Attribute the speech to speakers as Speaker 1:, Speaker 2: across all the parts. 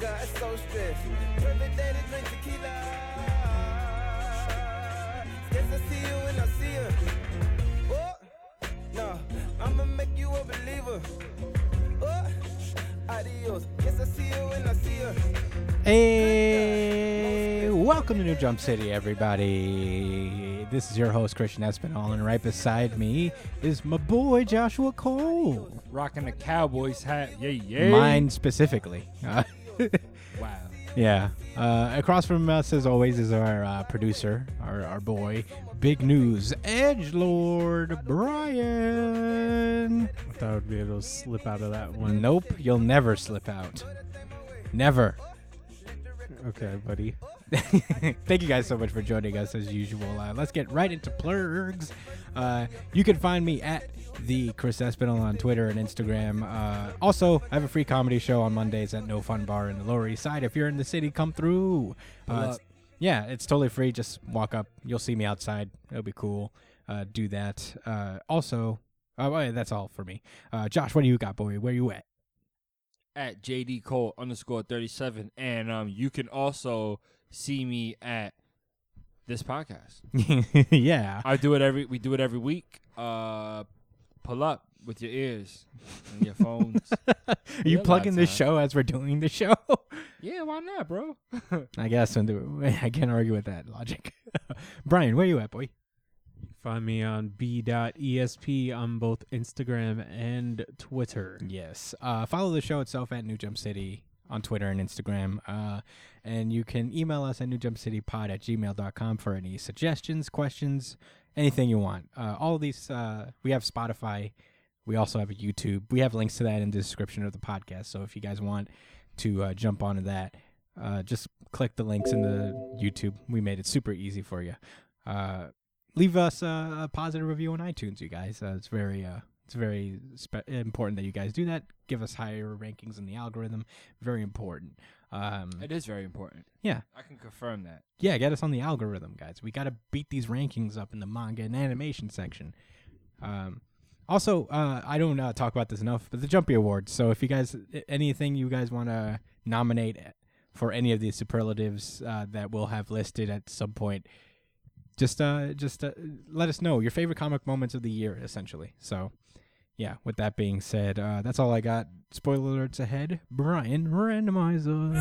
Speaker 1: no stress. Perfect day to drink tequila. Guess I see you when I see her. Oh, no, I'ma make you a believer. Oh, adios. Guess I see you when I see her.
Speaker 2: Hey, welcome to New Jump City, everybody. This is your host, Christian Espinal, and right beside me is my boy, Joshua Cole.
Speaker 3: rocking a Cowboys hat. Yeah, yeah.
Speaker 2: Mine specifically. Uh,
Speaker 3: Wow.
Speaker 2: yeah. Uh, across from us, as always, is our uh, producer, our, our boy, Big News Edge Lord Brian.
Speaker 4: I thought I would be able to slip out of that one.
Speaker 2: Nope, you'll never slip out. Never.
Speaker 4: Okay, buddy.
Speaker 2: Thank you guys so much for joining us as usual. Uh, let's get right into plugs. Uh, you can find me at the Chris Espinal on Twitter and Instagram. Uh, also, I have a free comedy show on Mondays at No Fun Bar in the Lower East Side. If you're in the city, come through. Uh, it's-
Speaker 3: up.
Speaker 2: yeah, it's totally free. Just walk up. You'll see me outside. It'll be cool. Uh, do that. Uh, also, uh, well, yeah, that's all for me. Uh, Josh, what do you got, boy? Where you at?
Speaker 3: At JD Cole underscore 37. And um, you can also see me at this podcast.
Speaker 2: yeah.
Speaker 3: I do it every, we do it every week. Uh, pull up with your ears and your phones.
Speaker 2: Are
Speaker 3: Yeah,
Speaker 2: you
Speaker 3: lots
Speaker 2: plugging this
Speaker 3: of-
Speaker 2: show as we're doing the show?
Speaker 3: yeah, why not, bro?
Speaker 2: I guess and the- I can't argue with that logic. Brian, where you at, boy?
Speaker 4: Find me on b.esp on both Instagram and Twitter.
Speaker 2: Yes. Uh, follow the show itself at New Jump City on Twitter and Instagram. Uh, and you can email us at newjumpcitypod at gmail.com for any suggestions, questions, anything you want. Uh, all of these, uh, we have Spotify. We also have a YouTube. We have links to that in the description of the podcast. So if you guys want to uh, jump onto that, uh, just click the links in the YouTube. We made it super easy for you. Uh, leave us uh, a positive review on iTunes, you guys. Uh, it's very uh, it's very spe- important that you guys do that. Give us higher rankings in the algorithm. Very important. Um,
Speaker 3: It is very important.
Speaker 2: Yeah.
Speaker 3: I can confirm that.
Speaker 2: yeah, get us on the algorithm, guys. We got to beat these rankings up in the manga and animation section. Um, also, uh, I don't uh, talk about this enough, but the Jumpy Awards. So if you guys, anything you guys want to nominate for any of these superlatives uh, that we'll have listed at some point, just uh, just uh, let us know your favorite comic moments of the year, essentially. So, yeah. With that being said, uh, that's all I got. Spoiler alerts ahead. Brian, randomizer.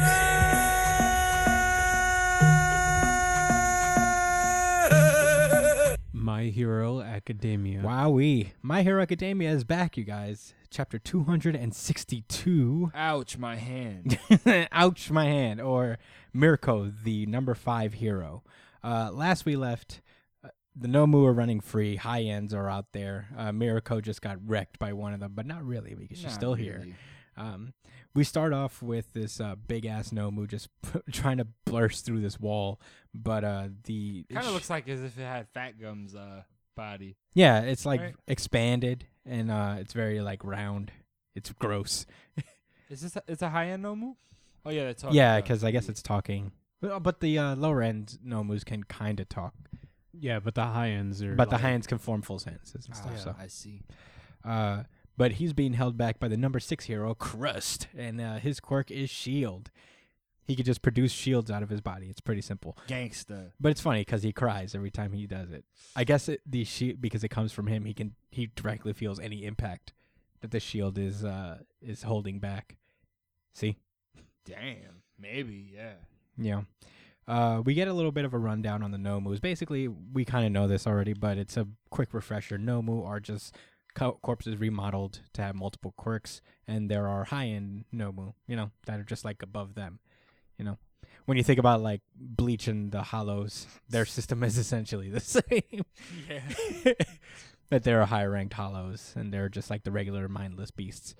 Speaker 4: My Hero Academia.
Speaker 2: Wowee. My Hero Academia is back, you guys. Chapter 262.
Speaker 3: Ouch, my hand.
Speaker 2: Ouch, my hand. Or Mirko, the number five hero. Uh, last we left, uh, the Nomu are running free. High ends are out there. Uh, Mirko just got wrecked by one of them, but not really because she's
Speaker 3: Not
Speaker 2: still here.
Speaker 3: really.
Speaker 2: Um, we start off with this uh, big ass Nomu just trying to burst through this wall, but uh, the
Speaker 3: Kind
Speaker 2: sh-
Speaker 3: of looks like as if it had Fat Gum's uh, body.
Speaker 2: Yeah, it's like
Speaker 3: Right.
Speaker 2: expanded and uh it's very like round. It's gross.
Speaker 3: Is this a, it's a high end Nomu? Oh, yeah, that's
Speaker 2: Yeah, 'cause yeah, because I guess it's talking. But but the uh, lower end nomus can kind of talk,
Speaker 4: Yeah, but the high ends are.
Speaker 2: but the
Speaker 4: like-
Speaker 2: high ends can form full sentences and stuff.
Speaker 3: Ah,
Speaker 2: So,
Speaker 3: I see.
Speaker 2: uh, but he's being held back by the number six hero Crust, and uh, his quirk is Shield. He could just produce shields E out of his body. It's pretty simple,
Speaker 3: Gangster.
Speaker 2: but it's funny because he cries every time he does it. I guess it, the shield because it comes from him. He can he directly feels any impact that the shield is uh is holding back. See.
Speaker 3: Damn. Maybe, yeah.
Speaker 2: Yeah. Uh, we get a little bit of a rundown on the Nomus. Basically, we kind of know this already, but it's a quick refresher. Nomu are just co- corpses remodeled to have multiple quirks, and there are high end Nomu, you know, that are just like above them, you know. When you think about like Bleach and the Hollows, their system is essentially the same.
Speaker 3: Yeah.
Speaker 2: that there are high ranked Hollows, and they're just like the regular mindless beasts.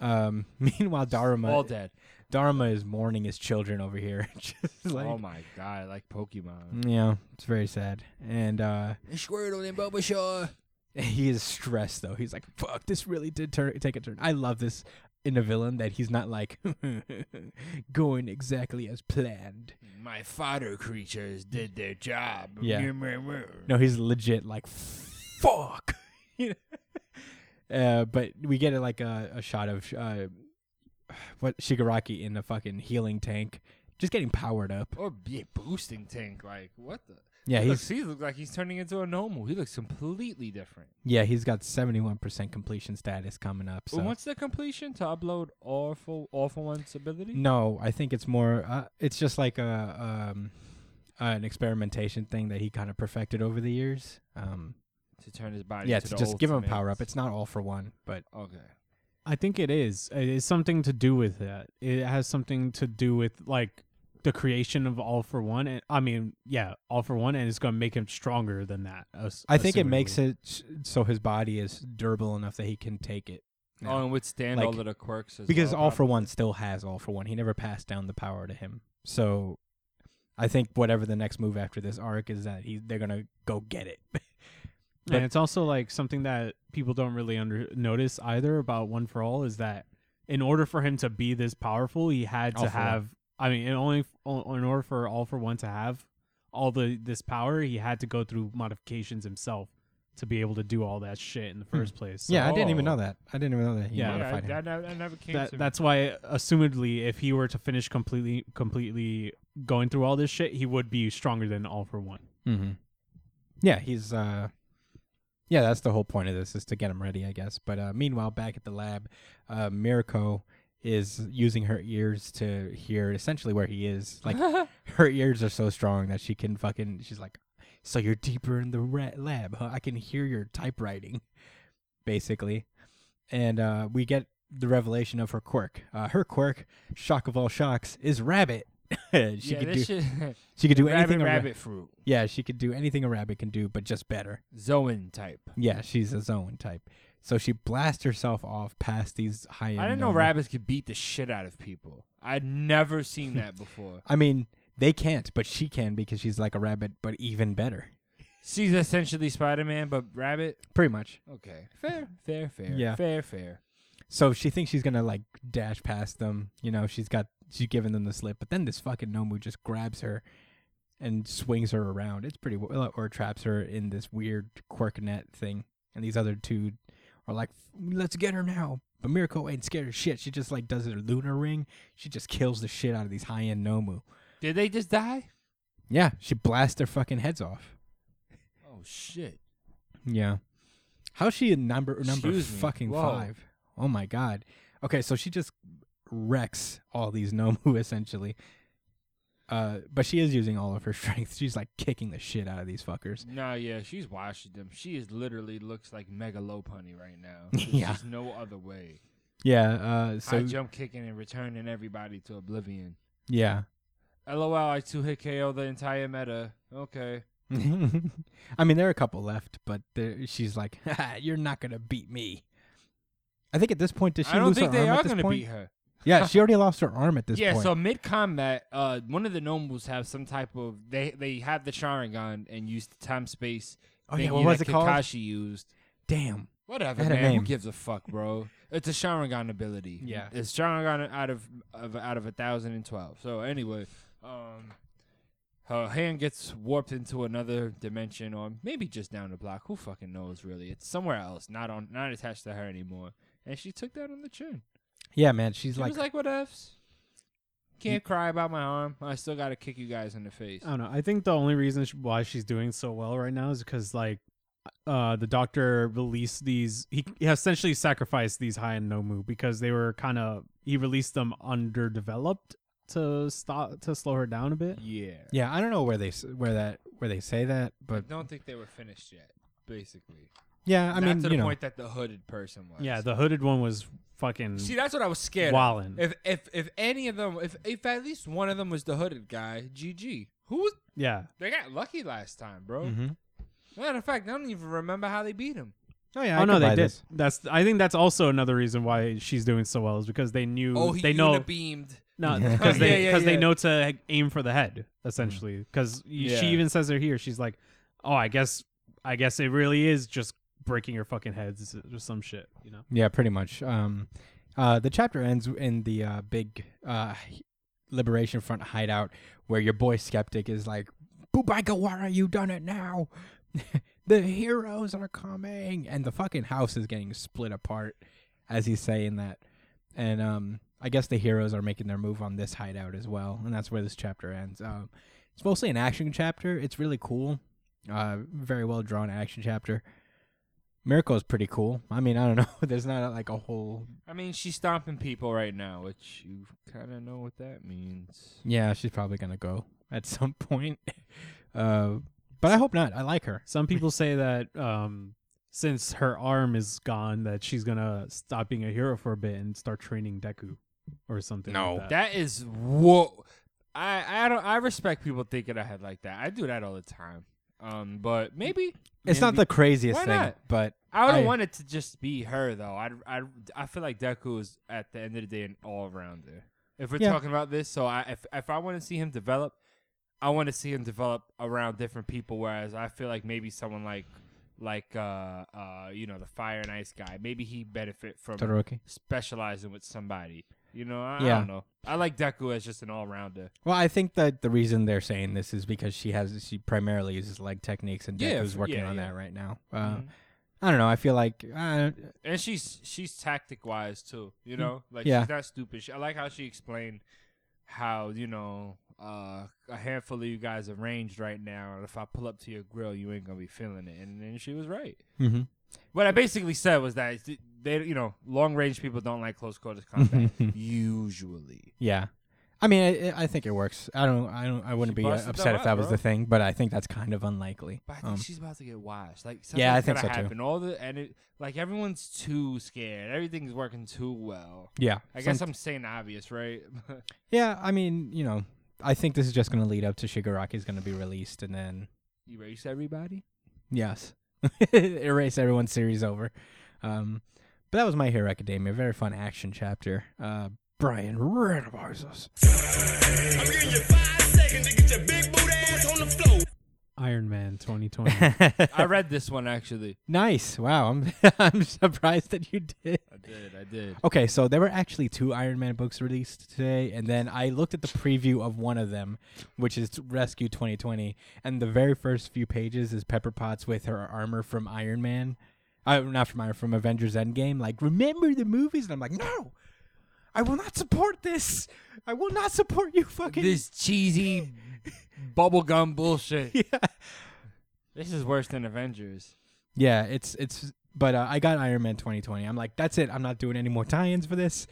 Speaker 2: Um, meanwhile, Daruma
Speaker 3: All dead.
Speaker 2: Dharma is mourning his children over here. Just like, Mm.
Speaker 3: oh my god, like Pokemon.
Speaker 2: yeah, it's very sad. And uh,
Speaker 3: Squirtle and Bulbasaur.
Speaker 2: he is stressed though. He's like, "Fuck, this really did turn take a turn." I love this in a villain that he's not like going exactly as planned.
Speaker 3: My fodder creatures did their job.
Speaker 2: Yeah.
Speaker 3: No.
Speaker 2: No, he's legit like, "Fuck." You know? uh, but we get like a, a shot of uh, what Shigaraki in the fucking healing tank, just getting powered up.
Speaker 3: Or be a boosting tank. Like, what the?
Speaker 2: Yeah,
Speaker 3: he,
Speaker 2: he's
Speaker 3: looks, he looks like he's turning into a normal. He looks completely different.
Speaker 2: yeah he's got seventy one percent completion status coming up. So
Speaker 3: But what's the completion to upload awful, awful one's ability?
Speaker 2: no, I think it's more. Uh, it's just like a um, an experimentation thing that he kind of perfected over the years. Um,
Speaker 3: To turn his body.
Speaker 2: yeah,
Speaker 3: to
Speaker 2: it's
Speaker 3: the
Speaker 2: just give him a
Speaker 3: ultimate.
Speaker 2: power up. It's not all for one, but
Speaker 3: okay.
Speaker 4: I think it is. It is something to do with that. It has something to do with like the creation of All for One. And I mean, yeah, All for One, and it's going to make him stronger than that. ass-
Speaker 2: I think it
Speaker 4: assumedly.
Speaker 2: makes it s- so his body is durable enough that he can take it. now.
Speaker 3: Oh, and withstand
Speaker 2: Like,
Speaker 3: all of the quirks. As
Speaker 2: because
Speaker 3: well,
Speaker 2: all for
Speaker 3: probably.
Speaker 2: one still has all for one. He never passed down the power to him. So I think whatever the next move after this arc is that he they're gonna go get it. But-
Speaker 4: and it's also like something that people don't really under notice either about One for All is that in order for him to be this powerful, he had
Speaker 2: All
Speaker 4: to
Speaker 2: for One.
Speaker 4: have. I mean, in only o- in order for All for One to have all the this power, he had to go through modifications himself to be able to do all that shit in the first place. So
Speaker 2: Hmm. yeah, I didn't even
Speaker 3: Oh.
Speaker 2: know that. I didn't even know that he
Speaker 3: Yeah, I,
Speaker 4: Yeah,
Speaker 2: modified
Speaker 3: I,
Speaker 2: him.
Speaker 3: never, I never came
Speaker 4: that,
Speaker 3: to
Speaker 4: that's why assumedly if he were to finish completely completely going through all this shit he would be stronger than all for one
Speaker 2: Mm-hmm. Yeah, he's uh yeah, that's the whole point of this is to get him ready, I guess. But uh, meanwhile, back at the lab, uh, Mirko is using her ears to hear essentially where he is. Like her ears are so strong that she can fucking. She's like, so you're deeper in the ra- lab, huh? I can hear your typewriting, basically. And uh, we get the revelation of her quirk. Uh, her quirk, shock of all shocks, is rabbit. she
Speaker 3: yeah,
Speaker 2: could do.
Speaker 3: this shit-
Speaker 2: she could do
Speaker 3: rabbit,
Speaker 2: anything. a ra-
Speaker 3: rabbit fruit,
Speaker 2: yeah, she could do anything a rabbit can do, but just better.
Speaker 3: Zoan type.
Speaker 2: Yeah, she's a zone type. So she blasts herself off past these high.
Speaker 3: I didn't know rabbits could beat the shit out of people. I'd never seen that before.
Speaker 2: I mean, they can't, but she can because she's like a rabbit, but even better.
Speaker 3: She's essentially Spider Man, but rabbit.
Speaker 2: Pretty much.
Speaker 3: Okay, fair, fair, fair,
Speaker 2: Yeah.
Speaker 3: fair, fair.
Speaker 2: So she thinks she's gonna like dash past them. You know, she's got she's giving them the slip, but then this fucking Nomu just grabs her and swings her around. It's pretty w- uh, or traps her in this weird quirk net thing. And these other two are like, "Let's get her now." But Miracle ain't scared of shit. She just like does her lunar ring. She just kills the shit out of these high end Nomu.
Speaker 3: Did they just die?
Speaker 2: Yeah, she blasts their fucking heads off.
Speaker 3: Oh shit!
Speaker 2: Yeah. How's she in number number
Speaker 3: Excuse me.
Speaker 2: fucking
Speaker 3: Whoa.
Speaker 2: five? Oh my god. Okay, so she just wrecks all these Nomu essentially. Uh, but she is using all of her strength. She's like kicking the shit out of these fuckers.
Speaker 3: No, yeah, she's washing them. She is literally looks like Mega Lopunny right now.
Speaker 2: Yeah.
Speaker 3: There's no other way.
Speaker 2: Yeah. Uh,
Speaker 3: I
Speaker 2: so
Speaker 3: jump kicking and returning everybody to oblivion.
Speaker 2: yeah.
Speaker 3: LOL, I two hit KO the entire meta. Okay.
Speaker 2: I mean, there are a couple left, but there, she's like, "Haha, "You're not gonna beat me." I think at this point, does she
Speaker 3: I don't
Speaker 2: lose
Speaker 3: think
Speaker 2: her
Speaker 3: they
Speaker 2: arm
Speaker 3: are
Speaker 2: at this
Speaker 3: gonna
Speaker 2: point?
Speaker 3: beat her.
Speaker 2: Yeah, she already lost her arm at this
Speaker 3: yeah,
Speaker 2: point.
Speaker 3: so mid combat, uh, one of the nobles have some type of they they have the Sharingan and use the time space.
Speaker 2: oh yeah,
Speaker 3: thingy
Speaker 2: what was
Speaker 3: that
Speaker 2: it called?
Speaker 3: Kakashi used.
Speaker 2: Damn.
Speaker 3: Whatever,
Speaker 2: Had a
Speaker 3: man. Who
Speaker 2: name.
Speaker 3: gives a fuck, bro? It's a Sharingan ability.
Speaker 2: Yeah.
Speaker 3: it's Sharingan out of, of out of a thousand and twelve. So anyway, um, her hand gets warped into another dimension, or maybe just down the block. Who fucking knows? Really, it's somewhere else, not on, not attached to her anymore. And she took that on the chin.
Speaker 2: Yeah, man, she's
Speaker 3: She
Speaker 2: like,
Speaker 3: was like, "What ifs? Can't cry about my arm. I still got to kick you guys in the face."
Speaker 4: i don't know i think the only reason sh- why she's doing so well right now is because like uh the doctor released these he, he essentially sacrificed these high and nomu because they were kind of he released them underdeveloped to stop to slow her down a bit
Speaker 3: Yeah,
Speaker 2: Yeah, I don't know where they s- where that where they say that,
Speaker 3: I
Speaker 2: but
Speaker 3: don't think they were finished yet. Basically,
Speaker 2: yeah, I
Speaker 3: not
Speaker 2: mean,
Speaker 3: to the
Speaker 2: you know,
Speaker 3: point that the hooded person was.
Speaker 4: yeah the hooded one was fucking
Speaker 3: See, that's what I was scared. of.
Speaker 4: Wallin.
Speaker 3: If if if any of them, if if at least one of them was the hooded guy, GG. Who was?
Speaker 4: yeah
Speaker 3: They got lucky last time, bro.
Speaker 2: Mhm.
Speaker 3: Matter of fact, I don't even remember how they beat him.
Speaker 2: Oh yeah, I
Speaker 4: oh no,
Speaker 2: could
Speaker 4: they
Speaker 2: buy
Speaker 4: did.
Speaker 2: this.
Speaker 4: That's I think that's also another reason why she's doing so well is because they knew
Speaker 3: Oh, he
Speaker 4: they know
Speaker 3: beamed.
Speaker 4: no
Speaker 2: Yeah.
Speaker 4: because they
Speaker 3: Yeah, yeah,
Speaker 4: because they
Speaker 3: yeah.
Speaker 4: know to aim for the head essentially because
Speaker 3: Yeah.
Speaker 4: she even says it here she's like oh I guess I guess it really is just breaking your fucking heads or some shit you know
Speaker 2: Yeah, pretty much. Um, uh, the chapter ends in the uh, big uh, h- Liberation Front hideout where your boy Skeptic is like, "Bubagawara, you done it now! the heroes are coming!" And the fucking house is getting split apart as he's saying that. And um, I guess the heroes are making their move on this hideout as well, and that's where this chapter ends. Um, it's mostly an action chapter. It's really cool, uh, very well drawn action chapter. Miracle is pretty cool. I mean, I don't know. There's not like a whole.
Speaker 3: I mean, she's stomping people right now, which you kind of know what that means.
Speaker 2: Yeah, she's probably gonna go at some point. Uh, but I hope not. I like her.
Speaker 4: Some people say that um, since her arm is gone, that she's gonna stop being a hero for a bit and start training Deku or something.
Speaker 2: No.
Speaker 4: like that.
Speaker 3: That is whoa. I I don't I respect people thinking ahead like that. I do that all the time. Um, but maybe
Speaker 2: It's not
Speaker 3: maybe-
Speaker 2: the craziest
Speaker 3: Why
Speaker 2: thing,
Speaker 3: not?
Speaker 2: but
Speaker 3: I would
Speaker 2: I-
Speaker 3: have wanted to just be her though. I I I feel like Deku is at the end of the day an all rounder. If we're
Speaker 2: Yeah.
Speaker 3: talking about this, so I if if I want to see him develop, I want to see him develop around different people. Whereas I feel like maybe someone like like uh uh you know the fire and ice guy, maybe he benefit from
Speaker 2: Todoroki.
Speaker 3: specializing with somebody. You know, I, I
Speaker 2: Yeah.
Speaker 3: don't know. I like Deku as just an all rounder.
Speaker 2: Well, I think that the reason they're saying this is because she has she primarily uses leg techniques, and
Speaker 3: Yeah,
Speaker 2: Deku's
Speaker 3: f-
Speaker 2: working
Speaker 3: yeah,
Speaker 2: on
Speaker 3: yeah.
Speaker 2: that right now. Uh, I don't know. I feel like uh,
Speaker 3: And she's she's tactic wise too, you know? Like
Speaker 2: Mm, Yeah.
Speaker 3: she's not stupid. She, I like how she explained how, you know, uh, a handful of you guys are ranged right now, and if I pull up to your grill, you ain't gonna be feeling it. And then she was right.
Speaker 2: mhm.
Speaker 3: What I basically said was that it's- they, you know, long range people don't like close quarters combat usually.
Speaker 2: yeah. I mean, I- I, I think it works. I don't. I don't. I wouldn't
Speaker 3: She
Speaker 2: be uh,
Speaker 3: busted
Speaker 2: upset
Speaker 3: them
Speaker 2: if that
Speaker 3: up,
Speaker 2: was
Speaker 3: bro.
Speaker 2: the thing, but I think that's kind of unlikely.
Speaker 3: But I think
Speaker 2: Um,
Speaker 3: she's about to get washed. Like
Speaker 2: Yeah, I
Speaker 3: something's
Speaker 2: think
Speaker 3: gonna
Speaker 2: so, too.
Speaker 3: happen. All the and it, like everyone's too scared. Everything's working too well.
Speaker 2: yeah.
Speaker 3: I guess
Speaker 2: Some-
Speaker 3: I'm saying obvious, right?
Speaker 2: yeah. I mean, you know, I think this is just going to lead up to Shigaraki's going to be released, and then
Speaker 3: Erase everybody.
Speaker 2: Yes. Erase everyone's series over. Um, but that was My Hero Academia. Very fun action chapter. Uh, Brian Renabarzos.
Speaker 5: I'm giving you five seconds to get your big boot ass on the floor.
Speaker 4: Iron Man 2020.
Speaker 3: I read this one actually.
Speaker 2: nice. Wow. I'm, I'm surprised that you did.
Speaker 3: I did. I did.
Speaker 2: Okay, so there were actually two Iron Man books released today, and then I looked at the preview of one of them, which is Rescue 2020, and the very first few pages is Pepper Potts with her armor from Iron Man, uh, not from Iron, from Avengers Endgame. Like, remember the movies? And I'm like, no, I will not support this. I will not support you, fucking.
Speaker 3: This cheesy bubblegum bullshit.
Speaker 2: yeah.
Speaker 3: This is worse than Avengers.
Speaker 2: Yeah, it's it's. But uh, I got Iron Man 2020. I'm like, that's it. I'm not doing any more tie-ins for this.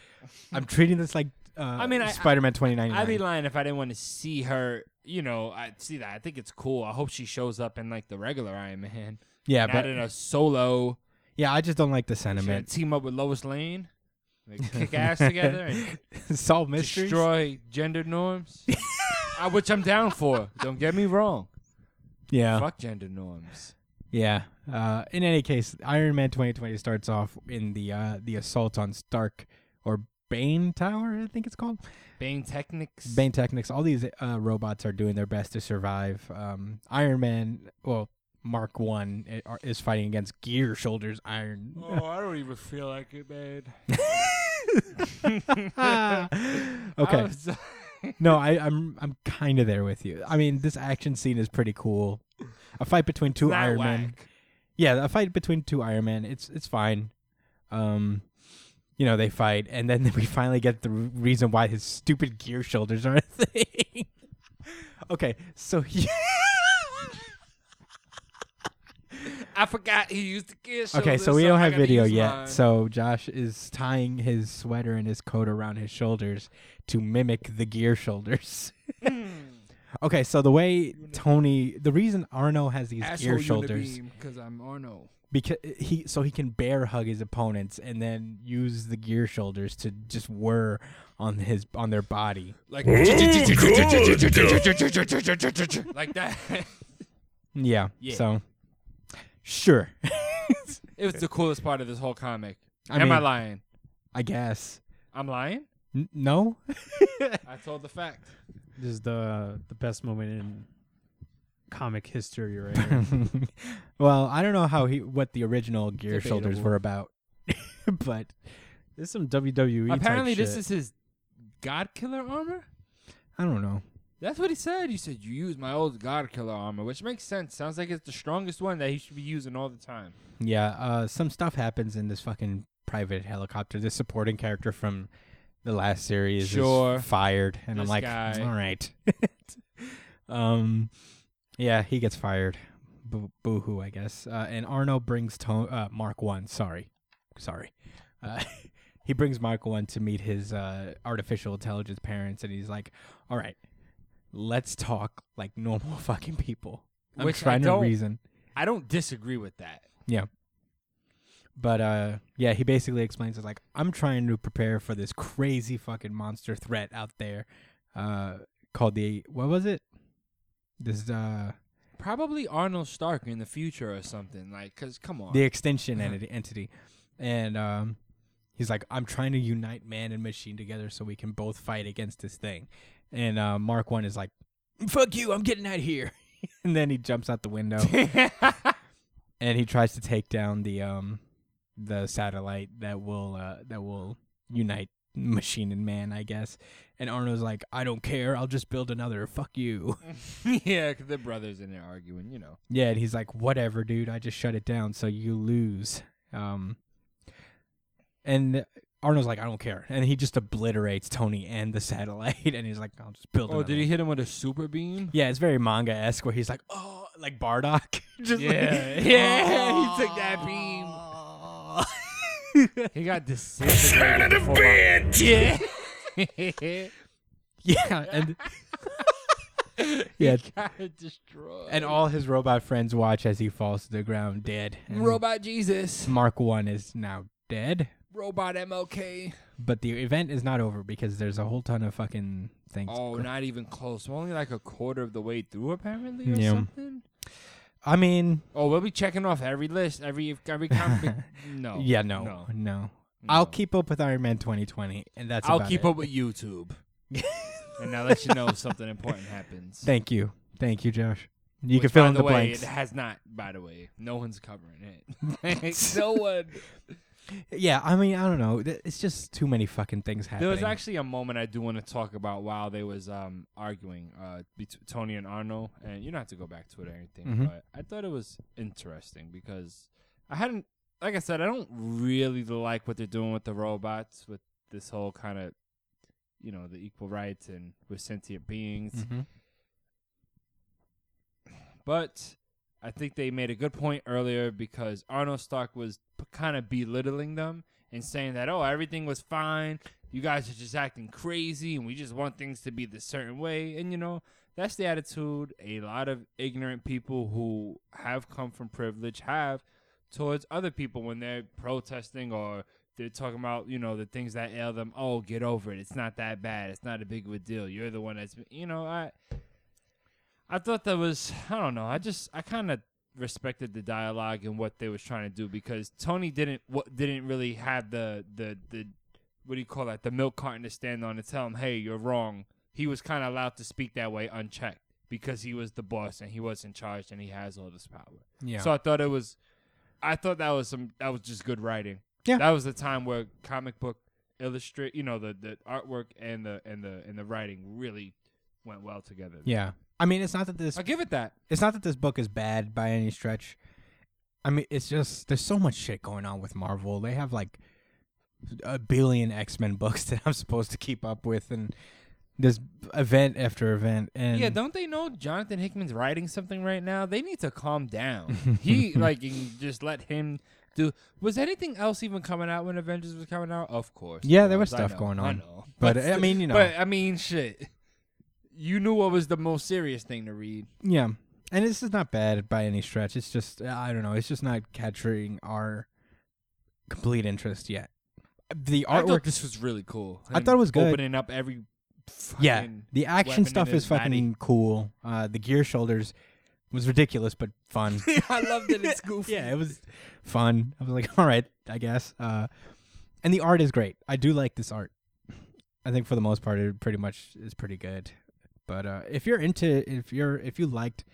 Speaker 2: I'm treating this like uh, I
Speaker 3: mean, I- I-
Speaker 2: Spider-Man 2099.
Speaker 3: I'd be lying if I didn't want to see her. You know, I see that. I think it's cool. I hope she shows up in like the regular Iron Man,
Speaker 2: yeah,
Speaker 3: not
Speaker 2: but
Speaker 3: in a solo.
Speaker 2: Yeah, I just don't like the
Speaker 3: Should I
Speaker 2: sentiment.
Speaker 3: team up with Lois Lane, like kick ass together, and
Speaker 2: Solve mysteries.
Speaker 3: destroy gender norms, Uh, which I'm down for. Don't get me wrong.
Speaker 2: Yeah,
Speaker 3: Fuck gender norms.
Speaker 2: yeah. Uh, in any case, Iron Man 2020 starts off in the uh, the assault on Stark or Bane Tower, I think it's called.
Speaker 3: Bane Technics.
Speaker 2: Bane Technics. All these uh, robots are doing their best to survive. Um, Iron Man, well, Mark One i- are- is fighting against Gear Shoulders Iron.
Speaker 3: Oh, I don't even feel like it, man.
Speaker 2: okay. no, I, I'm I'm kind of there with you. I mean, this action scene is pretty cool. A fight between two Iron Men. Yeah, a fight between two Iron Men. It's it's fine. Um, you know they fight, and then we finally get the r- reason why his stupid gear shoulders are a thing. okay, so he-
Speaker 3: I forgot he used the gear
Speaker 2: okay, so we don't have video yet. So Josh is tying his sweater and his coat around his shoulders to mimic the gear shoulders. okay, so the way Tony, the reason Arno has these gear shoulders
Speaker 3: Because I'm Arno.
Speaker 2: because he so he can bear hug his opponents and then use the gear shoulders to just whir on his on their body.
Speaker 3: Like, like that.
Speaker 2: Yeah.
Speaker 3: Yeah.
Speaker 2: So sure.
Speaker 3: it was the coolest part of this whole comic.
Speaker 2: I
Speaker 3: Am I
Speaker 2: mean-
Speaker 3: lying?
Speaker 2: I guess.
Speaker 3: I'm lying?
Speaker 2: N- no?
Speaker 3: I told the fact.
Speaker 4: this is the the best moment in comic history right here.
Speaker 2: well, I don't know how he what the original gear shoulders
Speaker 4: Debatable.
Speaker 2: were about. but
Speaker 4: this is some E WWE. type
Speaker 3: Apparently, this
Speaker 4: shit.
Speaker 3: is his God Killer armor?
Speaker 2: I don't know.
Speaker 3: That's what he said. He said, You use my old God Killer armor, which makes sense. Sounds like it's the strongest one that he should be using all the time.
Speaker 2: Yeah, uh some stuff happens in this fucking private helicopter. This supporting character from the last series
Speaker 3: Sure.
Speaker 2: is fired, and I'm
Speaker 3: This
Speaker 2: like,
Speaker 3: guy.
Speaker 2: all right. um, yeah, he gets fired. Boo hoo, I guess. Uh, and Arno brings to- uh, Mark One. Sorry, sorry. Uh, he brings Mark One to meet his uh, artificial intelligence parents, and he's like, all right, let's talk like normal fucking people. I'm
Speaker 3: Which I
Speaker 2: trying to
Speaker 3: don't-
Speaker 2: reason.
Speaker 3: I don't disagree with that.
Speaker 2: Yeah. But uh yeah, he basically explains it like I'm trying to prepare for this crazy fucking monster threat out there uh called the what was it? This uh
Speaker 3: Probably Arnold Stark in the future or something like cuz come on.
Speaker 2: the extension entity, entity. And um he's like I'm trying to unite man and machine together so we can both fight against this thing. And uh Mark 1 is like fuck you, I'm getting out of here. and then he jumps out the window. and he tries to take down the um the satellite that will uh that will unite machine and man i guess and arno's like i don't care i'll just build another fuck you
Speaker 3: yeah, 'cause the brothers in there arguing, you know.
Speaker 2: yeah and he's like whatever dude i just shut it down so you lose um and arno's like i don't care and he just obliterates tony and the satellite and he's like i'll just build
Speaker 3: Oh,
Speaker 2: another
Speaker 3: did he
Speaker 2: one."
Speaker 3: hit him with a super beam?
Speaker 2: yeah it's very manga-esque where he's like oh like bardock just like,
Speaker 3: Yeah.
Speaker 2: yeah
Speaker 3: he took that beam.
Speaker 2: he took
Speaker 3: He got disintegrated. before-
Speaker 2: yeah
Speaker 3: yeah.
Speaker 2: Yeah, and yeah,
Speaker 3: got destroyed.
Speaker 2: and all his robot friends watch as he falls to the ground dead. And
Speaker 3: Robot Jesus.
Speaker 2: Mark One is now dead,
Speaker 3: Robot MLK.
Speaker 2: but the event is not over because there's a whole ton of fucking things.
Speaker 3: Oh, not even close. We're only like a quarter of the way through, apparently, or
Speaker 2: Yeah.
Speaker 3: something.
Speaker 2: I mean,
Speaker 3: Oh, we'll be checking off every list, every every comic. no.
Speaker 2: yeah, no, no,
Speaker 3: No.
Speaker 2: I'll
Speaker 3: No.
Speaker 2: keep up with Iron Man 2020, and that's
Speaker 3: I'll
Speaker 2: about
Speaker 3: keep
Speaker 2: it.
Speaker 3: up with YouTube, and I'll let you know if something important happens.
Speaker 2: Thank you, thank you, Josh. You can
Speaker 3: Which,
Speaker 2: fill
Speaker 3: by
Speaker 2: in the,
Speaker 3: way,
Speaker 2: blanks.
Speaker 3: It has not, by the way. No one's covering it. no one.
Speaker 2: yeah, I mean, I don't know. Th- It's just too many fucking things happening.
Speaker 3: There was actually a moment I do want to talk about while they was um arguing uh bet- Tony and Arno, and you don't have to go back to it or anything,
Speaker 2: Mhm.
Speaker 3: but I thought it was interesting because I hadn't, like I said, I don't really like what they're doing with the robots with this whole kind of, you know, the equal rights and with sentient beings.
Speaker 2: Mhm.
Speaker 3: But I think they made a good point earlier because Arnold Stark was p- kind of belittling them and saying that, oh, everything was fine. You guys are just acting crazy and we just want things to be the certain way. And, you know, that's the attitude a lot of ignorant people who have come from privilege have towards other people when they're protesting or they're talking about, you know, the things that ail them. Oh, get over it. It's not that bad. It's not a big of a deal. You're the one that's, you know, I. I thought that was I don't know. I just I kind of respected the dialogue and what they was trying to do because Tony didn't what didn't really have the the the what do you call that the milk carton to stand on and tell him hey you're wrong. He was kind of allowed to speak that way unchecked because he was the boss and he was in charge and he has all this power.
Speaker 2: yeah.
Speaker 3: So I thought it was, I thought that was some that was just good writing.
Speaker 2: Yeah.
Speaker 3: that was the time where comic book illustrate, you know, the the artwork and the and the and the writing really went well together.
Speaker 2: yeah. I mean, it's not that this
Speaker 3: I give it that.
Speaker 2: it's not that this book is bad by any stretch. I mean, it's just there's so much shit going on with Marvel. They have like a billion X Men books that I'm supposed to keep up with, and there's event after event. And
Speaker 3: Yeah, don't they know Jonathan Hickman's writing something right now? They need to calm down. he like you can just let him do. Was anything else even coming out when Avengers was coming out? Of course.
Speaker 2: Yeah,
Speaker 3: of
Speaker 2: there was
Speaker 3: course, I
Speaker 2: stuff
Speaker 3: know,
Speaker 2: going
Speaker 3: I
Speaker 2: on.
Speaker 3: know.
Speaker 2: But, I mean, you know.
Speaker 3: But I mean, shit. You knew what was the most serious thing to read.
Speaker 2: yeah, and this is not bad by any stretch. It's just I don't know. It's just not capturing our complete interest yet. The
Speaker 3: I thought
Speaker 2: artwork,
Speaker 3: this was really cool.
Speaker 2: I
Speaker 3: Him
Speaker 2: thought it was good.
Speaker 3: Opening up every.
Speaker 2: yeah,
Speaker 3: fucking-
Speaker 2: the action
Speaker 3: weapon
Speaker 2: stuff
Speaker 3: in
Speaker 2: is
Speaker 3: his body.
Speaker 2: fucking cool. Uh, the gear shoulders was ridiculous but fun.
Speaker 3: I love that it's goofy.
Speaker 2: yeah, it was fun. I was like, all right, I guess. Uh, and the art is great. I do like this art. I think for the most part, it pretty much is pretty good. But uh, if you're into, if you're, if you liked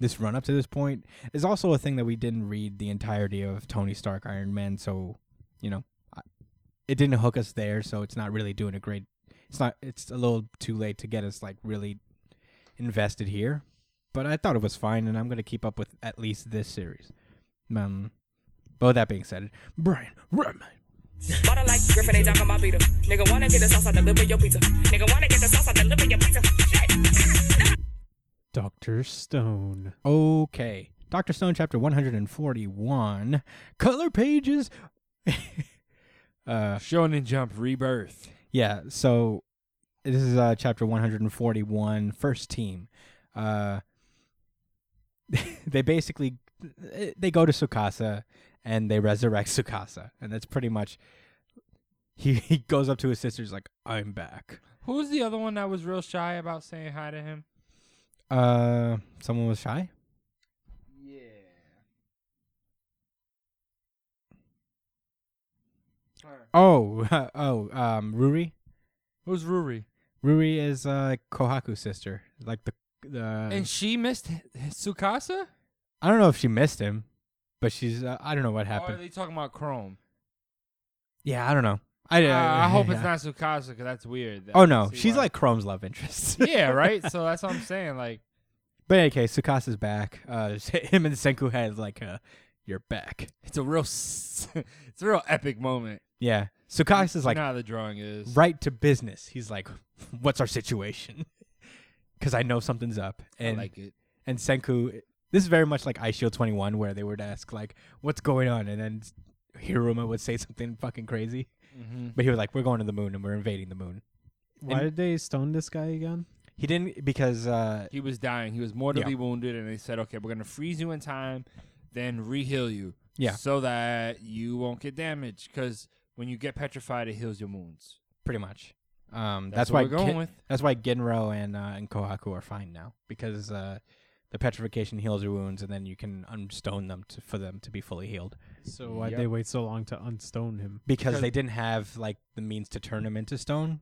Speaker 2: this run up to this point, is also a thing that we didn't read the entirety of Tony Stark Iron Man. So, you know, I, it didn't hook us there. So it's not really doing a great. It's not. It's a little too late to get us like really invested here. But I thought it was fine, and I'm gonna keep up with at least this series. Um, but with that being said, Brian, Redman,
Speaker 6: Bought her like Griffin, they talking about Peter. Nigga wanna get the sauce, I deliver your pizza. Nigga wanna get the sauce, I deliver your pizza. Shit.
Speaker 4: Dr. Stone.
Speaker 2: Okay. Dr. Stone, chapter 141. Color pages. uh,
Speaker 3: Shonen Jump Rebirth.
Speaker 2: yeah, so this is uh, chapter 141, first team. Uh, they basically they go to Sukasa and they resurrect Sukasa. And that's pretty much. He, he goes up to his sister's like, I'm back.
Speaker 3: Who was the other one that was real shy about saying hi to him?
Speaker 2: Uh, someone was shy?
Speaker 3: Yeah.
Speaker 2: Oh, oh, um, Ruri?
Speaker 3: Who's Ruri?
Speaker 2: Ruri is uh Kohaku's sister. Like the the
Speaker 3: and she missed h- h- Sukasa?
Speaker 2: I don't know if she missed him, but she's uh, I don't know what
Speaker 3: Or are
Speaker 2: happened.
Speaker 3: they talking about Chrome?
Speaker 2: yeah, I don't know. I
Speaker 3: Uh,
Speaker 2: I-
Speaker 3: I hope it's
Speaker 2: yeah.
Speaker 3: not Sukasa because that's weird. I
Speaker 2: Oh
Speaker 3: don't
Speaker 2: no,
Speaker 3: see
Speaker 2: she's
Speaker 3: why-
Speaker 2: like Chrome's love interest.
Speaker 3: yeah, right. So that's what I'm saying. Like,
Speaker 2: but in any case, Sukasa's back. Uh, him and Senku had like a "you're back."
Speaker 3: it's a real, s- it's a real epic moment.
Speaker 2: Yeah, Sukasa's like
Speaker 3: you know how the drawing is.
Speaker 2: right to business. He's like, "What's our situation?" Because I know something's up,
Speaker 3: I
Speaker 2: and
Speaker 3: like it.
Speaker 2: and Senku. This is very much like Ice Shield 21, where they would ask like, "What's going on?" and then Hiruma would say something fucking crazy.
Speaker 3: Mm-hmm.
Speaker 2: But he was like, "We're going to the moon and we're invading the moon."
Speaker 4: Why did they stone this guy again?
Speaker 2: He didn't because uh,
Speaker 3: He was dying. He was mortally wounded, and they said, "Okay, we're gonna freeze you in time, then reheal you,
Speaker 2: Yeah.
Speaker 3: so that you won't get damaged. Because when you get petrified, it heals your wounds.
Speaker 2: pretty much. Um, that's,
Speaker 3: That's what
Speaker 2: why
Speaker 3: we're going
Speaker 2: Gen-
Speaker 3: with.
Speaker 2: That's why Genro and uh, and Kohaku are fine now because uh, the petrification heals your wounds, and then you can unstone them to, for them to be fully healed.
Speaker 4: So why'd
Speaker 3: Yep.
Speaker 4: they wait so long to unstone him?
Speaker 2: Because
Speaker 3: Because- Mm.
Speaker 2: they didn't have like the means to turn him into stone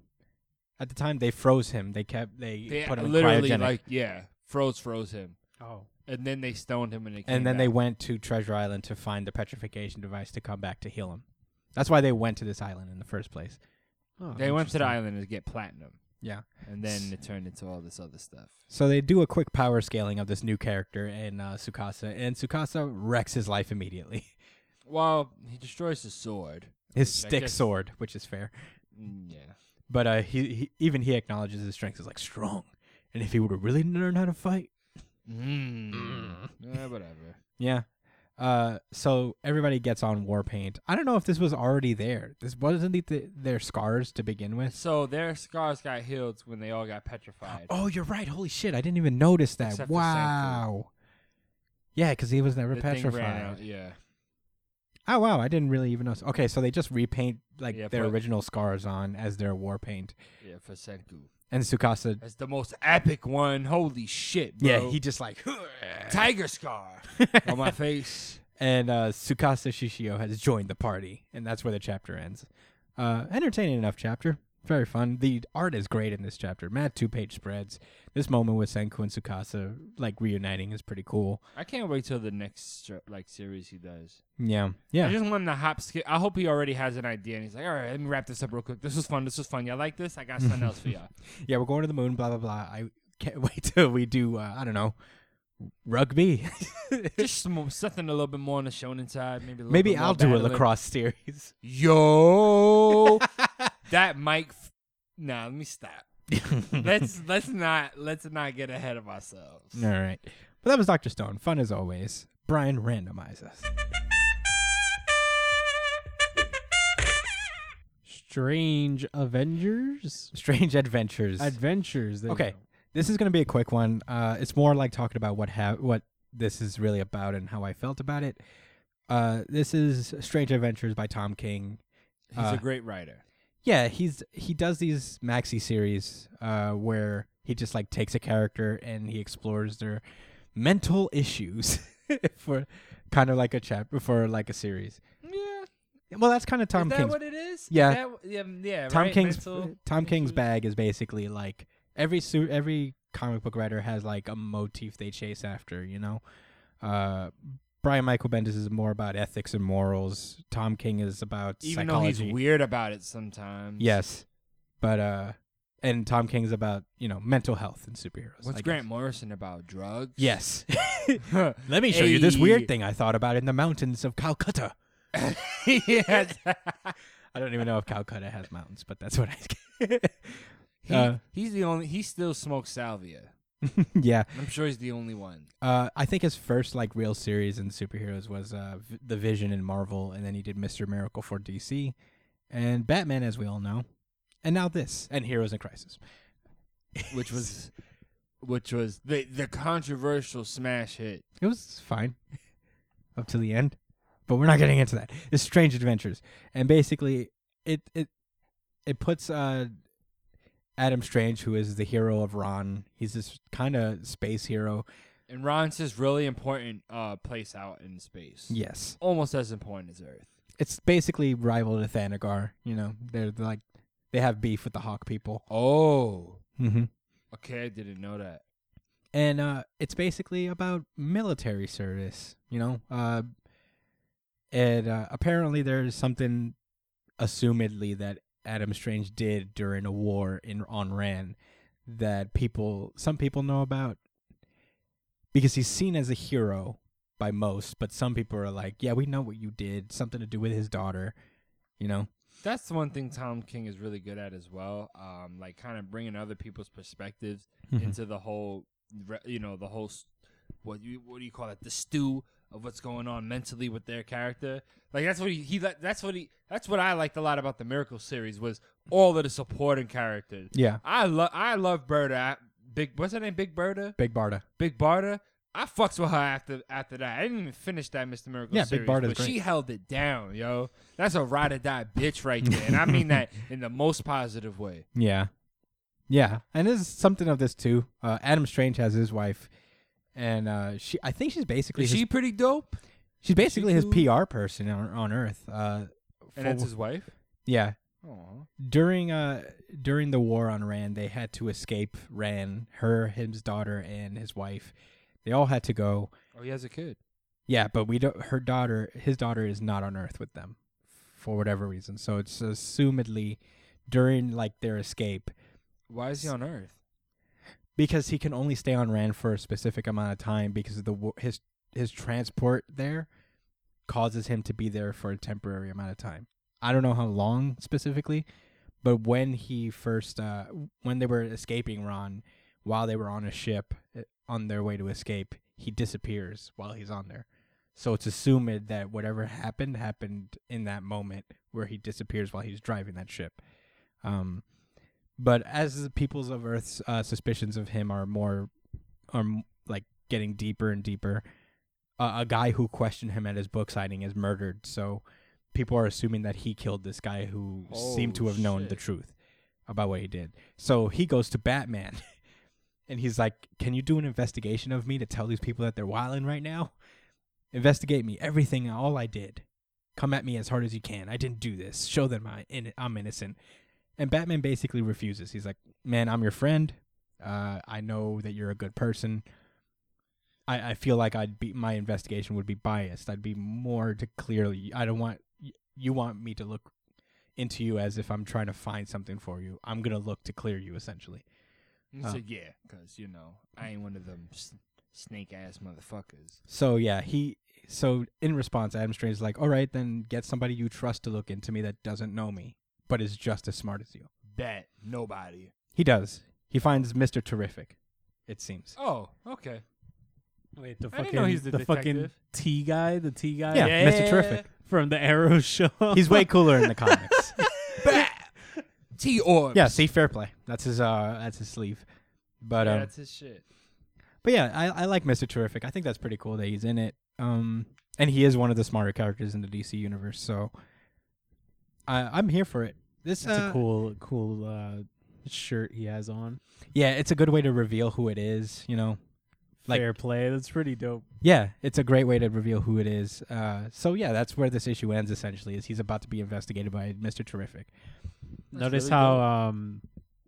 Speaker 2: at the time. They froze him. They kept they,
Speaker 3: They
Speaker 2: put him in
Speaker 3: literally
Speaker 2: cryogenic,
Speaker 3: like yeah, froze, froze him,
Speaker 4: Oh.
Speaker 3: and then they stoned him, and they came
Speaker 2: and then they
Speaker 3: back.
Speaker 2: went to Treasure Island to find the petrification device to come back to heal him. That's why they went to this island in the first place.
Speaker 3: they went to the island to get platinum,
Speaker 2: Yeah.
Speaker 3: and then it turned into all this other stuff.
Speaker 2: So they do a quick power scaling of this new character in uh, Sukasa, and Sukasa wrecks his life immediately.
Speaker 3: Well, he destroys his sword.
Speaker 2: His
Speaker 3: Which I
Speaker 2: stick
Speaker 3: guess-
Speaker 2: sword, which is fair,
Speaker 3: Mm, Yeah.
Speaker 2: but uh, he, he even he acknowledges his strength is like strong, and if he would have really learned how to fight,
Speaker 3: Mm. Eh, whatever.
Speaker 2: yeah. Uh, so everybody gets on war paint. I don't know if this was already there. This wasn't it the, their scars to begin with.
Speaker 3: So their scars got healed when they all got petrified.
Speaker 2: Oh, you're right. Holy shit! I didn't even notice that.
Speaker 3: Except for Senku.
Speaker 2: wow. Yeah, because he was never
Speaker 3: The thing ran
Speaker 2: petrified.
Speaker 3: out, Yeah.
Speaker 2: Oh wow, I didn't really even know. Okay, so they just repaint like
Speaker 3: Yeah,
Speaker 2: their
Speaker 3: put-
Speaker 2: original scars on as their war paint,
Speaker 3: Yeah, for Senku.
Speaker 2: and Sukasa.
Speaker 3: That's the most epic one. Holy shit, bro.
Speaker 2: Yeah, he just like,
Speaker 3: tiger scar on my face.
Speaker 2: and uh, Sukasa Shishio has joined the party, and that's where the chapter ends. Uh, entertaining enough chapter, very fun. The art is great in this chapter. Matt two page spreads. This moment with Senku and Sukasa like reuniting is pretty cool.
Speaker 3: I can't wait till the next str- like series he does.
Speaker 2: Yeah,
Speaker 3: I
Speaker 2: yeah,
Speaker 3: just want him to hop skip. I hope he already has an idea and he's like, all right, let me wrap this up real quick. This was fun. This was fun. Y'all like this? I got something else for y'all.
Speaker 2: yeah. We're going to the moon. Blah blah blah. I can't wait till we do. Uh, I don't know, rugby.
Speaker 3: Just some, something a little bit more on the shonen side. Maybe a little
Speaker 2: Maybe
Speaker 3: bit more
Speaker 2: I'll do a
Speaker 3: battling.
Speaker 2: lacrosse series.
Speaker 3: Yo, that mic. F- nah, let me stop. let's let's not let's not get ahead of ourselves.
Speaker 2: All right. But that was Dr. Stone. Fun as always. Brian randomizes.
Speaker 4: Strange Avengers?
Speaker 2: Strange adventures.
Speaker 4: Adventures. there you
Speaker 2: okay.
Speaker 4: go.
Speaker 2: This is going to be a quick one. Uh, it's more like talking about what ha- what this is really about and how I felt about it. Uh, this is Strange Adventures by Tom King.
Speaker 3: He's
Speaker 2: Uh,
Speaker 3: a great writer.
Speaker 2: Yeah, he's he does these maxi series uh, where he just like takes a character and he explores their mental issues for kind of like a chapter for like a series.
Speaker 3: Yeah,
Speaker 2: Well, that's kind of Tom
Speaker 3: is that
Speaker 2: King's
Speaker 3: what it is?
Speaker 2: Yeah.
Speaker 3: Is that- yeah, um, yeah.
Speaker 2: Tom
Speaker 3: right?
Speaker 2: King's
Speaker 3: Mental
Speaker 2: Tom King's
Speaker 3: issues?
Speaker 2: bag is basically like every su- every comic book writer has like a motif they chase after, you know. Uh, Brian Michael Bendis is more about ethics and morals. Tom King is about
Speaker 3: Even
Speaker 2: psychology.
Speaker 3: though he's weird about it sometimes.
Speaker 2: Yes, but uh, and Tom King's about you know mental health and superheroes.
Speaker 3: What's
Speaker 2: I guess.
Speaker 3: Grant Morrison about drugs?
Speaker 2: Yes. Let me show you this
Speaker 3: Hey.
Speaker 2: weird thing I thought about in the mountains of Calcutta.
Speaker 3: yes.
Speaker 2: I don't even know if Calcutta has mountains, but that's what I.
Speaker 3: He,
Speaker 2: Uh,
Speaker 3: he's the only. He still smokes salvia.
Speaker 2: yeah,
Speaker 3: I'm sure he's the only one.
Speaker 2: uh, I think his first like real series in superheroes was uh, v- the Vision in Marvel, and then he did Mister Miracle for DC, and Batman, as we all know, and now this, and Heroes in Crisis.
Speaker 3: which was which was the the controversial smash hit.
Speaker 2: It was fine up to the end, but we're not getting into that. It's Strange Adventures, and basically, it it it puts uh, Adam Strange, who is the hero of Ron. He's this kind of space hero.
Speaker 3: And Ron's this really important uh place out in space.
Speaker 2: Yes,
Speaker 3: Almost as important as Earth.
Speaker 2: it's basically rival to Thanagar. You know, they're like they have beef with the Hawk people.
Speaker 3: Oh.
Speaker 2: Mm-hmm.
Speaker 3: Okay, I didn't know that.
Speaker 2: and uh, it's basically about military service. You know, uh, and uh, apparently there's something, assumedly that Adam Strange did during a war in on Ran, that people some people know about, because he's seen as a hero by most, but some people are like, yeah, we know what you did, something to do with his daughter, you know.
Speaker 3: That's the one thing Tom King is really good at as well. Um, like kind of bringing other people's perspectives
Speaker 2: Mhm.
Speaker 3: into the whole, re- you know, the whole, s- what you what do you call it? The stew of what's going on mentally with their character. Like that's what he, he li- that's what he that's what I liked a lot about the Miracle series was all of the supporting characters.
Speaker 2: Yeah,
Speaker 3: I love I love Berta. I, Big what's her name? Big Berta.
Speaker 2: Big Barda.
Speaker 3: Big Barta. I fucks with her after after that. I didn't even finish that Mr. Miracle
Speaker 2: Yeah, Big
Speaker 3: series,
Speaker 2: Barda's
Speaker 3: but she
Speaker 2: great.
Speaker 3: held it down, yo. That's a ride or die bitch right there, and I mean that in the most positive way.
Speaker 2: Yeah. Yeah. And there's something of this too. Uh, Adam Strange has his wife and uh, she I think she's basically
Speaker 3: Is
Speaker 2: his,
Speaker 3: she pretty dope?
Speaker 2: she's basically his
Speaker 3: too?
Speaker 2: PR person on, on earth. Uh, for-
Speaker 3: And that's his wife. Oh,
Speaker 2: yeah.
Speaker 3: Aww.
Speaker 2: During uh during the war on Ran, they had to escape Ran, her, his daughter and his wife. They all had to go.
Speaker 3: Oh, he has a kid.
Speaker 2: Yeah, but we don't her daughter his daughter is not on earth with them for whatever reason. So it's assumedly during like their escape
Speaker 3: Why is he on Earth?
Speaker 2: because he can only stay on Rand for a specific amount of time because of the wa- his his transport there causes him to be there for a temporary amount of time. I don't know how long specifically, but when he first uh, when they were escaping Ron, while they were on a ship uh, on their way to escape, he disappears while he's on there. So it's assumed that whatever happened happened in that moment where he disappears while he's driving that ship. Um, but as the peoples of Earth's uh, suspicions of him are more, are m- like getting deeper and deeper, uh, a guy who questioned him at his book signing is murdered. So people are assuming that he killed this guy who seemed
Speaker 3: Oh,
Speaker 2: to have known the
Speaker 3: shit.
Speaker 2: truth about what he did. So he goes to Batman, and he's like, "Can you do an investigation of me to tell these people that they're wilding right now? Investigate me, everything, all I did. Come at me as hard as you can. I didn't do this. Show them I, in, I'm innocent." And Batman basically refuses. He's like, "Man, I'm your friend. Uh, I know that you're a good person. I, I feel like I'd be my investigation would be biased. I'd be more to clearly. I don't want y- you want me to look into you as if I'm trying to find something for you. I'm gonna look to clear you essentially.
Speaker 3: He
Speaker 2: Uh.
Speaker 3: said, "Yeah, cause you know I ain't one of them s- snake ass motherfuckers."
Speaker 2: So yeah, he. So in response, Adam Strange is like, "All right, then get somebody you trust to look into me that doesn't know me, but is just as smart as you."
Speaker 3: Bet nobody.
Speaker 2: He does. He finds Mister Terrific. It seems.
Speaker 3: Oh, okay.
Speaker 4: Wait, the
Speaker 3: I didn't
Speaker 4: fucking
Speaker 3: know he's the
Speaker 4: the, fucking
Speaker 3: detective.
Speaker 4: T guy, the T guy,
Speaker 2: Yeah, Mr. Terrific.
Speaker 4: from the Arrow show.
Speaker 2: He's way cooler in the comics.
Speaker 3: T or
Speaker 2: yeah, see, fair play. That's his. Uh, that's his sleeve. But um,
Speaker 3: that's his shit.
Speaker 2: but yeah, I, I like Mister Terrific. I think that's pretty cool that he's in it. Um, and he is one of the smarter characters in the DC universe. So I, I'm here for it. This
Speaker 4: That's
Speaker 2: uh,
Speaker 4: a cool, cool uh, shirt he has on.
Speaker 2: Yeah, it's a good way to reveal who it is. You know, Like-
Speaker 4: Fair play. That's pretty dope.
Speaker 2: Yeah, it's a great way to reveal who it is. Uh, so yeah, that's where this issue ends. Essentially, is he's about to be investigated by Mister Terrific.
Speaker 4: Notice
Speaker 3: really
Speaker 4: how
Speaker 3: dope.
Speaker 4: um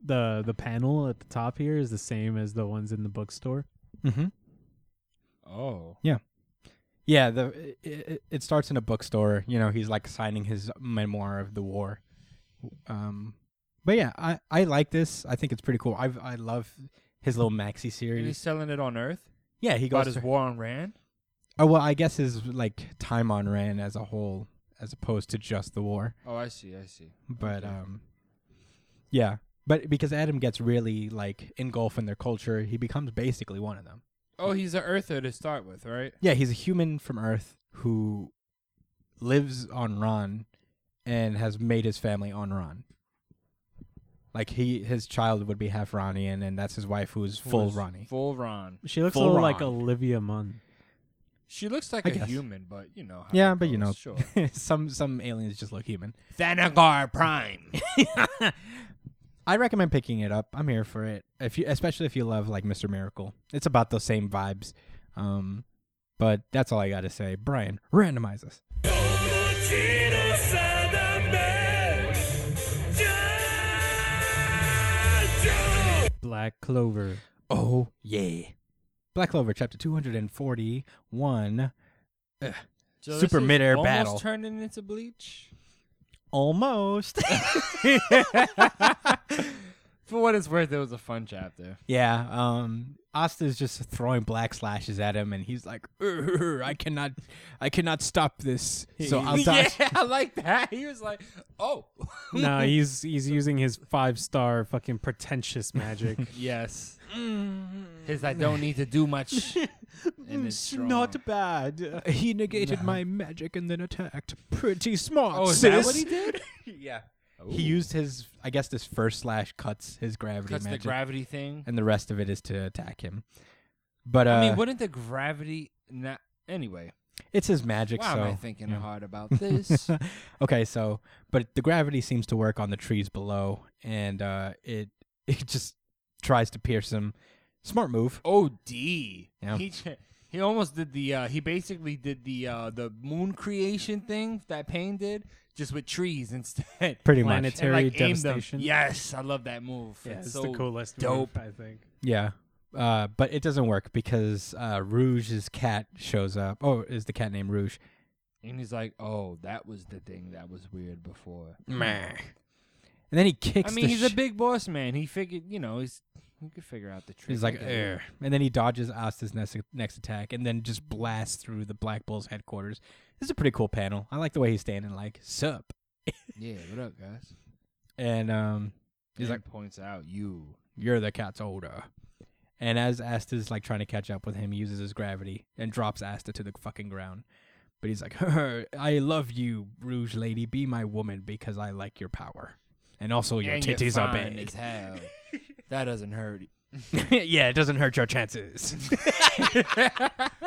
Speaker 4: the the panel at the top here is the same as the ones in the bookstore.
Speaker 2: Mm-hmm.
Speaker 3: Oh,
Speaker 2: Yeah, the it, it starts in a bookstore. You know, he's like signing his memoir of the war. Um, but yeah, I I like this. I think it's pretty cool. I have I love his little maxi
Speaker 3: and he's
Speaker 2: series.
Speaker 3: selling it on Earth.
Speaker 2: Yeah, he
Speaker 3: About
Speaker 2: goes.
Speaker 3: his
Speaker 2: To,
Speaker 3: war on Rand.
Speaker 2: oh well, I guess his like time on Ran as a whole as opposed to just the war.
Speaker 3: Oh, I see. I see.
Speaker 2: But um, yeah, but because Adam gets really like engulfed in their culture, he becomes basically one of them.
Speaker 3: Oh, he's an Earther to start with, right?
Speaker 2: Yeah, he's a human from Earth who lives on Ron and has made his family on Ron. Like he, his child would be half Ronian, and that's his wife who's
Speaker 3: Who
Speaker 2: full
Speaker 3: is
Speaker 2: Ronnie.
Speaker 3: Full Ron.
Speaker 4: She looks a
Speaker 2: Full
Speaker 4: little like
Speaker 2: Ron.
Speaker 4: Olivia Munn.
Speaker 3: She looks like
Speaker 2: I
Speaker 3: a
Speaker 2: guess.
Speaker 3: human, but you know. How
Speaker 2: yeah,
Speaker 3: it
Speaker 2: but you
Speaker 3: goes,
Speaker 2: know,
Speaker 3: Sure.
Speaker 2: some some aliens just look human.
Speaker 3: Thanagar Prime.
Speaker 2: I recommend picking it up. I'm here for it. If you, especially if you love like Mr. Miracle, it's about those same vibes. Um, but that's all I got to say. Brian, randomize us.
Speaker 4: Black Clover.
Speaker 2: Oh yeah, Black Clover chapter 241.
Speaker 3: So this
Speaker 2: Super
Speaker 3: is
Speaker 2: mid-air
Speaker 3: almost
Speaker 2: battle.
Speaker 3: turning into Bleach.
Speaker 2: Almost.
Speaker 3: For what it's worth, it was a fun chapter.
Speaker 2: yeah. Um. Asta's just throwing black slashes at him, and he's like, "Urgh, "I cannot, I cannot stop this." So I'll dodge.
Speaker 3: Yeah, I like that. He was like, "Oh,
Speaker 4: no, he's he's using his five star fucking pretentious magic.
Speaker 3: yes." His I don't need to do much. Mm-hmm. and it's strong.
Speaker 4: bad.
Speaker 2: He negated my magic and then attacked. Pretty smart.
Speaker 3: Oh, is
Speaker 2: sis.
Speaker 3: that what he did? Oh.
Speaker 2: yeah. He used his, I guess, this first slash cuts his gravity
Speaker 3: Cuts the
Speaker 2: magic,
Speaker 3: gravity thing.
Speaker 2: and the rest of it is to attack him. But uh,
Speaker 3: I mean, wouldn't the gravity? Not anyway.
Speaker 2: it's his magic.
Speaker 3: Why
Speaker 2: so
Speaker 3: am I thinking
Speaker 2: you know.
Speaker 3: hard about this?
Speaker 2: okay, so but the gravity seems to work on the trees below, and uh, it it just tries to pierce him. Smart move.
Speaker 3: Oh, D.
Speaker 2: Yeah.
Speaker 3: He ch- he almost did the. Uh, he basically did the uh, the moon creation thing that Payne did, just with trees instead.
Speaker 2: Pretty much.
Speaker 4: Planetary-
Speaker 3: And, like,
Speaker 4: Terry
Speaker 3: aimed them.
Speaker 4: devastation.
Speaker 3: Yes, I love that move.
Speaker 4: Yeah, it's
Speaker 3: so
Speaker 4: the coolest
Speaker 3: Dope.
Speaker 4: move, I think.
Speaker 2: Yeah. Uh, but it doesn't work because uh, Rouge's cat shows up. Oh, is the cat named Rouge?
Speaker 3: And he's like, "Oh, that was the thing that was weird before."
Speaker 2: Meh. And then he kicks.
Speaker 3: I mean,
Speaker 2: the
Speaker 3: he's a
Speaker 2: sh-
Speaker 3: big boss man. He figured, you know, he's he could figure out the trick.
Speaker 2: He's
Speaker 3: I
Speaker 2: like,
Speaker 3: guess.
Speaker 2: "Ugh." and then he dodges Asta's next, next attack, and then just blasts through the Black Bulls headquarters. This is a pretty cool panel. I like the way he's standing, like sup,
Speaker 3: "Yeah, what up, guys?"
Speaker 2: and um,
Speaker 3: He's
Speaker 2: He's
Speaker 3: like, points out you.
Speaker 2: you're the cat's older. And as Asta's like trying to catch up with him, he uses his gravity and drops Asta to the fucking ground. But he's like, I love you, Rouge Lady. Be my woman because I like your power. And also, your
Speaker 3: And you're
Speaker 2: titties are
Speaker 3: fine
Speaker 2: big.
Speaker 3: as hell. that doesn't hurt.
Speaker 2: yeah, it doesn't hurt your chances.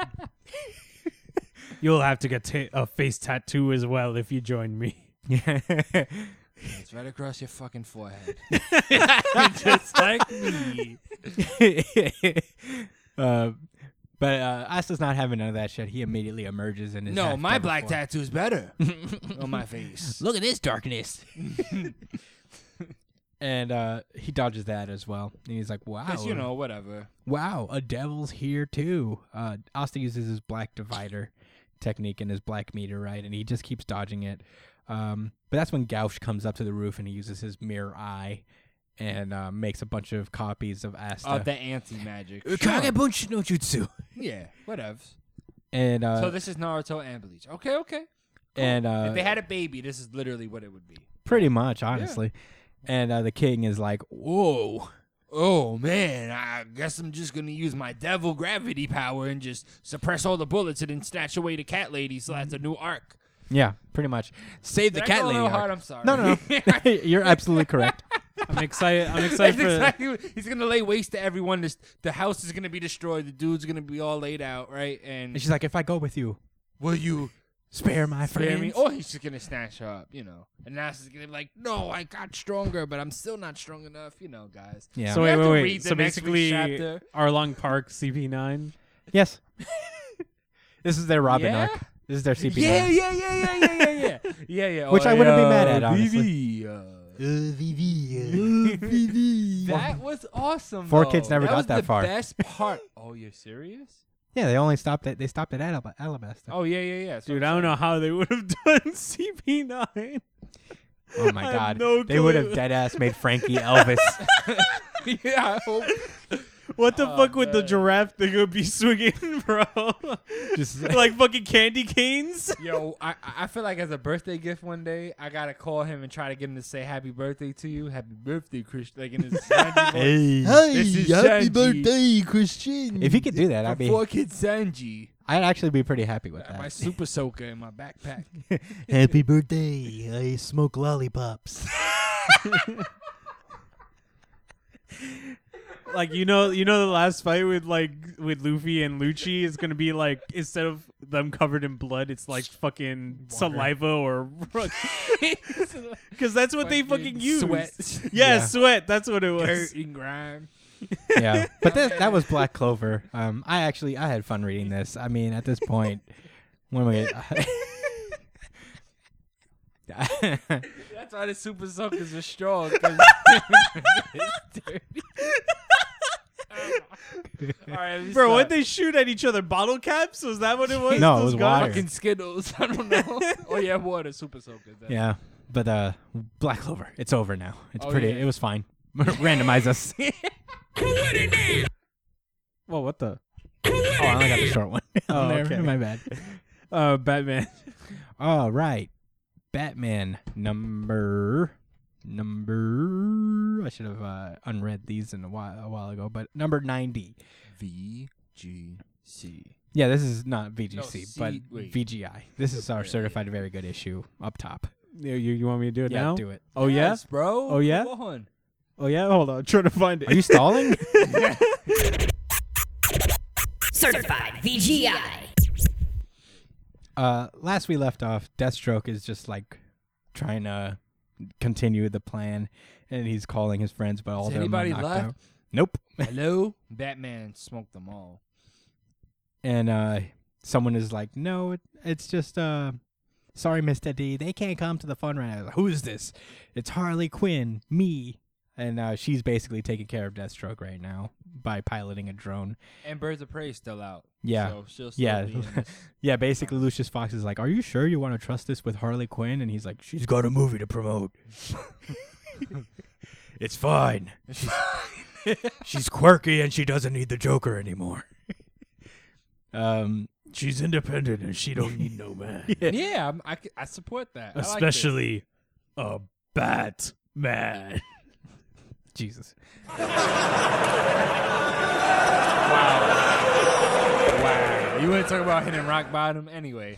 Speaker 4: You'll have to get ta- a face tattoo as well if you join me.
Speaker 3: It's right across your fucking forehead.
Speaker 4: Just like me.
Speaker 2: uh, but uh, Asta's not having none of that shit. He immediately emerges and is
Speaker 3: No,
Speaker 2: half
Speaker 3: my
Speaker 2: covered
Speaker 3: black
Speaker 2: for-
Speaker 3: tattoo's better on my face.
Speaker 2: Look at this darkness. and uh, he dodges that as well. And he's like, wow.
Speaker 3: Because, you know, whatever.
Speaker 2: wow, a devil's here too. Uh, Asta uses his black divider technique and his black meter, right? And he just keeps dodging it. Um, but that's when Gauch comes up to the roof and he uses his mirror eye and uh, makes a bunch of copies of Asta.
Speaker 3: Of Uh, the anti magic.
Speaker 2: Kagebunshi no jutsu.
Speaker 3: Yeah, whatevs.
Speaker 2: And uh,
Speaker 3: so this is Naruto and Bleach. Okay, okay.
Speaker 2: and uh,
Speaker 3: if they had a baby, this is literally what it would be.
Speaker 2: pretty much honestly. And uh, the king is like, "Whoa,
Speaker 3: Oh man, I guess I'm just gonna use my devil gravity power and just suppress all the bullets and then snatch away the cat lady. So that's a new arc.
Speaker 2: yeah, pretty much." Save the
Speaker 3: Did I
Speaker 2: cat
Speaker 3: go a
Speaker 2: lady.
Speaker 3: little
Speaker 2: arc.
Speaker 3: hard? I'm sorry.
Speaker 2: No, no, no. You're absolutely correct.
Speaker 4: I'm excited. I'm
Speaker 3: That's
Speaker 4: excited for
Speaker 3: exactly what, he's gonna lay waste to everyone. This, the house is gonna be destroyed. The dude's gonna be all laid out, right? And
Speaker 2: And she's like, "If I go with you,
Speaker 3: will you
Speaker 2: spare my
Speaker 3: spare me?
Speaker 2: friends."
Speaker 4: Oh,
Speaker 3: Or he's just gonna snatch her up, you know. And Nasa's gonna be like, no, I got stronger, but I'm still not strong enough, you know, guys.
Speaker 2: Yeah.
Speaker 4: So
Speaker 3: We
Speaker 4: wait,
Speaker 3: have
Speaker 4: wait,
Speaker 3: to
Speaker 4: wait.
Speaker 3: read the
Speaker 4: so
Speaker 3: next week's
Speaker 4: basically,
Speaker 3: chapter.
Speaker 4: Arlong Park CP9.
Speaker 2: Yes. this is their Robin
Speaker 3: Yeah?
Speaker 2: arc. This is their CP.
Speaker 3: Yeah, yeah, yeah, yeah, yeah, yeah, yeah, yeah, yeah.
Speaker 2: Which
Speaker 3: Oh,
Speaker 2: I wouldn't be
Speaker 3: yeah,
Speaker 2: mad at,
Speaker 3: Vivi, uh, that was awesome.
Speaker 2: Four
Speaker 3: though.
Speaker 2: Kids never got
Speaker 3: was
Speaker 2: that
Speaker 3: the
Speaker 2: far.
Speaker 3: Best part. Oh, you're serious?
Speaker 2: Yeah, they only stopped at they stopped at Alab- Alabasta.
Speaker 3: Oh yeah, yeah, yeah. So
Speaker 4: Dude, I don't know how they would have done CP9.
Speaker 2: Oh my
Speaker 4: I have
Speaker 2: god.
Speaker 4: no
Speaker 2: they would have
Speaker 4: clue.
Speaker 2: dead ass made Frankie Elvis.
Speaker 3: yeah, I hope.
Speaker 4: What the fuck would the giraffe thing would be swinging, bro?
Speaker 2: Just-
Speaker 4: like fucking candy canes.
Speaker 3: Yo, I I- I feel like as a birthday gift one day, I gotta call him and try to get him to say happy birthday to you, happy birthday, Chris. Like in his Sanji voice.
Speaker 7: Hey,
Speaker 3: This is
Speaker 7: happy
Speaker 3: Sanji.
Speaker 7: birthday, Christian.
Speaker 2: If he could do that, I'd
Speaker 3: From
Speaker 2: be.
Speaker 3: four kids Sanji,
Speaker 2: I'd actually be pretty happy with
Speaker 3: my
Speaker 2: that.
Speaker 3: super soaker in my backpack.
Speaker 7: happy birthday, I smoke lollipops.
Speaker 4: like you know, you know the last fight with like with Luffy and Lucci is gonna be like instead of them covered in blood, it's like fucking saliva or because that's what they fucking use.
Speaker 3: Sweat,
Speaker 4: Yeah,
Speaker 2: Yeah.
Speaker 4: sweat. That's what it
Speaker 3: dirt
Speaker 4: was.
Speaker 3: and grime.
Speaker 2: yeah, but that that was Black Clover. Um, I actually I had fun reading this. I mean, at this point, when we.
Speaker 3: That's why the super soakers are strong. 'cause it's dirty. All right, let me
Speaker 4: Bro,
Speaker 3: stop.
Speaker 4: what they shoot at each other? Bottle caps? Was that what it was?
Speaker 2: No, it
Speaker 4: Those
Speaker 2: was
Speaker 4: guns?
Speaker 2: water.
Speaker 3: fucking Skittles? I don't know. oh yeah, water super soakers. then.
Speaker 2: yeah, but uh, Black Clover, it's over now. It's
Speaker 3: Oh,
Speaker 2: pretty.
Speaker 3: yeah.
Speaker 2: It was fine. Randomize us. Oh,
Speaker 4: Well, what the?
Speaker 2: Oh, I only got the short one.
Speaker 4: Oh,
Speaker 2: There,
Speaker 4: okay.
Speaker 2: My bad.
Speaker 4: Uh, Batman.
Speaker 2: All right. Batman number number I should have uh, unread these in a while a while ago, but number 90.
Speaker 3: V G C.
Speaker 2: Yeah, this is not
Speaker 3: No,
Speaker 2: VGC,
Speaker 3: C-
Speaker 2: but
Speaker 3: wait.
Speaker 2: VGI. This is our certified very good issue up top.
Speaker 4: You, you, you want me to do it
Speaker 2: Yeah,
Speaker 4: now?
Speaker 2: do it.
Speaker 4: Oh
Speaker 3: Yes, bro.
Speaker 4: Oh, yeah?
Speaker 3: Come on.
Speaker 4: yeah. Oh yeah. Hold on. I'm trying to find it.
Speaker 2: Are you stalling?
Speaker 8: Certified VGI.
Speaker 2: uh last we left off, Deathstroke is just like trying to continue the plan and he's calling his friends but all
Speaker 3: Is
Speaker 2: of them are
Speaker 3: anybody
Speaker 2: knocked
Speaker 3: left?
Speaker 2: out. Nope.
Speaker 3: Hello, Batman smoked them all.
Speaker 2: and uh, someone is like, "No, it, it's just uh, sorry, Mister D, they can't come to the fun right now." I was like, Who is this? It's Harley Quinn, me, and uh, she's basically taking care of Deathstroke right now by piloting a drone.
Speaker 3: And Birds of Prey still out.
Speaker 2: Yeah.
Speaker 3: So she'll still
Speaker 2: Yeah,
Speaker 3: be in this.
Speaker 2: yeah. Basically, Lucius Fox is like, "Are you sure you want to trust this with Harley Quinn?" And he's like, "She's got a movie to promote. it's fine. She's, she's quirky and she doesn't need the Joker anymore. um, she's independent and she don't need no man."
Speaker 3: yeah, I'm, I, c- I support that. I like this.
Speaker 4: Especially a Batman.
Speaker 2: Jesus.
Speaker 3: Wow. You want to talk about hitting rock bottom anyway?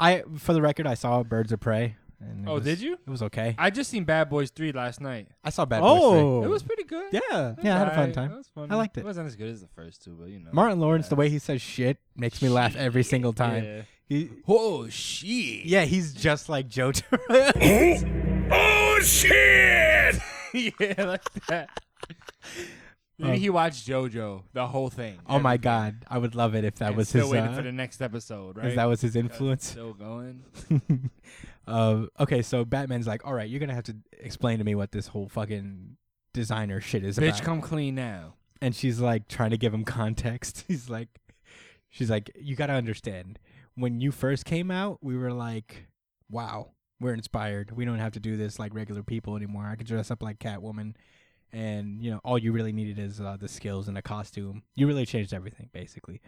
Speaker 2: I, for the record, I saw Birds of Prey. And it
Speaker 3: Oh,
Speaker 2: was-
Speaker 3: did you?
Speaker 2: It was okay. I,
Speaker 3: I just seen Bad Boys Three last night.
Speaker 2: saw Bad Boys.
Speaker 4: Oh,
Speaker 3: It was pretty good.
Speaker 4: yeah. yeah.
Speaker 2: Yeah, I had a fun
Speaker 3: Alright,
Speaker 2: time.
Speaker 3: That was fun.
Speaker 2: I liked it.
Speaker 3: It wasn't as good as the first two, but you know.
Speaker 2: 3. Martin Lawrence, the way he says shit makes me laugh every single time.
Speaker 3: Yeah.
Speaker 2: He,
Speaker 3: Oh shit.
Speaker 2: yeah, he's just like Joe. Torre.
Speaker 5: Oh shit!
Speaker 3: yeah, like that. Maybe he watched JoJo the whole thing.
Speaker 2: Um, oh my
Speaker 3: everything,
Speaker 2: god, I would love it if that
Speaker 3: and
Speaker 2: was
Speaker 3: still
Speaker 2: his.
Speaker 3: waiting
Speaker 2: uh,
Speaker 3: for the next episode,
Speaker 2: if
Speaker 3: right?
Speaker 2: that was his influence.
Speaker 3: still going.
Speaker 2: Uh, okay, so Batman's like, all right, you're gonna have to explain to me what this whole fucking designer shit is
Speaker 3: Bitch,
Speaker 2: about.
Speaker 3: come clean now.
Speaker 2: and she's like trying to give him context. He's like, she's like, you got to understand. When you first came out, we were like, wow, we're inspired. We don't have to do this like regular people anymore. I could dress up like Catwoman. And, you know, all you really needed is uh, the skills and a costume. You really changed everything, basically.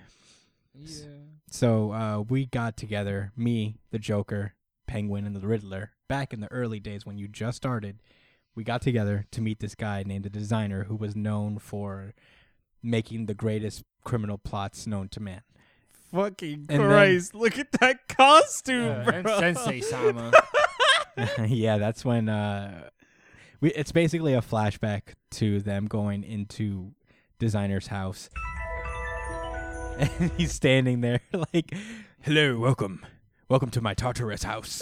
Speaker 3: Yeah.
Speaker 2: So uh, we got together, me, the Joker, Penguin, and the Riddler, back in the early days when you just started. We got together to meet this guy named the Designer, who was known for making the greatest criminal plots known to man.
Speaker 4: Fucking
Speaker 2: then-
Speaker 4: Christ! Look at that costume,
Speaker 3: and
Speaker 4: bro.
Speaker 3: Sensei Sama.
Speaker 2: yeah, that's when uh, we. It's basically a flashback to them going into Designer's house, and he's standing there like, "Hello, welcome, welcome to my Tartarus house."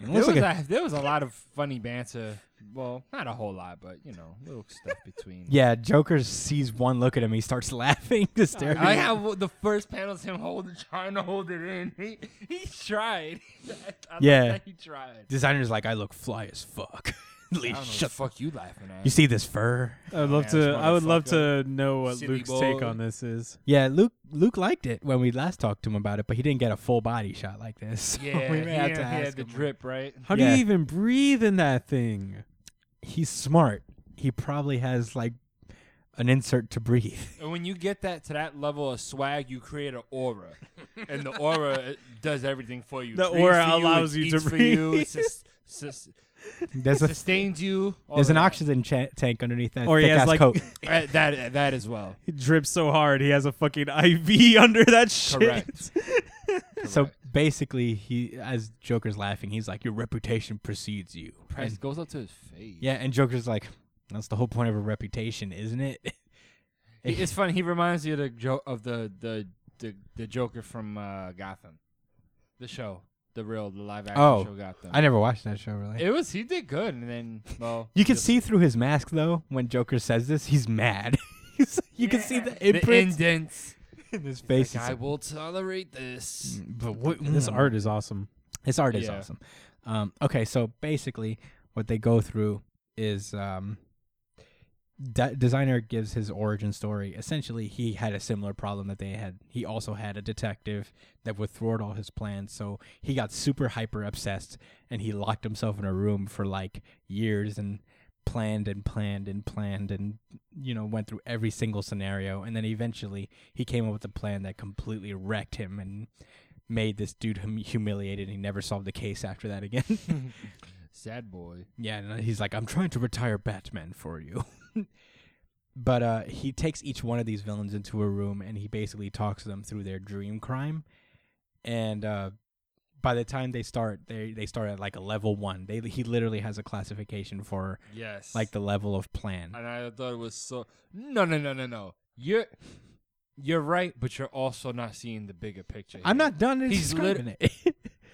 Speaker 2: It
Speaker 3: there,
Speaker 2: looks
Speaker 3: was
Speaker 2: like a-
Speaker 3: a, there was a lot of funny banter. Well, not a whole lot, but you know, little stuff between.
Speaker 2: Yeah, Joker sees one look at him, he starts laughing hysterically.
Speaker 3: I have the first panel's him holding, trying to hold it in. He he tried. I, I like
Speaker 2: Yeah.
Speaker 3: that he tried.
Speaker 2: Designer's like, I look fly as fuck. Lee,
Speaker 3: I don't know what the
Speaker 2: shut the
Speaker 3: fuck you laughing at.
Speaker 2: You see this fur?
Speaker 4: I'd love
Speaker 3: this
Speaker 4: to. I would love
Speaker 3: motherfucker.
Speaker 4: to know what
Speaker 3: Silly
Speaker 4: Luke's take
Speaker 3: boy.
Speaker 4: on this is.
Speaker 2: Yeah, Luke Luke liked it when we last talked to him about it, but he didn't get a full body shot like this. So
Speaker 3: yeah,
Speaker 2: we
Speaker 3: he,
Speaker 2: may have
Speaker 3: had-
Speaker 2: to
Speaker 3: he had
Speaker 2: ask
Speaker 3: the
Speaker 2: him.
Speaker 3: drip, right?
Speaker 4: How
Speaker 2: Yeah.
Speaker 4: do you even breathe in that thing?
Speaker 2: He's smart. He probably has like an insert to breathe.
Speaker 3: And when you get that to that level of swag, you create an aura, and the aura uh, does everything for you.
Speaker 4: The
Speaker 3: Breathes
Speaker 4: aura
Speaker 3: for you, it
Speaker 4: allows you to
Speaker 3: eats for you,
Speaker 4: breathe.
Speaker 3: it sus- sus-
Speaker 2: There's a
Speaker 3: sustains you. all
Speaker 2: there's an
Speaker 3: that.
Speaker 2: oxygen cha- tank underneath that
Speaker 4: Or he
Speaker 2: thick
Speaker 4: has,
Speaker 2: ass
Speaker 4: like-
Speaker 2: coat.
Speaker 3: Uh, that that as well.
Speaker 4: He drips so hard, he has a fucking IV under that shit.
Speaker 3: Correct.
Speaker 2: So
Speaker 3: Correct.
Speaker 2: basically, he as Joker's laughing, he's like, "Your reputation precedes you."
Speaker 3: Price
Speaker 2: And-
Speaker 3: goes up to his face.
Speaker 2: yeah, and Joker's like, "That's the whole point of a reputation, isn't it?"
Speaker 3: He- it's funny. He reminds you of the jo- of the the the, the Joker from uh, Gotham, the show, the real the live action
Speaker 2: Oh,
Speaker 3: show Gotham.
Speaker 2: I never watched that show really.
Speaker 3: it was he did good, and then well,
Speaker 2: you can
Speaker 3: just
Speaker 2: see through his mask though. When Joker says this, he's mad. He's- you can see the
Speaker 3: the
Speaker 2: imprints
Speaker 3: indents.
Speaker 2: in his
Speaker 3: Like,
Speaker 2: face. He's
Speaker 3: I
Speaker 2: like,
Speaker 3: will tolerate this.
Speaker 2: but what,
Speaker 4: This
Speaker 2: mm."
Speaker 4: art is awesome.
Speaker 2: His art is
Speaker 3: Yeah.
Speaker 2: awesome. Um, okay, so basically, what they go through is um, de- designer gives his origin story. Essentially, he had a similar problem that they had. He also had a detective that would thwart all his plans. So he got super hyper obsessed, and he locked himself in a room for like years and planned and planned and planned and you know went through every single scenario and then eventually he came up with a plan that completely wrecked him and made this dude hum- humiliated. He never solved the case after that again.
Speaker 3: Sad boy.
Speaker 2: yeah, and uh, he's like, I'm trying to retire Batman for you. but uh, he takes each one of these villains into a room and he basically talks them through their dream crime. And uh, by the time they start, they they start at like a level one. They he literally has a classification for
Speaker 3: Yes.
Speaker 2: like the level of plan.
Speaker 3: and I thought it was so. No, no, no, no, no. You're you're right, but you're also not seeing the bigger picture.
Speaker 2: I'm
Speaker 3: here.
Speaker 2: not done
Speaker 3: He's lit-
Speaker 2: describing it.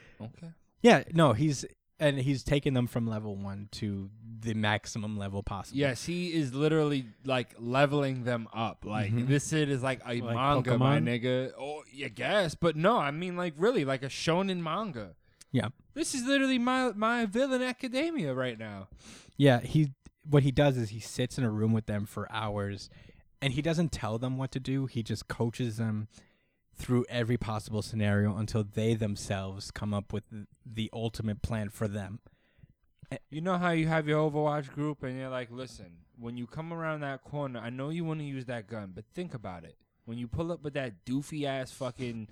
Speaker 3: okay.
Speaker 2: yeah, no, he's and he's taking them from level one to the maximum level possible.
Speaker 3: Yes, he is literally like leveling them up. Like this shit is like a
Speaker 4: Like
Speaker 3: manga, my
Speaker 4: Pokemon?
Speaker 3: nigga. Oh, I guess, but no, I mean like really like a shonen manga.
Speaker 2: Yeah.
Speaker 3: This is literally my my villain academia right now.
Speaker 2: Yeah, he what he does is he sits in a room with them for hours and he doesn't tell them what to do. He just coaches them through every possible scenario until they themselves come up with th- the ultimate plan for them.
Speaker 3: You know how you have your Overwatch group and you're like, listen, when you come around that corner, I know you want to use that gun, but think about it. When you pull up with that doofy ass fucking,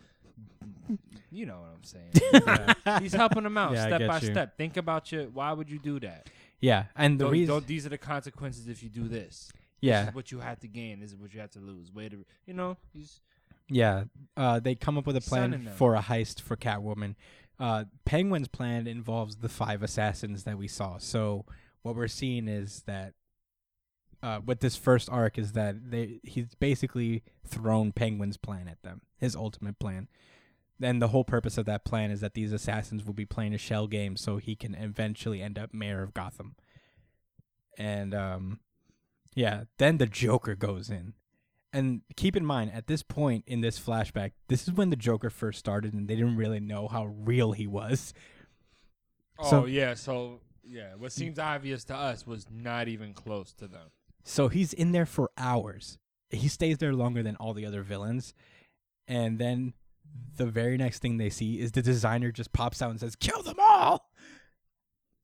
Speaker 3: you know what I'm saying. He's helping them out
Speaker 4: Yeah, I
Speaker 3: step
Speaker 4: get
Speaker 3: by
Speaker 4: you.
Speaker 3: step. Think about your why would you do that?
Speaker 2: Yeah, and the
Speaker 3: Don't-
Speaker 2: reason
Speaker 3: don't- these are the consequences if you do this. This
Speaker 2: yeah,
Speaker 3: is what you have to gain. This is what you have to lose. Where to, you know, he's
Speaker 2: yeah, uh, they come up with a
Speaker 3: Signing
Speaker 2: plan
Speaker 3: them.
Speaker 2: for a heist for Catwoman. Uh, Penguin's plan involves the five assassins that we saw. So what we're seeing is that uh, with this first arc is that they he's basically thrown Penguin's plan at them, his ultimate plan. And the whole purpose of that plan is that these assassins will be playing a shell game, so he can eventually end up mayor of Gotham. And um, yeah, then the Joker goes in. And keep in mind, at this point in this flashback, this is when the Joker first started, and they didn't really know how real he was.
Speaker 3: oh
Speaker 2: So-
Speaker 3: yeah, so yeah.
Speaker 4: Mm.
Speaker 3: What seems obvious to us was not even close to them.
Speaker 2: So he's in there for hours. He stays there longer than all the other villains. And then the very next thing they see is the designer just pops out and says, Kill them all!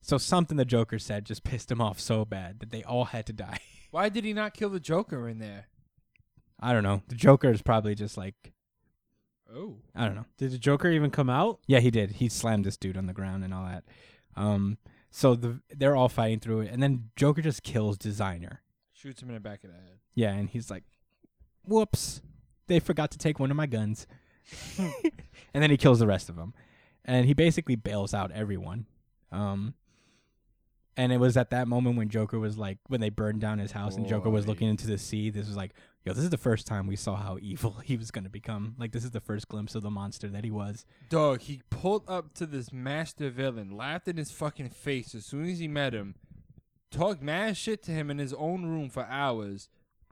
Speaker 2: So something the Joker said just pissed him off so bad that they all had to die.
Speaker 3: Why did he not kill the Joker in there?
Speaker 2: I don't know. The Joker is probably just like,
Speaker 3: Oh,
Speaker 2: I don't know.
Speaker 4: Did the Joker even come out?
Speaker 2: Yeah, he did. He slammed this dude on the ground and all that. Um, so the they're all fighting through it, and then Joker just kills Designer.
Speaker 3: shoots him in the back of the head.
Speaker 2: Yeah, and he's like, "Whoops, they forgot to take one of my guns," and then he kills the rest of them, and he basically bails out everyone. Um, and it was at that moment when Joker was like, when they burned down his house, and Joker was
Speaker 3: Boy.
Speaker 2: looking into the sea. This was like, yo, this is the first time we saw how evil he was gonna become. Like, this is the first glimpse of the monster that he was.
Speaker 3: Dog, he pulled up to this master villain, laughed in his fucking face as soon as he met him, talked mad shit to him in his own room for hours,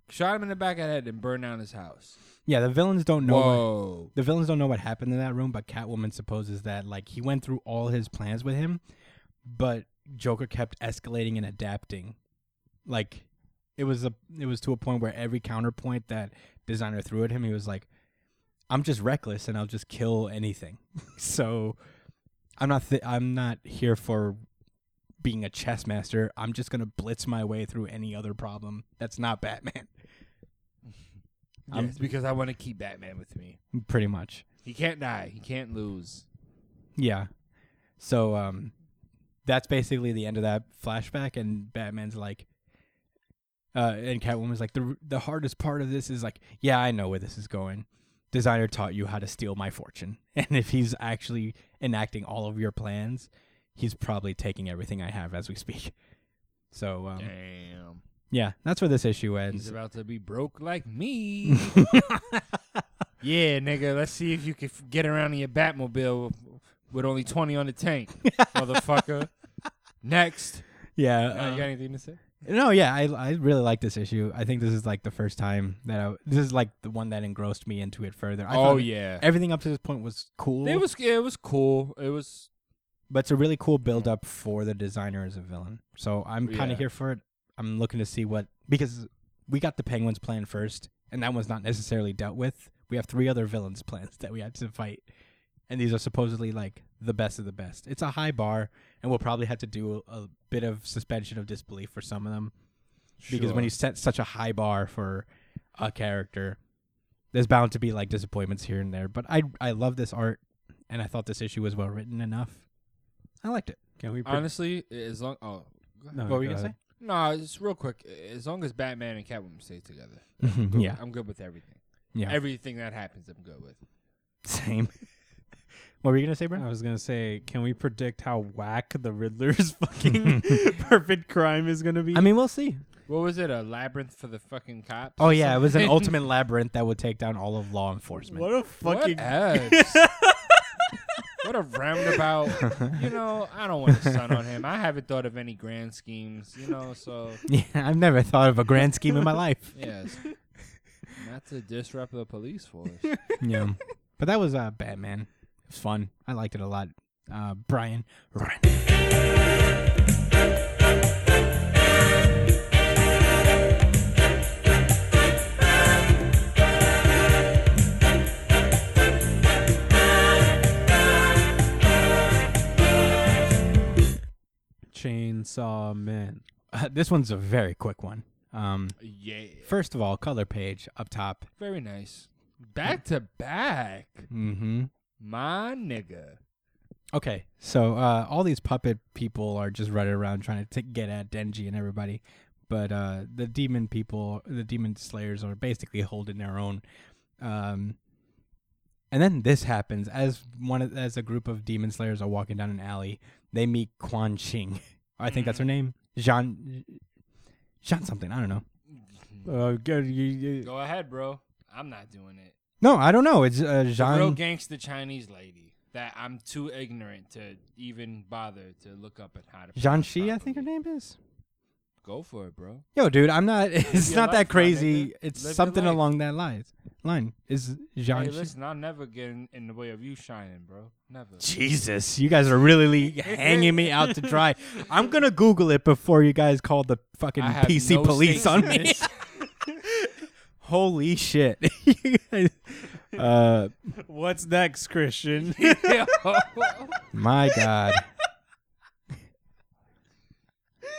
Speaker 3: shot him in the back of the head, and burned down his house.
Speaker 2: Yeah, the villains don't know. what-
Speaker 3: Whoa.
Speaker 2: the villains don't know what happened in that room, but Catwoman supposes that like he went through all his plans with him, but Joker kept escalating and adapting. Like it was a it was to a point where every counterpoint that designer threw at him, he was like, "I'm just reckless and I'll just kill anything." so I'm not th- I'm not here for being a chess master. I'm just gonna blitz my way through any other problem that's not Batman. I'm-
Speaker 3: Yes, because I want to keep Batman with me.
Speaker 2: pretty much.
Speaker 3: He can't die. He can't lose.
Speaker 2: Yeah. So um that's basically the end of that flashback and Batman's like uh and Catwoman's like the the hardest part of this is like yeah, I know where this is going. Designer taught you how to steal my fortune. And if he's actually enacting all of your plans, he's probably taking everything I have as we speak. So um
Speaker 3: Damn.
Speaker 2: yeah, that's where this issue
Speaker 3: He's
Speaker 2: ends.
Speaker 3: about to be broke like me. yeah, nigga. Let's see if you can f- get around in your Batmobile with only 20 on the tank, motherfucker. Next.
Speaker 2: Yeah.
Speaker 3: Uh, you
Speaker 2: uh,
Speaker 3: got anything to say?
Speaker 2: No, yeah, I I really like this issue. I think this is like the first time that I this is like the one that engrossed me into it further. I
Speaker 3: oh,
Speaker 2: thought
Speaker 3: yeah.
Speaker 2: everything up to this point was cool.
Speaker 3: It was it was cool. It was
Speaker 2: but it's a really cool build up for the designer as a villain. So I'm kind
Speaker 3: Yeah.
Speaker 2: of here for it. I'm looking to see what because we got the Penguins plan first, and that one's not necessarily dealt with. We have three other villains plans that we had to fight, and these are supposedly like the best of the best. It's a high bar, and we'll probably have to do a, a bit of suspension of disbelief for some of them because when you set such a high bar for a character, there's bound to be like disappointments here and there. But I I love this art, and I thought this issue was well written enough. I liked it.
Speaker 4: Can we? Pre-
Speaker 3: honestly, as long oh
Speaker 4: no,
Speaker 2: what were you
Speaker 4: go
Speaker 2: gonna
Speaker 4: ahead.
Speaker 3: no, just real quick. As long as Batman and Catwoman stay together,
Speaker 2: Mhm,
Speaker 3: good-
Speaker 2: yeah.
Speaker 3: I'm good with everything.
Speaker 2: Yeah,
Speaker 3: Everything that happens, I'm good with.
Speaker 2: same. what were you gonna say, Brent?
Speaker 4: I was gonna say, can we predict how whack the Riddler's fucking perfect crime is gonna be?
Speaker 2: I mean, we'll see.
Speaker 3: What was it? A labyrinth for the fucking cops?
Speaker 2: Oh yeah, it was an ultimate labyrinth that would take down all of law enforcement.
Speaker 4: what a fucking
Speaker 3: What else? what a roundabout. You know, I don't want to sun on him. I haven't thought of any grand schemes. You know, so
Speaker 2: Yeah, I've never thought of a grand scheme in my life.
Speaker 3: yes, not to disrupt the police force.
Speaker 2: Yeah, but that was uh, Batman. It was fun. I liked it a lot. Uh, Brian, run.
Speaker 4: chainsaw man.
Speaker 2: Uh, this one's a very quick one. Um,
Speaker 3: Yeah,
Speaker 2: First of all, color page up top.
Speaker 3: very nice. Back to back,
Speaker 2: Mm-hmm.
Speaker 3: my nigga.
Speaker 2: Okay, so uh, all these puppet people are just running around trying to t- get at Denji and everybody, but uh, the demon people, the demon slayers, are basically holding their own. Um, and then this happens as one of, as a group of demon slayers are walking down an alley. They meet Quan Ching. I think that's
Speaker 3: Mm-hmm.
Speaker 2: her name, Jean. Jean something. I don't know.
Speaker 4: Uh, go, you, you-
Speaker 3: Go ahead, bro. I'm not doing it.
Speaker 2: No, I don't know. It's uh,
Speaker 3: The real
Speaker 2: Jean.
Speaker 3: gangster Chinese lady that I'm too ignorant to even bother to look up at how to.
Speaker 2: Jean
Speaker 3: pronounce
Speaker 2: Shi, I think her
Speaker 3: properly.
Speaker 2: name is.
Speaker 3: Go for it, bro.
Speaker 2: Yo, dude, I'm not. It's
Speaker 3: your
Speaker 2: not
Speaker 3: life,
Speaker 2: that
Speaker 3: my
Speaker 2: crazy.
Speaker 3: nigga.
Speaker 2: It's
Speaker 3: Live your
Speaker 2: something
Speaker 3: life.
Speaker 2: along that line. Line is Jean.
Speaker 3: Hey,
Speaker 2: Shi-
Speaker 3: listen, I'll never get in, in the way of you shining, bro. Never.
Speaker 2: Jesus, you guys are really hanging me out to dry. I'm gonna Google it before you guys call the fucking
Speaker 3: I have
Speaker 2: PC
Speaker 3: no
Speaker 2: police
Speaker 3: stakes
Speaker 2: on
Speaker 3: in
Speaker 2: me.
Speaker 3: this.
Speaker 2: Holy shit! You guys- uh,
Speaker 4: what's next, Christian?
Speaker 3: Yo.
Speaker 2: my God.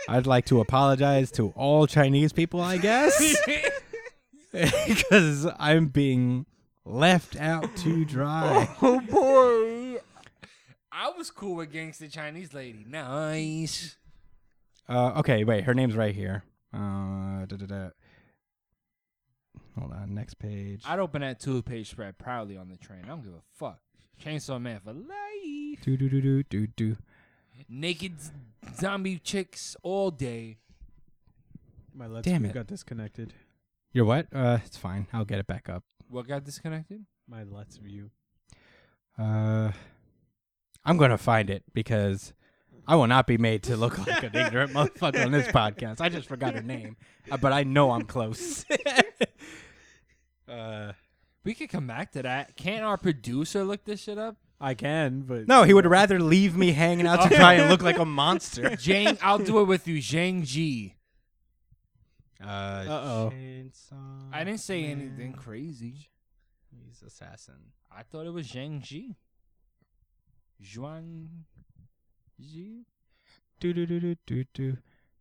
Speaker 2: I'd like to apologize to all Chinese people, I guess. because I'm being left out to dry.
Speaker 3: oh boy. I was cool with gangster Chinese lady. Nice.
Speaker 2: Uh, okay, wait. Her name's right here. Uh, da, da, da. Hold on. Next page.
Speaker 3: I'd open that two-page spread proudly on the train. I don't give a fuck. Chainsaw Man for life.
Speaker 2: Do do do do do do.
Speaker 3: Naked z- zombie chicks all day.
Speaker 4: My left
Speaker 2: Damn
Speaker 4: screen
Speaker 2: it.
Speaker 4: got disconnected.
Speaker 2: You're what? Uh, it's fine. I'll get it back up.
Speaker 3: What got disconnected?
Speaker 4: My let's view.
Speaker 2: Uh, I'm gonna find it because I will not be made to look like an ignorant motherfucker on this podcast. I just forgot her name, uh, but I know I'm close. uh,
Speaker 3: We could come back to that. Can't our producer look this shit up?
Speaker 4: I can, but
Speaker 2: no, he would rather leave me hanging out to try and look like a monster.
Speaker 3: Jang, I'll do it with you. Zhang Ji.
Speaker 2: Uh,
Speaker 4: Uh-oh.
Speaker 3: I didn't say anything crazy.
Speaker 2: He's assassin.
Speaker 3: I thought it was Zhang Ji. Zhuang Ji?
Speaker 2: do do do do do do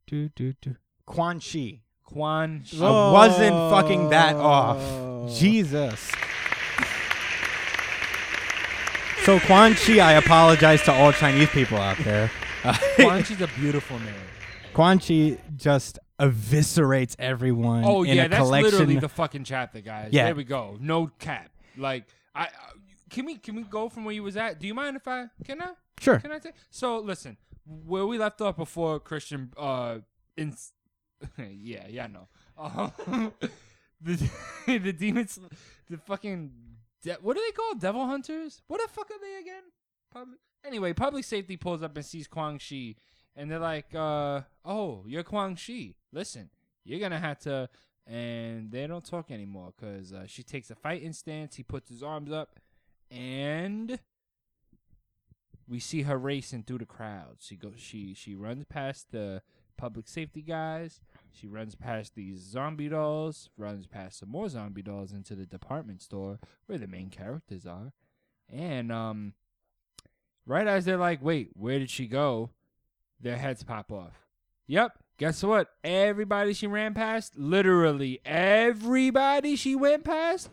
Speaker 2: do do do. Quan Chi.
Speaker 3: Quan Shi.
Speaker 2: I wasn't fucking that off. Jesus. So Quan Chi, I apologize to all Chinese people out there.
Speaker 3: Quan Chi's a beautiful name.
Speaker 2: Quan Chi just eviscerates everyone
Speaker 3: Oh
Speaker 2: in
Speaker 3: yeah,
Speaker 2: a
Speaker 3: that's
Speaker 2: collection.
Speaker 3: literally the fucking chapter, guys.
Speaker 2: Yeah.
Speaker 3: There we go. No cap. Like I, I can we can we go from where you was at? Do you mind if I can I?
Speaker 2: Sure.
Speaker 3: Can I take? So listen, where we left off before Christian, uh, in, yeah, yeah, I know. Um, the the demons, the fucking, de- what are they called? Devil hunters? What the fuck are they again? Public. Anyway, public safety pulls up and sees Quang Shi, and they're like, uh, "Oh, you're Quang Shi. Listen, you're gonna have to." And they don't talk anymore because uh, she takes a fighting stance. He puts his arms up, and we see her racing through the crowd. She goes she she runs past the public safety guys, she runs past these zombie dolls, runs past some more zombie dolls into the department store where the main characters are. And um right as they're like, "Wait, where did she go?" their heads pop off. Yep. Guess what? Everybody she ran past, literally everybody she went past,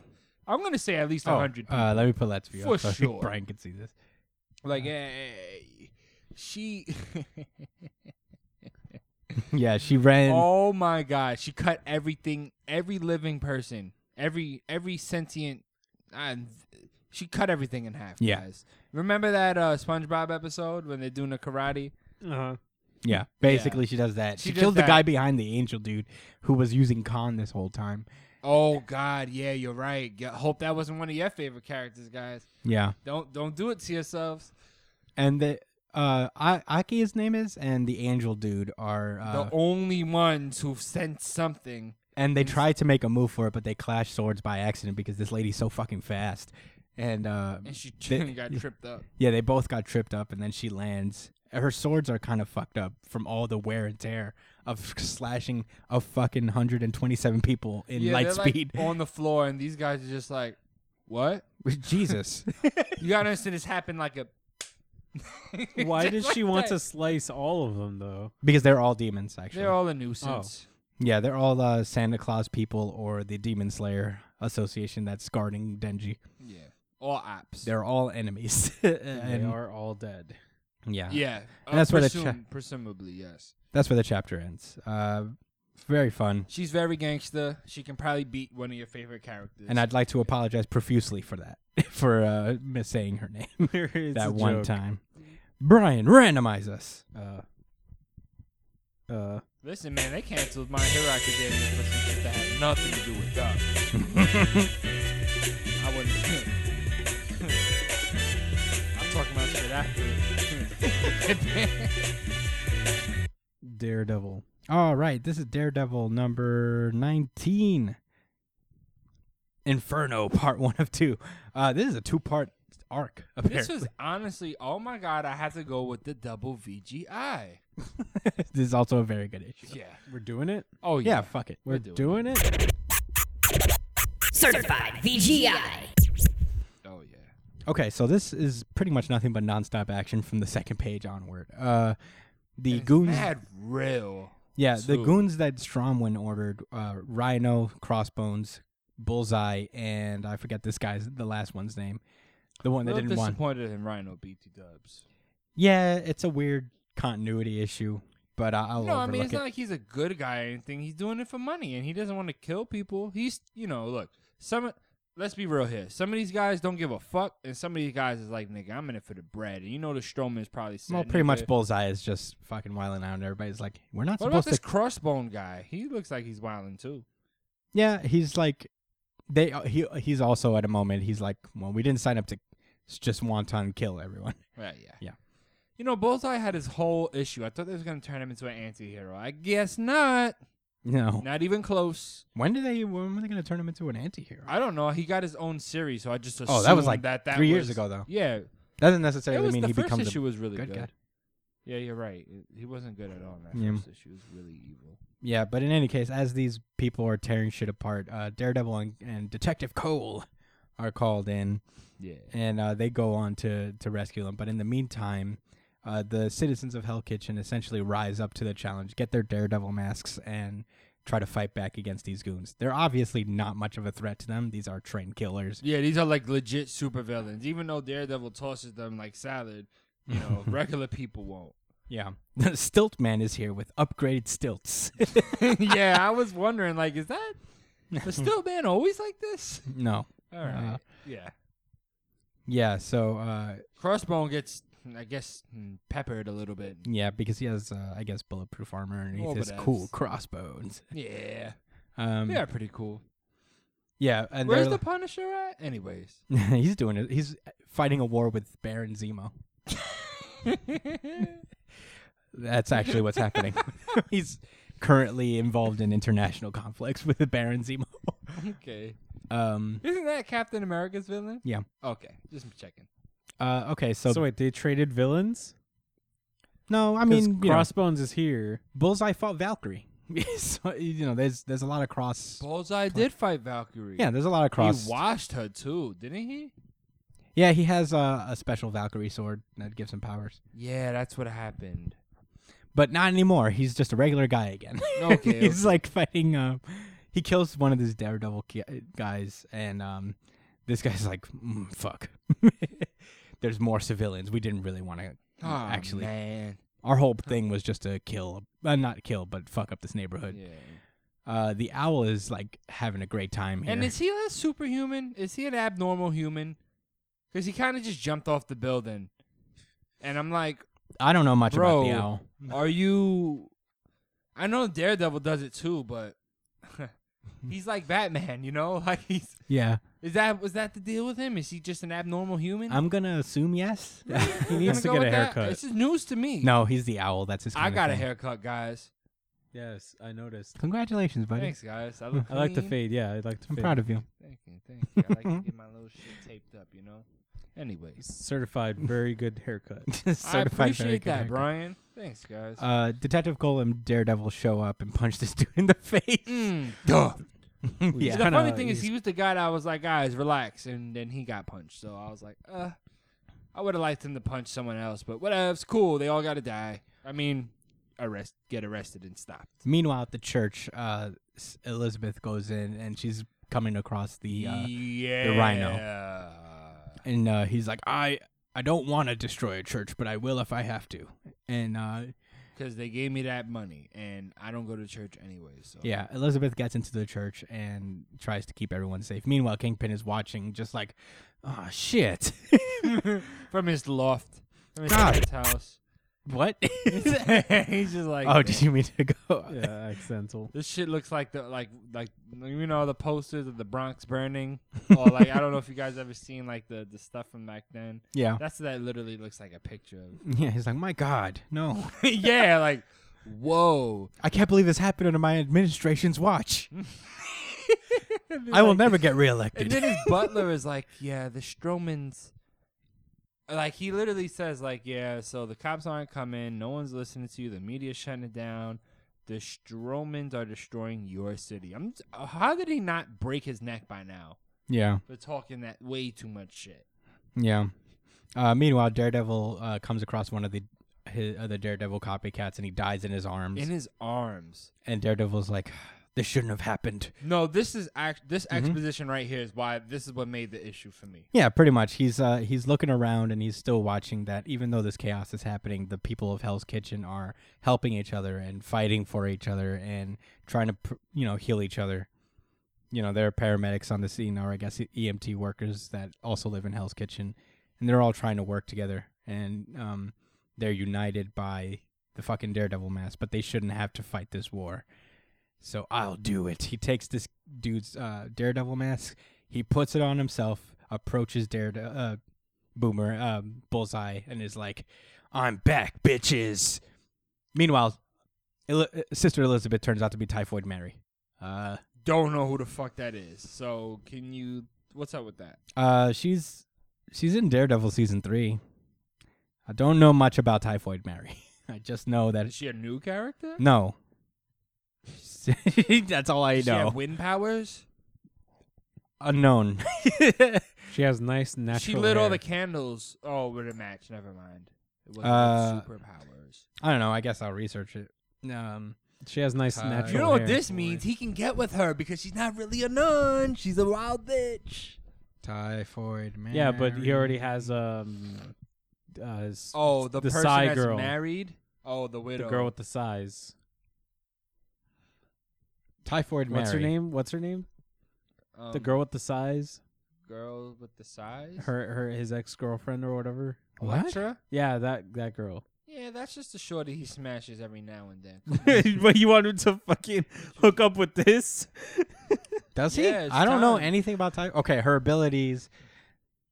Speaker 3: I'm going to say at least a
Speaker 2: Oh,
Speaker 3: 100 people.
Speaker 2: uh, let me pull that to you
Speaker 3: For
Speaker 2: up so
Speaker 3: sure.
Speaker 2: Brian can see this.
Speaker 3: like eh, she
Speaker 2: Yeah, she ran.
Speaker 3: Oh my god, she cut everything, every living person, every every sentient. Uh, she cut everything in half.
Speaker 2: Yeah.
Speaker 3: guys. Remember that uh, SpongeBob episode when they're doing the karate?
Speaker 4: Uh-huh.
Speaker 2: Yeah, basically she does that.
Speaker 3: She
Speaker 2: She,
Speaker 3: does
Speaker 2: killed
Speaker 3: that.
Speaker 2: the guy behind the angel dude who was using con this whole time.
Speaker 3: Oh god, yeah, you're right. Yeah, hope that wasn't one of your favorite characters, guys.
Speaker 2: Yeah,
Speaker 3: Don't don't do it to yourselves.
Speaker 2: and the uh, I- Aki his name is, and the angel dude are, uh,
Speaker 3: the only ones who've sent something.
Speaker 2: and they tried to make a move for it, but they clashed swords by accident because this lady's so fucking fast, and uh,
Speaker 3: And she
Speaker 2: They-
Speaker 3: got tripped up.
Speaker 2: yeah, they both got tripped up, and then she lands. Her swords are kind of fucked up from all the wear and tear of slashing a fucking hundred and twenty-seven people in
Speaker 3: Yeah,
Speaker 2: light
Speaker 3: they're, like,
Speaker 2: speed.
Speaker 3: on the floor, and these guys are just like, "What?"
Speaker 2: Jesus,
Speaker 3: You gotta understand this happened like a.
Speaker 4: Why
Speaker 3: Just
Speaker 4: does
Speaker 3: like
Speaker 4: she want
Speaker 3: that.
Speaker 4: to slice all of them though?
Speaker 2: because they're all demons. Actually,
Speaker 3: They're all a
Speaker 2: Oh.
Speaker 3: nuisance.
Speaker 2: Yeah, they're all uh, Santa Claus people or the Demon Slayer Association that's guarding Denji.
Speaker 3: Yeah. All apps.
Speaker 2: They're all enemies.
Speaker 4: they
Speaker 2: And-
Speaker 4: are all dead.
Speaker 2: Yeah.
Speaker 3: yeah. Uh,
Speaker 2: And that's where the
Speaker 3: presum-
Speaker 2: cha-
Speaker 3: presumably yes.
Speaker 2: That's where the chapter ends. Uh, very fun.
Speaker 3: She's very gangster. She can probably beat one of your favorite characters.
Speaker 2: And I'd like to apologize profusely for that, for uh, miss saying her name
Speaker 4: It's a
Speaker 2: that one
Speaker 4: joke.
Speaker 2: time. Brian, randomize us.
Speaker 4: Uh,
Speaker 3: listen, man. They canceled My Hero Academia for some shit that had nothing to do with God. I wouldn't. I'm talking about shit after.
Speaker 4: Daredevil.
Speaker 2: All right, this is Daredevil number 19. Inferno, part one of two. Uh, this is a two part arc.
Speaker 3: this
Speaker 2: Apparently.
Speaker 3: was honestly, oh my god, I had to go with the double VGI.
Speaker 2: this is also a very good issue.
Speaker 3: Yeah.
Speaker 4: We're doing it.
Speaker 3: Oh
Speaker 2: Yeah,
Speaker 3: yeah.
Speaker 2: fuck it.
Speaker 4: We're
Speaker 3: doing
Speaker 4: doing it.
Speaker 8: Certified VGI.
Speaker 3: Oh yeah.
Speaker 2: Okay, so this is pretty much nothing but nonstop action from the second page onward. Uh, the goons,
Speaker 3: Mad real.
Speaker 2: yeah, the
Speaker 3: too.
Speaker 2: goons that Stromwin ordered: uh, Rhino, Crossbones, Bullseye, and I forget this guy's the last one's name, the one that
Speaker 3: Real
Speaker 2: didn't want.
Speaker 3: disappointed in Rhino BT Dubs.
Speaker 2: Yeah, it's a weird continuity issue, but I- I'll
Speaker 3: No, I
Speaker 2: overlook
Speaker 3: mean it's
Speaker 2: it.
Speaker 3: not like he's a good guy or anything. He's doing it for money, and he doesn't want to kill people. He's, you know, look. Some, let's be real here. Some of these guys don't give a fuck, and some of these guys is like, nigga, I'm in it for the bread. And you know, the Strowman's probably said,
Speaker 2: well, pretty much
Speaker 3: nigga,
Speaker 2: Bullseye is just fucking wilding out, and everybody's like, "We're not
Speaker 3: What about
Speaker 2: supposed
Speaker 3: this
Speaker 2: to."
Speaker 3: crossbone guy? He looks like he's wilding too.
Speaker 2: Yeah, he's like, they. uh, He he's also at a moment. He's like, well, we didn't sign up to s- just wanton kill everyone.
Speaker 3: Right, yeah.
Speaker 2: Yeah.
Speaker 3: You know, Bullseye had his whole issue. I thought they was gonna turn him into an anti-hero. I guess not.
Speaker 2: No.
Speaker 3: Not even close.
Speaker 2: When did they? When were they going to turn him into an anti-hero?
Speaker 3: I don't know. He got his own series, so I just assumed
Speaker 2: Oh, that was like
Speaker 3: that, that
Speaker 2: three years
Speaker 3: was-
Speaker 2: ago, though.
Speaker 3: Yeah,
Speaker 2: Doesn't
Speaker 3: it
Speaker 2: necessarily
Speaker 3: was
Speaker 2: mean
Speaker 3: the
Speaker 2: he
Speaker 3: first
Speaker 2: becomes
Speaker 3: issue
Speaker 2: a
Speaker 3: was really
Speaker 2: good
Speaker 3: good.
Speaker 2: guy.
Speaker 3: Yeah, you're right. It- He wasn't good at all in that
Speaker 2: Yeah.
Speaker 3: first issue. He was really evil.
Speaker 2: Yeah, but in any case, as these people are tearing shit apart, uh, Daredevil and, and Detective Cole are called in,
Speaker 3: Yeah.
Speaker 2: and uh, they go on to to rescue them. But in the meantime, uh, the citizens of Hell Kitchen essentially rise up to the challenge, get their Daredevil masks, and try to fight back against these goons. They're obviously not much of a threat to them. These are trained killers.
Speaker 3: Yeah, these are like legit supervillains. Even though Daredevil tosses them like salad, you know, regular people won't.
Speaker 2: Yeah. The Stilt Man is here with upgraded stilts.
Speaker 3: yeah, I was wondering, like, is that the still man always like this?
Speaker 2: no.
Speaker 3: All right. yeah.
Speaker 2: Yeah, so uh
Speaker 3: Crossbone gets, I guess, mm, peppered a little bit.
Speaker 2: yeah, because he has uh, I guess bulletproof armor underneath
Speaker 3: Oh,
Speaker 2: his
Speaker 3: but
Speaker 2: cool
Speaker 3: that's-
Speaker 2: crossbones.
Speaker 3: Yeah.
Speaker 2: Um
Speaker 3: They are pretty cool.
Speaker 2: yeah, and
Speaker 3: Where's
Speaker 2: they're-
Speaker 3: the Punisher at? Anyways.
Speaker 2: he's doing it. He's fighting a war with Baron Zemo. That's actually what's happening. he's currently involved in international conflicts with the Baron Zemo.
Speaker 3: Okay.
Speaker 2: Um,
Speaker 3: Isn't that Captain America's villain?
Speaker 2: Yeah.
Speaker 3: Okay. Just checking.
Speaker 2: uh, okay, so,
Speaker 4: so wait, they traded villains?
Speaker 2: no, I
Speaker 4: 'Cause
Speaker 2: mean you know,
Speaker 4: Crossbones is here.
Speaker 2: Bullseye fought Valkyrie. so you know, there's there's a lot of cross.
Speaker 3: Bullseye did fight Valkyrie.
Speaker 2: Yeah, there's a lot of cross.
Speaker 3: He washed her too, didn't he?
Speaker 2: yeah, he has uh, a special Valkyrie sword that gives him powers,
Speaker 3: Yeah, that's what happened.
Speaker 2: but not anymore. He's just a regular guy again.
Speaker 3: Okay,
Speaker 2: he's like fighting. Uh, he kills one of these daredevil ki- guys, and um, this guy's like, mm, "Fuck." there's more civilians. We didn't really want to
Speaker 3: Aw,
Speaker 2: Mm, actually.
Speaker 3: Oh, man.
Speaker 2: Our whole thing was just to kill, uh, not kill, but fuck up this neighborhood.
Speaker 3: Yeah.
Speaker 2: Uh, the owl is like having a great time here.
Speaker 3: And is he a superhuman? Is he an abnormal human? Because he kind of just jumped off the building, and I'm like,
Speaker 2: I don't know much about the
Speaker 3: Bro.
Speaker 2: owl.
Speaker 3: are you? I know Daredevil does it too, but he's like Batman, you know? Like he's
Speaker 2: Yeah,
Speaker 3: is that was that the deal with him? Is he just an abnormal human?
Speaker 2: I'm gonna assume yes.
Speaker 4: He needs
Speaker 3: Gonna
Speaker 4: to get
Speaker 3: go
Speaker 4: a
Speaker 3: with that?
Speaker 4: haircut.
Speaker 3: This is news to me.
Speaker 2: no, he's the owl. That's his.
Speaker 3: I
Speaker 2: kinda
Speaker 3: got a
Speaker 2: thing.
Speaker 3: haircut, guys.
Speaker 4: Yes, I noticed.
Speaker 2: Congratulations, buddy.
Speaker 3: Thanks, guys. I, look
Speaker 4: I like the
Speaker 3: clean.
Speaker 4: fade. Yeah, I like the
Speaker 2: I'm
Speaker 4: fade.
Speaker 2: proud of you.
Speaker 3: Thank you, thank you. I like to get my little shit taped up, you know. Anyways,
Speaker 4: Certified, very good haircut.
Speaker 3: I appreciate
Speaker 2: American
Speaker 3: that,
Speaker 2: haircut.
Speaker 3: Brian. Thanks, guys.
Speaker 2: Uh, Detective Cole and Daredevil show up and punch this dude in the face.
Speaker 3: Mm.
Speaker 2: yeah.
Speaker 3: the
Speaker 4: kinda-
Speaker 3: funny thing is,
Speaker 4: he's-
Speaker 3: he was the guy that I was like, guys, relax, and then he got punched. So I was like, uh, I would have liked him to punch someone else, but whatever. It's cool. They all got to die. I mean, arrest, get arrested, and stopped.
Speaker 2: Meanwhile, at the church, uh, S- Elizabeth goes in and she's coming across the, uh,
Speaker 3: yeah,
Speaker 2: rhino. and uh, he's like, I, I don't want to destroy a church, but I will if I have to. And uh,
Speaker 3: Because they gave me that money, and I don't go to church anyway. So
Speaker 2: yeah, Elizabeth gets into the church and tries to keep everyone safe. Meanwhile, Kingpin is watching, just like, oh shit,
Speaker 3: from his loft, from his
Speaker 2: God.
Speaker 3: aunt's house.
Speaker 2: what?
Speaker 3: He's just like,
Speaker 2: oh, did you mean to go?
Speaker 4: yeah, accidental.
Speaker 3: This shit looks like the like like you know the posters of the Bronx burning or like I don't know if you guys ever seen like the the stuff from back then.
Speaker 2: Yeah.
Speaker 3: That's that literally looks like a picture of.
Speaker 2: Yeah, he's like, my God, no.
Speaker 3: yeah, like whoa.
Speaker 2: I can't believe this happened under my administration's watch. I will never get
Speaker 3: And
Speaker 2: reelected.
Speaker 3: then his butler is like, yeah, the Stromans. Like he literally says like, yeah, so the cops aren't coming, no one's listening to you, the media's shutting it down. The Stromans are destroying your city. I'm. uh, How did he not break his neck by now?
Speaker 2: yeah,
Speaker 3: For talking that way too much shit.
Speaker 2: yeah. Uh, meanwhile, Daredevil uh, comes across one of the his, uh, the Daredevil copycats, and he dies in his arms.
Speaker 3: in his arms.
Speaker 2: and Daredevil's like, "This shouldn't have happened."
Speaker 3: No, this is act. This
Speaker 2: Mm-hmm.
Speaker 3: exposition right here is why this is what made the issue for me.
Speaker 2: Yeah, pretty much. He's uh, he's looking around and he's still watching that. Even though this chaos is happening, the people of Hell's Kitchen are helping each other and fighting for each other and trying to pr- you know heal each other. You know, there are paramedics on the scene, or I guess E, EMT workers that also live in Hell's Kitchen, and they're all trying to work together. And um, they're united by the fucking Daredevil mask, but they shouldn't have to fight this war. So I'll do it. He takes this dude's uh, Daredevil mask, he puts it on himself, approaches Daredevil, uh, Boomer, um, Bullseye, and is like, "I'm back, bitches." Meanwhile, Eli- uh, Sister Elizabeth turns out to be Typhoid Mary. Uh,
Speaker 3: Don't know who the fuck that is. So can you? What's up with that?
Speaker 2: uh, she's she's in Daredevil season three. I don't know much about Typhoid Mary. I just know that
Speaker 3: Is she a new character?
Speaker 2: No. That's all I
Speaker 3: Does she have
Speaker 2: know.
Speaker 3: wind powers?
Speaker 2: Unknown.
Speaker 4: She has nice natural.
Speaker 3: she lit all
Speaker 4: hair.
Speaker 3: the candles. Oh, with a match. Never mind. It wasn't
Speaker 2: Uh,
Speaker 3: superpowers.
Speaker 2: I don't know. I guess I'll research it. Um,
Speaker 4: She has nice
Speaker 3: Tight.
Speaker 4: natural.
Speaker 3: You You know
Speaker 4: hair.
Speaker 3: what this means? He can get with her because she's not really a nun. She's a wild bitch.
Speaker 2: Typhoid man.
Speaker 4: Yeah, but he already has um. Uh, his-
Speaker 3: Oh, the,
Speaker 4: The
Speaker 3: person
Speaker 4: side
Speaker 3: that's
Speaker 4: girl.
Speaker 3: married. Oh, the widow.
Speaker 4: the girl with the size.
Speaker 2: typhoid
Speaker 4: What's her
Speaker 2: Mary.
Speaker 4: name? What's her name?
Speaker 3: Um,
Speaker 4: the girl with the size.
Speaker 3: Girl with the size.
Speaker 4: Her her his ex girlfriend or whatever.
Speaker 2: What?
Speaker 3: Electra?
Speaker 4: Yeah, that that girl.
Speaker 3: Yeah, that's just a shorty he smashes every now and then.
Speaker 4: but you want him to fucking hook up with this?
Speaker 2: Does
Speaker 3: Yeah,
Speaker 2: he?
Speaker 3: it's
Speaker 2: I don't know
Speaker 3: time.
Speaker 2: anything about typhoid. Okay, her abilities.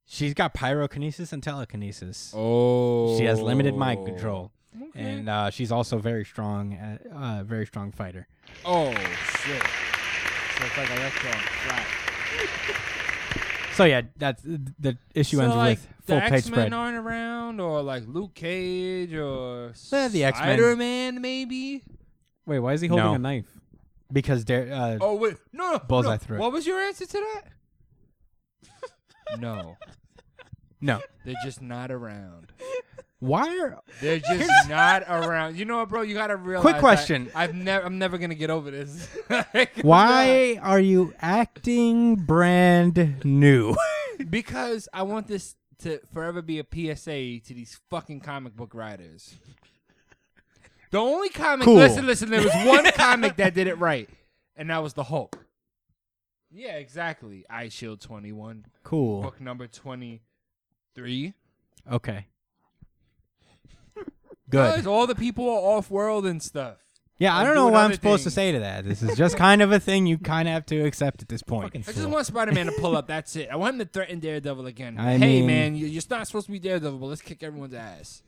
Speaker 2: She's got pyrokinesis and telekinesis.
Speaker 3: oh.
Speaker 2: She has limited mind control, and uh, she's also very strong, at, uh, very strong fighter.
Speaker 3: Oh shit. So it's like Electro on flat.
Speaker 2: So yeah, that's the issue ends
Speaker 3: like
Speaker 2: with
Speaker 3: the
Speaker 2: full page
Speaker 3: X Men
Speaker 2: spread.
Speaker 3: aren't around, or like Luke Cage, or
Speaker 2: Yeah, Eh, the X-Men.
Speaker 3: Spider Man, maybe.
Speaker 4: Wait, why is he holding
Speaker 2: No.
Speaker 4: a knife?
Speaker 2: because they're uh,
Speaker 3: Oh wait, no, no,
Speaker 2: Bullseye
Speaker 3: no.
Speaker 2: through it.
Speaker 3: What was your answer to that? no,
Speaker 2: no.
Speaker 3: they're just not around.
Speaker 2: Why are
Speaker 3: They're just not around. You know what, bro? You gotta realize. that
Speaker 2: question.
Speaker 3: I've never. I'm never gonna get over this. Like,
Speaker 2: why are you acting brand new?
Speaker 3: Because I want this to forever be a PSA to these fucking comic book writers. The only comic,
Speaker 2: Cool.
Speaker 3: listen, listen, there was one comic that did it right, and that was the Hulk. Yeah, exactly. Eye Shield 21,
Speaker 2: cool.
Speaker 3: book number 23.
Speaker 2: Okay.
Speaker 3: Because
Speaker 2: Good.
Speaker 3: all the people are off world and stuff.
Speaker 2: Yeah, I
Speaker 3: I'm
Speaker 2: don't know
Speaker 3: doing
Speaker 2: what I'm
Speaker 3: other
Speaker 2: supposed to
Speaker 3: things.
Speaker 2: say to that. This is just kind of a thing you kind of have to accept at this point.
Speaker 3: I just want Spider Man to pull up. That's it. I want him to threaten Daredevil again.
Speaker 2: I
Speaker 3: hey,
Speaker 2: mean-
Speaker 3: man, you- you're not supposed to be Daredevil, but let's kick everyone's ass.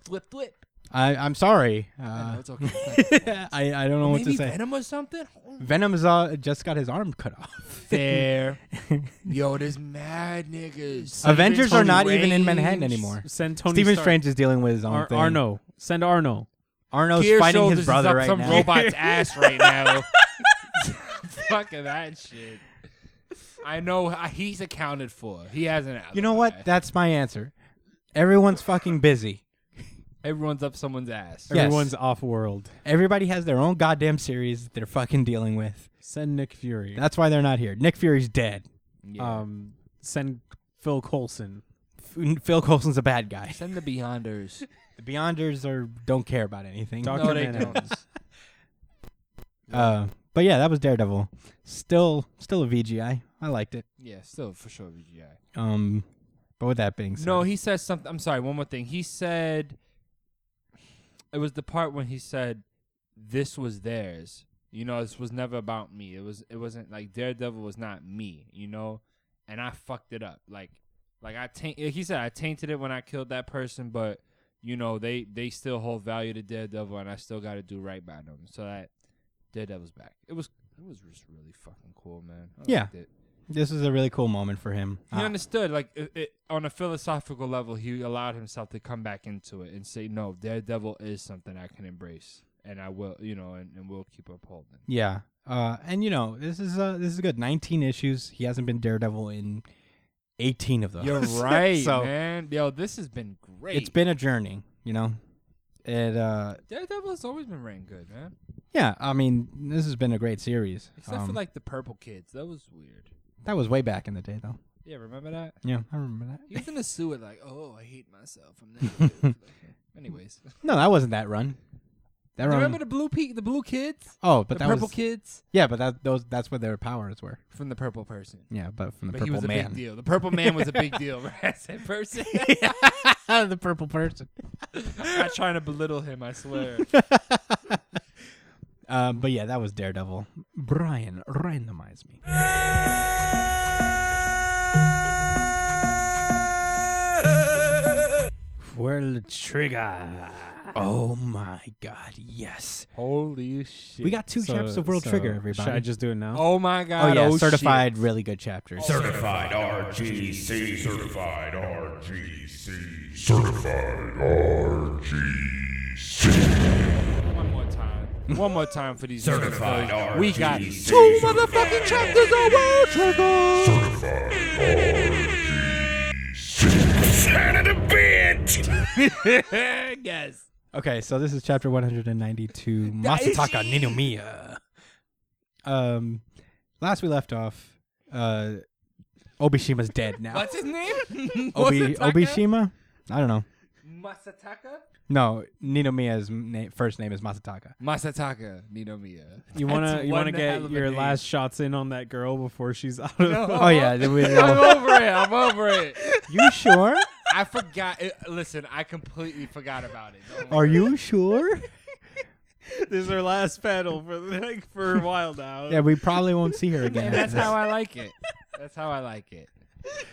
Speaker 3: Flip, flip.
Speaker 2: I, I'm sorry.
Speaker 3: I know,
Speaker 2: Uh,
Speaker 3: it's okay.
Speaker 2: I, I don't know what to
Speaker 3: Maybe
Speaker 2: say.
Speaker 3: Venom or something?
Speaker 2: Venom's uh, just got his arm cut off.
Speaker 3: Fair. Yo, there's mad niggas.
Speaker 2: Avengers are
Speaker 4: Tony
Speaker 2: not even in
Speaker 3: Reeves,
Speaker 2: Manhattan anymore.
Speaker 4: Send Tony
Speaker 2: Stephen
Speaker 4: Stark-
Speaker 2: Strange is dealing with his own
Speaker 4: Ar-
Speaker 2: thing.
Speaker 4: Arno. Send Arno.
Speaker 2: Arno's
Speaker 3: Gear
Speaker 2: fighting his
Speaker 3: Shoulders is
Speaker 2: brother
Speaker 3: up
Speaker 2: right
Speaker 3: some
Speaker 2: now.
Speaker 3: robot's ass right now. Fucking that shit. I know uh, he's accounted for. He has an alibi.
Speaker 2: You know what? That's my answer. Everyone's fucking busy.
Speaker 3: Everyone's up someone's ass.
Speaker 2: Yes.
Speaker 4: Everyone's off world.
Speaker 2: Everybody has their own goddamn series that they're fucking dealing with.
Speaker 4: Send Nick Fury.
Speaker 2: That's why they're not here. Nick Fury's dead.
Speaker 3: Yeah.
Speaker 4: um, send Phil Coulson.
Speaker 2: F- Phil Coulson's a bad guy.
Speaker 3: Send the Beyonders.
Speaker 2: The Beyonders are don't care about anything.
Speaker 4: Doc-
Speaker 3: no, they
Speaker 4: Manhattan.
Speaker 3: don't.
Speaker 2: Uh, but yeah, that was Daredevil. Still, still a VGI. I liked it.
Speaker 3: Yeah, still for sure VGI.
Speaker 2: Um, but with that being said,
Speaker 3: No, he says something. I'm sorry. One more thing. He said it was the part when he said this was theirs. You know, this was never about me. It was. It wasn't like Daredevil was not me. You know, and I fucked it up. Like, like I taint. He said I tainted it when I killed that person, but you know they they still hold value to Daredevil, and I still got to do right by them. So that Daredevil's back. It was. It was just really fucking cool, man. I
Speaker 2: Yeah.
Speaker 3: liked it
Speaker 2: this is a really cool moment for him.
Speaker 3: he
Speaker 2: Uh,
Speaker 3: understood like it, it, on a philosophical level he allowed himself to come back into it and say no daredevil is something i can embrace and i will you know and, and we'll keep upholding
Speaker 2: Yeah. Uh, and you know, this is uh, this is good. 19 issues. He hasn't been Daredevil in 18 of those.
Speaker 3: you're right
Speaker 2: so
Speaker 3: man yo this has been great
Speaker 2: it's been a journey, you know. It uh
Speaker 3: daredevil has always been ran good man
Speaker 2: yeah, I mean, this has been a great series.
Speaker 3: except for
Speaker 2: Um,
Speaker 3: like the purple kids that was weird
Speaker 2: that was way back in the day though.
Speaker 3: yeah remember that
Speaker 2: Yeah, I remember that.
Speaker 3: he was in the sewer like oh i hate myself i'm negative anyways
Speaker 2: No, that wasn't that run. That
Speaker 3: Do you
Speaker 2: run
Speaker 3: remember the blue peak the blue kids
Speaker 2: Oh, but
Speaker 3: the
Speaker 2: that
Speaker 3: purple
Speaker 2: was
Speaker 3: kids
Speaker 2: Yeah, but that those that's what their powers were.
Speaker 3: from the purple person
Speaker 2: Yeah, but from the
Speaker 3: But he
Speaker 2: purple
Speaker 3: was a big
Speaker 2: man.
Speaker 3: deal. The purple man was a big deal. Right? That person.
Speaker 2: the purple person.
Speaker 3: I'm not trying to belittle him. I swear.
Speaker 2: Um, but yeah, that was Daredevil. Brian, randomize me.
Speaker 4: Well, trigger.
Speaker 2: Oh my God! Yes,
Speaker 3: Holy shit.
Speaker 2: we got two chapters of World Trigger. Everybody,
Speaker 4: Should I just do it now?
Speaker 3: Oh my
Speaker 2: oh
Speaker 3: god.
Speaker 2: yeah,
Speaker 3: shit.
Speaker 2: certified, really good chapters.
Speaker 5: Certified RGC. Certified RGC. Certified RGC.
Speaker 3: One more time. One more time for these.
Speaker 5: Certified
Speaker 3: motherfuckers. We got
Speaker 5: RGC.
Speaker 3: two motherfucking chapters of World Trigger.
Speaker 5: Son of a bitch.
Speaker 3: yes.
Speaker 2: Okay, so this is chapter 192, Masataka Ninomiya. Um, last we left off, uh, Obishima's dead now.
Speaker 3: What's his name?
Speaker 2: Obi-
Speaker 3: Masataka?
Speaker 2: Obishima? I don't know.
Speaker 3: Masataka?
Speaker 2: No, Ninomiya's na- first name is Masataka.
Speaker 3: Masataka Ninomiya.
Speaker 4: You
Speaker 3: That's
Speaker 4: wanna you
Speaker 3: one
Speaker 4: wanna
Speaker 3: hell
Speaker 4: get
Speaker 3: of a
Speaker 4: your
Speaker 3: name.
Speaker 4: last shots in on that girl before she's out of.
Speaker 2: Oh, yeah. then we-
Speaker 3: I'm over it. I'm over it.
Speaker 2: you sure?
Speaker 3: I forgot. It, listen, I completely forgot about it. Don't worry.
Speaker 2: Are you sure?
Speaker 4: this is her last battle for like for a while now.
Speaker 2: Yeah, we probably won't see her again.
Speaker 3: And that's how I like it. That's how I like it.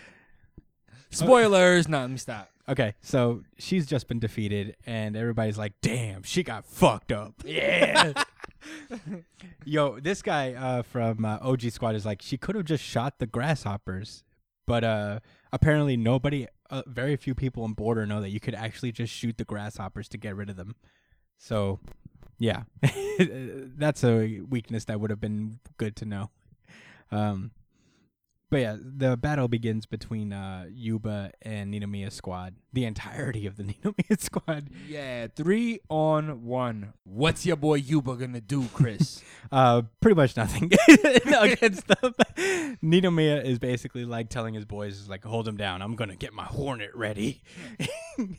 Speaker 3: Spoilers. No, let me stop.
Speaker 2: Okay, so she's just been defeated, and everybody's like, "Damn, she got fucked up." Yeah. Yo, this guy uh, from uh, OG Squad is like, she could have just shot the grasshoppers, but uh, apparently nobody, uh, very few people in Border know that you could actually just shoot the grasshoppers to get rid of them. So, yeah, that's a weakness that would have been good to know. Um, but yeah, the battle begins between uh, Yuba and Ninomiya squad. The entirety of the Ninomiya squad.
Speaker 3: Yeah, three on one. What's your boy Yuba gonna do, Chris?
Speaker 2: Uh, pretty much nothing against them. Ninomiya is basically like telling his boys, like, hold him down. I'm going to get my hornet ready.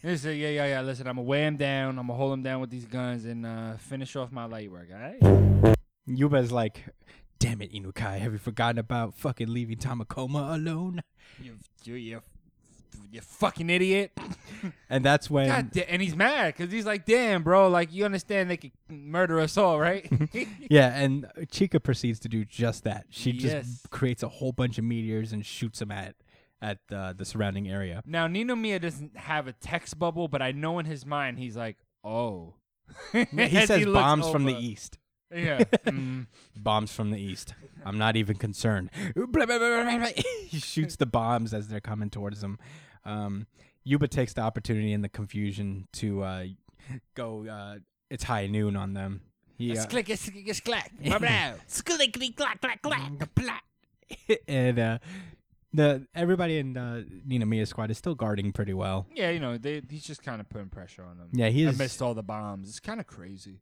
Speaker 3: Listen, yeah, yeah, yeah. Listen, I'm gonna weigh him down. I'm gonna hold him down with these guns and uh, finish off my light work. All right.
Speaker 2: Yuba's like, damn it, Inukai. Have you forgotten about fucking leaving Tamakoma alone?
Speaker 3: You, you, you, you fucking idiot.
Speaker 2: And that's when.
Speaker 3: God da- and he's mad because he's like, damn, bro. Like, you understand they could murder us all, right?
Speaker 2: Yeah, and Chica proceeds to do just that. She
Speaker 3: Yes.
Speaker 2: just creates a whole bunch of meteors and shoots them at at uh, the surrounding area.
Speaker 3: now, Nino Mia doesn't have a text bubble, but I know in his mind he's like, oh. he
Speaker 2: He says bombs from the E. east.
Speaker 3: Yeah. Mm.
Speaker 2: Bombs from the east. I'm not even concerned. Blah, blah, blah, blah, blah. he shoots the bombs as they're coming towards him. Um, Yuba takes the opportunity in the confusion to uh, go. Uh, it's high noon on them. He, uh,
Speaker 3: Click, it's- it's clack. Blah, blah. Mm.
Speaker 2: and uh, the everybody in uh, Nina Mia squad is still guarding pretty well.
Speaker 3: Yeah, you know, they, he's just kind of putting pressure on them.
Speaker 2: Yeah, he is.
Speaker 3: Amidst all the bombs. It's kind of crazy.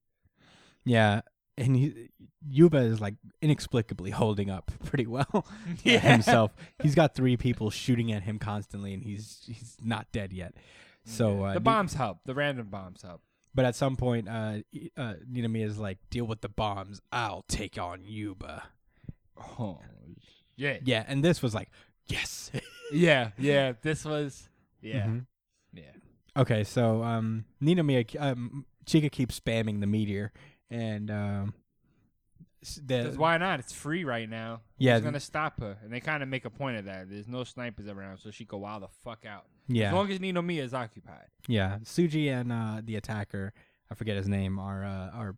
Speaker 2: Yeah, and he, Yuba is like inexplicably holding up pretty well
Speaker 3: Yeah.
Speaker 2: himself. He's got three people shooting at him constantly, and he's he's not dead yet. So uh,
Speaker 3: the
Speaker 2: Ni-
Speaker 3: bombs help. The random bombs help.
Speaker 2: but at some point, uh, y- uh, Ninami is like, "Deal with the bombs. I'll take on Yuba."
Speaker 3: Oh, yeah.
Speaker 2: Yeah, and this was like, yes.
Speaker 3: Yeah, yeah. This was, yeah.
Speaker 2: Mm-hmm.
Speaker 3: Yeah.
Speaker 2: okay, so um, Ninami, um, Chica keeps spamming the meteor, and um, s- the,
Speaker 3: Because why not? It's free right now.
Speaker 2: Yeah,
Speaker 3: Who's
Speaker 2: th-
Speaker 3: gonna stop her? And they kind of make a point of that. There's no snipers around, so she go wild the fuck out.
Speaker 2: yeah,
Speaker 3: As long as Nino Mia is occupied.
Speaker 2: Yeah, Suji and uh, the attacker, I forget his name, are uh, are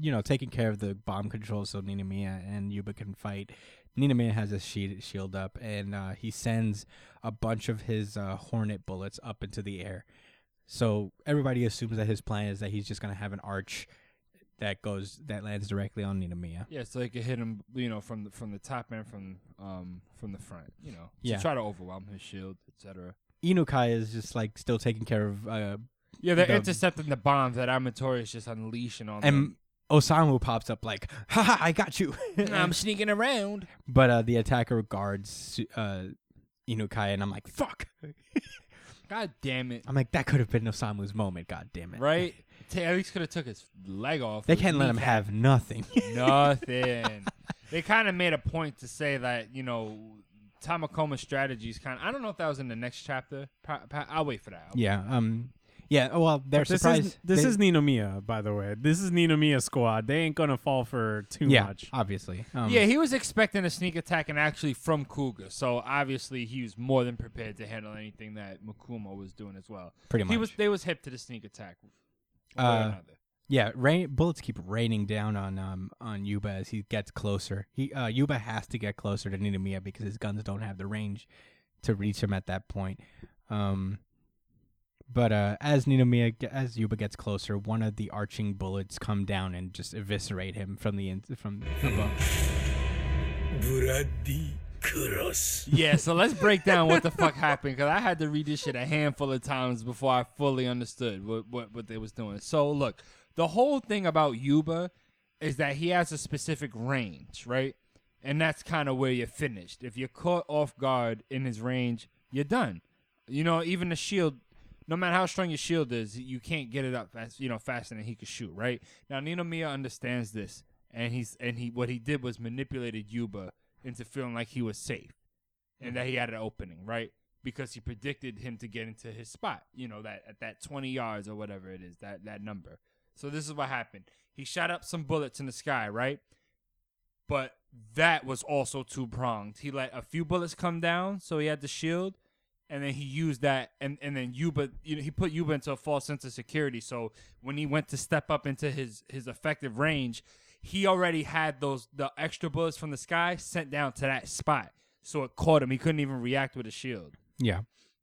Speaker 2: you know taking care of the bomb controls so Ninomiya and Yuba can fight. Ninomiya has his shield shield up, and uh, he sends a bunch of his uh, hornet bullets up into the air. So everybody assumes that his plan is that he's just gonna have an arch that goes that lands directly on Ninomiya.
Speaker 3: Yeah, so they could hit him, you know, from the from the top and from um from the front, you know,
Speaker 2: Yeah.
Speaker 3: to try to overwhelm his shield, etc.
Speaker 2: Inukai is just like still taking care of, uh,
Speaker 3: Yeah, they're
Speaker 2: The-
Speaker 3: intercepting the bombs that Amatori is just unleashing on
Speaker 2: and Osamu pops up like, "Ha ha, I got you."
Speaker 3: them. I'm sneaking around.
Speaker 2: But uh, the attacker guards uh, Inukai, and I'm like, fuck.
Speaker 3: God damn it!
Speaker 2: I'm like, that could have been Osamu's moment. God damn it.
Speaker 3: Right? Ta- At least could have took his leg off.
Speaker 2: They
Speaker 3: his
Speaker 2: can't let him
Speaker 3: kneecap.
Speaker 2: have nothing.
Speaker 3: nothing. they kind of made a point to say that you know Tamakoma's strategies kind. of... I don't know if that was in the next chapter. Pa- pa- I'll wait for that. I'll-
Speaker 2: yeah. Um. Yeah. oh, Well, they're
Speaker 4: This
Speaker 2: surprised.
Speaker 4: is this
Speaker 2: they-
Speaker 4: is Ninomiya, by the way. This is Ninomiya squad. They ain't gonna fall for too
Speaker 2: yeah.
Speaker 4: much.
Speaker 2: Obviously. Um,
Speaker 3: Yeah, he was expecting a sneak attack and actually from Kuga, so obviously he was more than prepared to handle anything that Makuma was doing as well.
Speaker 2: Pretty
Speaker 3: He
Speaker 2: much.
Speaker 3: was they was hip to the sneak attack. one way or
Speaker 2: Uh,
Speaker 3: another.
Speaker 2: Yeah, rain, bullets keep raining down on um on Yuba as he gets closer. He uh, Yuba has to get closer to Ninomiya because his guns don't have the range to reach him at that point. Um, but uh, as Ninomiya ge- as Yuba gets closer, one of the arching bullets come down and just eviscerate him from the in- from above.
Speaker 5: Bloody kudos.
Speaker 3: Yeah, so let's break down what the fuck happened because I had to read this shit a handful of times before I fully understood what, what, what they was doing. So look, the whole thing about Yuba is that he has a specific range, right? And that's kind of where you're finished. If you're caught off guard in his range, you're done. You know, even the shield, no matter how strong your shield is, you can't get it up fast, you know, faster than he could shoot, right? Now Nino Mia understands this, and he's and he what he did was manipulated Yuba into feeling like he was safe and that he had an opening, right? Because he predicted him to get into his spot, you know, that at that 20 yards or whatever it is, that that number. So this is what happened. He shot up some bullets in the sky, right? But that was also two pronged. He let a few bullets come down, so he had the shield, and then he used that, and and then Yuba, you know, he put Yuba into a false sense of security. So when he went to step up into his his effective range, he already had those the extra bullets from the sky sent down to that spot, so it caught him. He couldn't even react with a shield.
Speaker 2: Yeah.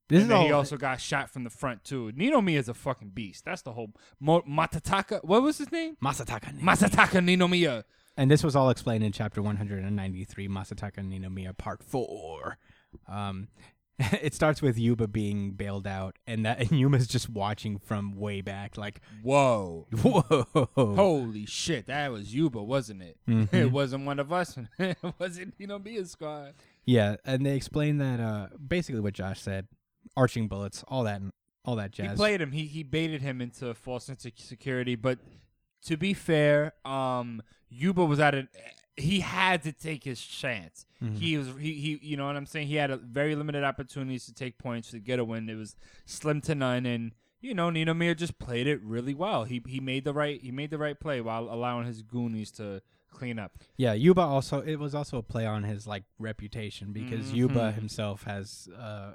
Speaker 2: This
Speaker 3: and
Speaker 2: is
Speaker 3: then
Speaker 2: all.
Speaker 3: he also got shot from the front too. Nino Mia is a fucking beast. That's the whole Mo- Matataka. What was his name?
Speaker 2: Masataka. Ni-
Speaker 3: Masataka Nino Mia.
Speaker 2: and this was all explained in chapter 193, Masataka Ninomiya, part four. Um, it starts with Yuba being bailed out, and that and Yuma's just watching from way back, like,
Speaker 3: Whoa.
Speaker 2: whoa.
Speaker 3: Holy shit, that was Yuba, wasn't it?
Speaker 2: Mm-hmm.
Speaker 3: It wasn't one of us. it wasn't Nino Mia's squad.
Speaker 2: Yeah, and they explain that uh, basically what Josh said, arching bullets, all that, all that jazz.
Speaker 3: He played him. He he baited him into a false sense of security. But to be fair, um, Yuba was at an. He had to take his chance. He was he, he you know what I'm saying. He had a very limited opportunities to take points to get a win. It was slim to none, and you know Nino Mir just played it really well. He he made the right he made the right play while allowing his goonies to clean up.
Speaker 2: Yeah, Yuba also it was also a play on his like reputation because
Speaker 3: Mm-hmm.
Speaker 2: Yuba himself has uh,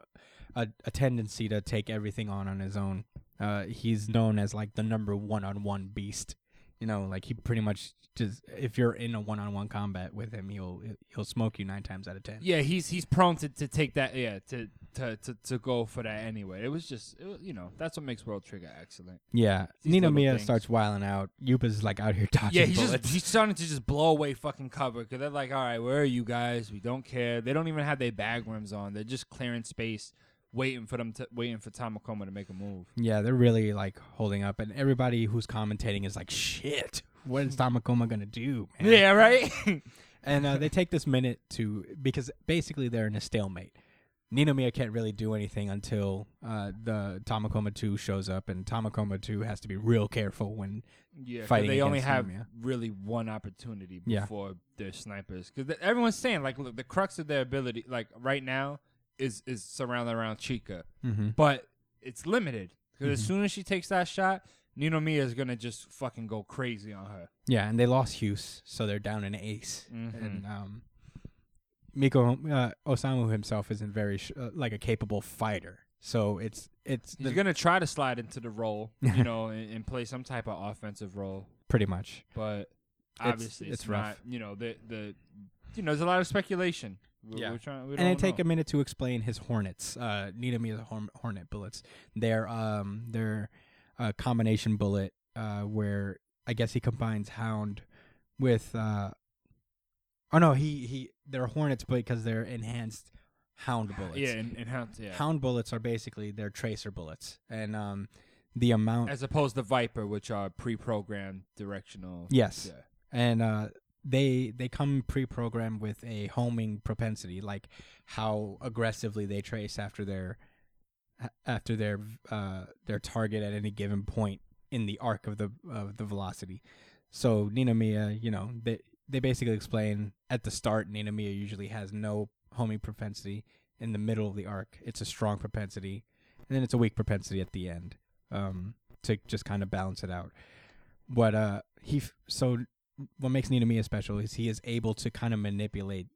Speaker 2: a a tendency to take everything on on his own. Uh, he's known as like the number one on one beast. You know, like he pretty much just if you're in a one on one combat with him, he'll he'll smoke you nine times out of ten.
Speaker 3: Yeah, he's he's prone to, to take that. Yeah, to, to to to go for that anyway. It was just it was, you know that's what makes World Trigger excellent.
Speaker 2: Yeah,
Speaker 3: These
Speaker 2: Nino
Speaker 3: little
Speaker 2: Mia
Speaker 3: things.
Speaker 2: starts wiling out. Yuba's like out here dodging
Speaker 3: Yeah, he's
Speaker 2: bullets.
Speaker 3: just he's starting to just blow away fucking cover because they're like, all right, where are you guys? We don't care. They don't even have their bag rims on. They're just clearing space, waiting for them to waiting for Tamakoma to make a move.
Speaker 2: Yeah, they're really like holding up, and everybody who's commentating is like, "Shit, what is Tamakoma gonna do?" Man?
Speaker 3: Yeah, right.
Speaker 2: And uh, they take this minute to because basically they're in a stalemate. Ninomiya can't really do anything until uh, the Tamakoma 2 shows up, and Tamakoma 2 has to be real careful when.
Speaker 3: yeah, 'cause
Speaker 2: Fighting
Speaker 3: they only
Speaker 2: against
Speaker 3: have
Speaker 2: him, yeah.
Speaker 3: really one opportunity
Speaker 2: Yeah.
Speaker 3: before their snipers because everyone's saying like, look, the crux of their ability, like right now, is is surrounded around Chica. but it's limited because as soon as she takes that shot, Nino Mia is gonna just fucking go crazy on her.
Speaker 2: Yeah, and they lost Hughes, so they're down an ace.
Speaker 3: Mm-hmm.
Speaker 2: And um, Miko uh, Osamu himself isn't very sh- uh, like a capable fighter, so it's it's
Speaker 3: He's
Speaker 2: the-
Speaker 3: gonna try to slide into the role, you know, and, and play some type of offensive role,
Speaker 2: pretty much.
Speaker 3: but
Speaker 2: It's-
Speaker 3: obviously it's,
Speaker 2: it's rough.
Speaker 3: not. You know, the the you know, there's a lot of speculation. We're,
Speaker 2: Yeah.
Speaker 3: we're trying, we
Speaker 2: and I
Speaker 3: don't
Speaker 2: take
Speaker 3: know.
Speaker 2: a minute to explain his hornets. Uh, Nita Mia's horn- hornet bullets. They're um they're a combination bullet uh where I guess he combines hound with uh oh no he he they're hornets because they're enhanced hound bullets.
Speaker 3: yeah, and, and how yeah.
Speaker 2: Hound bullets are basically they're tracer bullets and um the amount
Speaker 3: as opposed to Viper, which are pre-programmed directional.
Speaker 2: Yes.
Speaker 3: Yeah.
Speaker 2: and uh, they they come pre-programmed with a homing propensity, like how aggressively they trace after their a- after their uh, their target at any given point in the arc of the of the velocity. So Ninomiya, you know, they they basically explain at the start Ninomiya usually has no homing propensity. In the middle of the arc, it's a strong propensity, and then it's a weak propensity at the end um, to just kind of balance it out. But uh, he f- so what makes Ninomiya special is he is able to kind of manipulate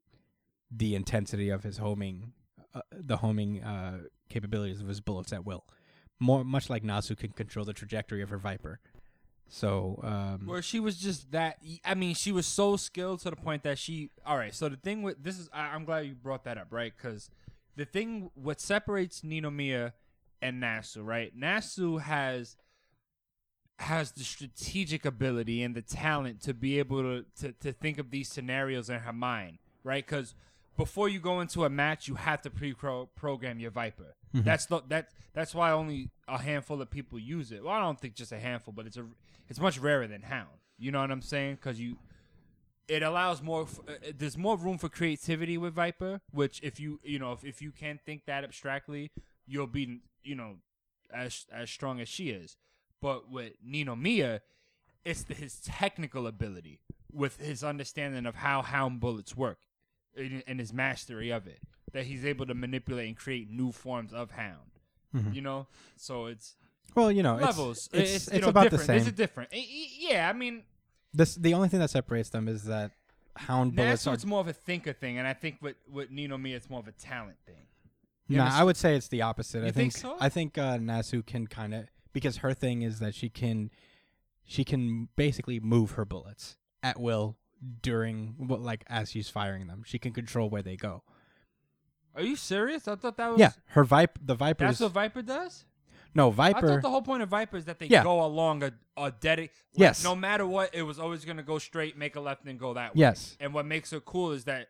Speaker 2: the intensity of his homing, uh, the homing uh, capabilities of his bullets at will. More much like Nasu can control the trajectory of her Viper. So um,
Speaker 3: Where she was just that. I mean, she was so skilled to the point that she. All right. So the thing with this is, I, I'm glad you brought that up, right? Because the thing what separates Ninomiya and Nasu, right? Nasu has has the strategic ability and the talent to be able to to, to think of these scenarios in her mind, right? Because before you go into a match, you have to pre-program your Viper. That's the that that's why only a handful of people use it. Well, I don't think just a handful, but it's a it's much rarer than Hound. You know what I'm saying? Because you it allows more f- uh, uh, there's more room for creativity with viper which if you you know if, if you can think that abstractly you'll be you know as as strong as she is but with nino mia it's the, his technical ability with his understanding of how hound bullets work and, and his mastery of it that he's able to manipulate and create new forms of hound you know so it's
Speaker 2: Well, you know, Mm-hmm. it's-
Speaker 3: levels
Speaker 2: It's,
Speaker 3: it's,
Speaker 2: it's,
Speaker 3: you know,
Speaker 2: about
Speaker 3: different.
Speaker 2: the same.
Speaker 3: it's different Eh, eh, yeah i mean
Speaker 2: this the only thing that separates them is that hound bullets
Speaker 3: Nasu,
Speaker 2: are.
Speaker 3: it's more of a thinker thing, and I think with with Nino Mia, it's more of a talent thing.
Speaker 2: Nah, I would say it's the opposite. I
Speaker 3: You
Speaker 2: think,
Speaker 3: think so?
Speaker 2: I think uh, Nasu can kind of because her thing is that she can, she can basically move her bullets at will during well, like as she's firing them. She can control where they go.
Speaker 3: Are you serious? I thought that was
Speaker 2: Yeah, her viper, the
Speaker 3: That's
Speaker 2: vipers.
Speaker 3: what Viper does.
Speaker 2: no
Speaker 3: I thought
Speaker 2: viper.
Speaker 3: the whole point of Viper is that they
Speaker 2: Yeah.
Speaker 3: go along a a dead. like,
Speaker 2: Yes.
Speaker 3: No matter what, it was always gonna go straight, make a left, and go that way.
Speaker 2: Yes.
Speaker 3: And what makes her cool is that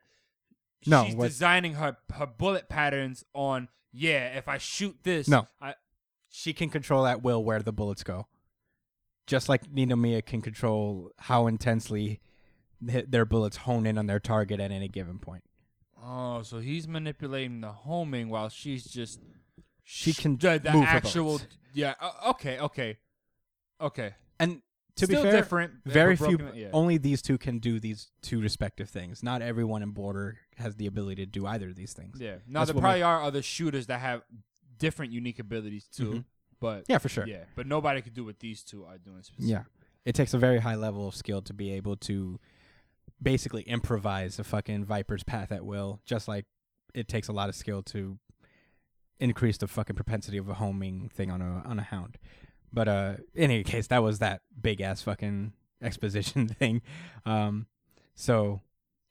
Speaker 2: No,
Speaker 3: she's
Speaker 2: what-
Speaker 3: designing her her bullet patterns on. Yeah, if I shoot this,
Speaker 2: No.
Speaker 3: I,
Speaker 2: she can control at will where the bullets go. Just like Nino Mia can control how intensely th- their bullets hone in on their target at any given point.
Speaker 3: Oh, so he's manipulating the homing while she's just
Speaker 2: She
Speaker 3: sh-
Speaker 2: can
Speaker 3: the, the
Speaker 2: move her
Speaker 3: actual.
Speaker 2: bullets.
Speaker 3: Yeah. o- okay. Okay. Okay.
Speaker 2: And to
Speaker 3: Still
Speaker 2: be fair,
Speaker 3: different, uh,
Speaker 2: very
Speaker 3: but
Speaker 2: few,
Speaker 3: broken- yeah.
Speaker 2: only these two can do these two respective things. Not everyone in Border has the ability to do either of these things.
Speaker 3: Yeah. Now
Speaker 2: That's
Speaker 3: there
Speaker 2: what
Speaker 3: probably are other shooters that have different unique abilities too,
Speaker 2: Mm-hmm.
Speaker 3: but
Speaker 2: Yeah, for sure.
Speaker 3: Yeah, but nobody could do what these two are doing. Specifically.
Speaker 2: Yeah. It takes a very high level of skill to be able to basically improvise a fucking Viper's path at will, just like it takes a lot of skill to increase the fucking propensity of a homing thing on a on a hound. But uh in any case, that was that big ass fucking exposition thing. Um so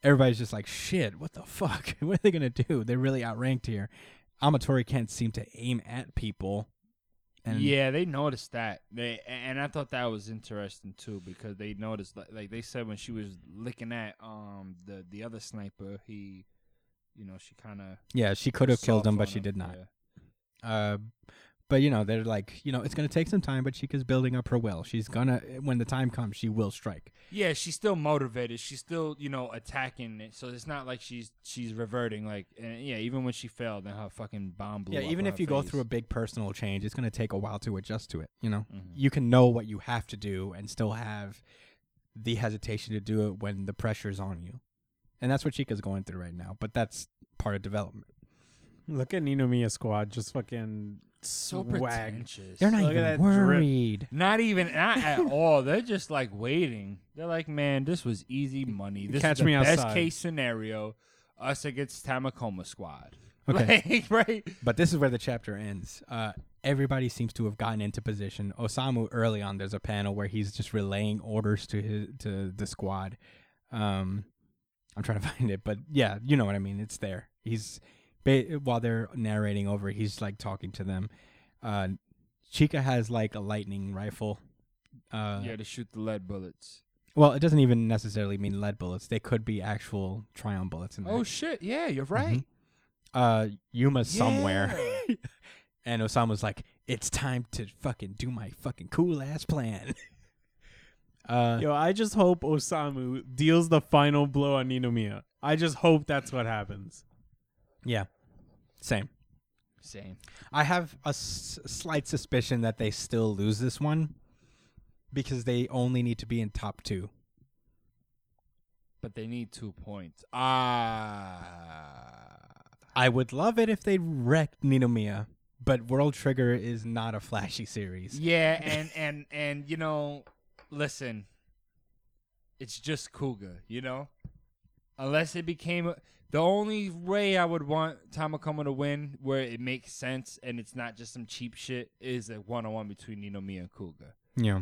Speaker 2: everybody's just like, shit, what the fuck? what are they gonna do? They're really outranked here. Amatori can't seem to aim at people. And
Speaker 3: yeah, they noticed that. They a- and I thought that was interesting too because they noticed like, like they said when she was looking at um the the other sniper, he, you know, she kind of
Speaker 2: yeah, she could have killed him, but she did not.
Speaker 3: Yeah.
Speaker 2: Uh, but you know, they're like, you know, it's gonna take some time, but she is building up her will. She's gonna, when the time comes, she will strike.
Speaker 3: Yeah, she's still motivated. She's still, you know, attacking it. So it's not like she's she's reverting. Like, and yeah, even when she failed and her fucking bomb blew.
Speaker 2: Yeah,
Speaker 3: up
Speaker 2: even
Speaker 3: on
Speaker 2: if
Speaker 3: her
Speaker 2: you go
Speaker 3: face.
Speaker 2: through a big personal change, it's gonna take a while to adjust to it. You know,
Speaker 4: Mm-hmm.
Speaker 2: you can know what you have to do and still have the hesitation to do it when the pressure's on you, and that's what Chica's going through right now. But that's part of development.
Speaker 4: Look at Nino Mia squad, just fucking
Speaker 3: so
Speaker 4: swag.
Speaker 3: pretentious.
Speaker 2: They're not
Speaker 4: Look at that
Speaker 2: even
Speaker 4: drip.
Speaker 2: worried.
Speaker 3: Not even not at all. They're just like waiting. They're like, man, this was easy money. This is
Speaker 4: Catch
Speaker 3: the
Speaker 4: me
Speaker 3: best
Speaker 4: outside."
Speaker 3: case scenario. Us against Tamakoma Squad.
Speaker 2: Okay.
Speaker 3: Like, right?
Speaker 2: But this is where the chapter ends. Uh, everybody seems to have gotten into position. Osamu early on, there's a panel where he's just relaying orders to his to the squad. Um, I'm trying to find it, but yeah, you know what I mean. It's there. He's ba- while they're narrating over, he's like talking to them. Uh, Chica has like a lightning rifle.
Speaker 4: Uh-huh.
Speaker 2: Uh,
Speaker 3: yeah, to shoot the lead bullets.
Speaker 2: Well, it doesn't even necessarily mean lead bullets. They could be actual Trion bullets. In there.
Speaker 3: Oh shit! Yeah,
Speaker 4: Mm-hmm.
Speaker 3: you're right.
Speaker 2: uh Yuma somewhere.
Speaker 3: Yeah.
Speaker 2: and Osama's like, "It's time to fucking do my fucking cool ass plan." uh
Speaker 4: Yo, I just hope Osamu deals the final blow on Nino Mia. I just hope that's what happens.
Speaker 2: yeah. Same.
Speaker 3: Same.
Speaker 2: I have a s- slight suspicion that they still lose this one because they only need to be in top 2.
Speaker 3: But they need two points. Ah.
Speaker 2: I would love it if they wrecked Ninomiya, but World Trigger is not a flashy series.
Speaker 3: Yeah, and and and you know, listen, it's just Cougar, you know. Unless it became a, the only way I would want Tamakoma to win, where it makes sense and it's not just some cheap shit, is a one on one between Nino Mia and Cougar.
Speaker 2: Yeah.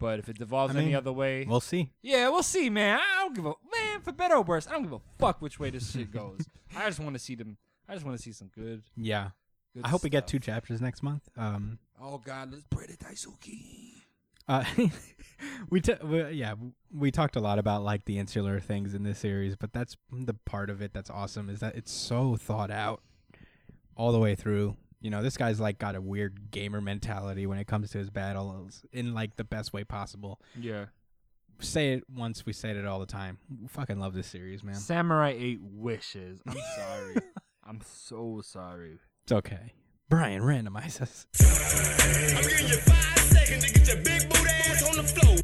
Speaker 3: But if it devolves
Speaker 2: I mean,
Speaker 3: any other way,
Speaker 2: We'll see.
Speaker 3: yeah, we'll see, man. I don't give a man for better or worse. I don't give a fuck which way this shit goes. I just want to see them. I just want to see some good.
Speaker 2: Yeah.
Speaker 3: good
Speaker 2: I hope we get
Speaker 3: stuff.
Speaker 2: two chapters next month. Um
Speaker 3: Oh God, let's pray to Daisuke.
Speaker 2: Uh, we, t- we yeah, we talked a lot about like the insular things in this series, but that's the part of it that's awesome is that it's so thought out all the way through. You know, this guy's like got a weird gamer mentality when it comes to his battles in like the best way possible.
Speaker 3: Yeah.
Speaker 2: Say it once, we said it all the time. We fucking love this series, man.
Speaker 3: Samurai Eight Wishes. I'm sorry. I'm so sorry.
Speaker 2: It's okay. Brian randomizes.
Speaker 5: I'm giving you five seconds to get your big boot ass on the floor.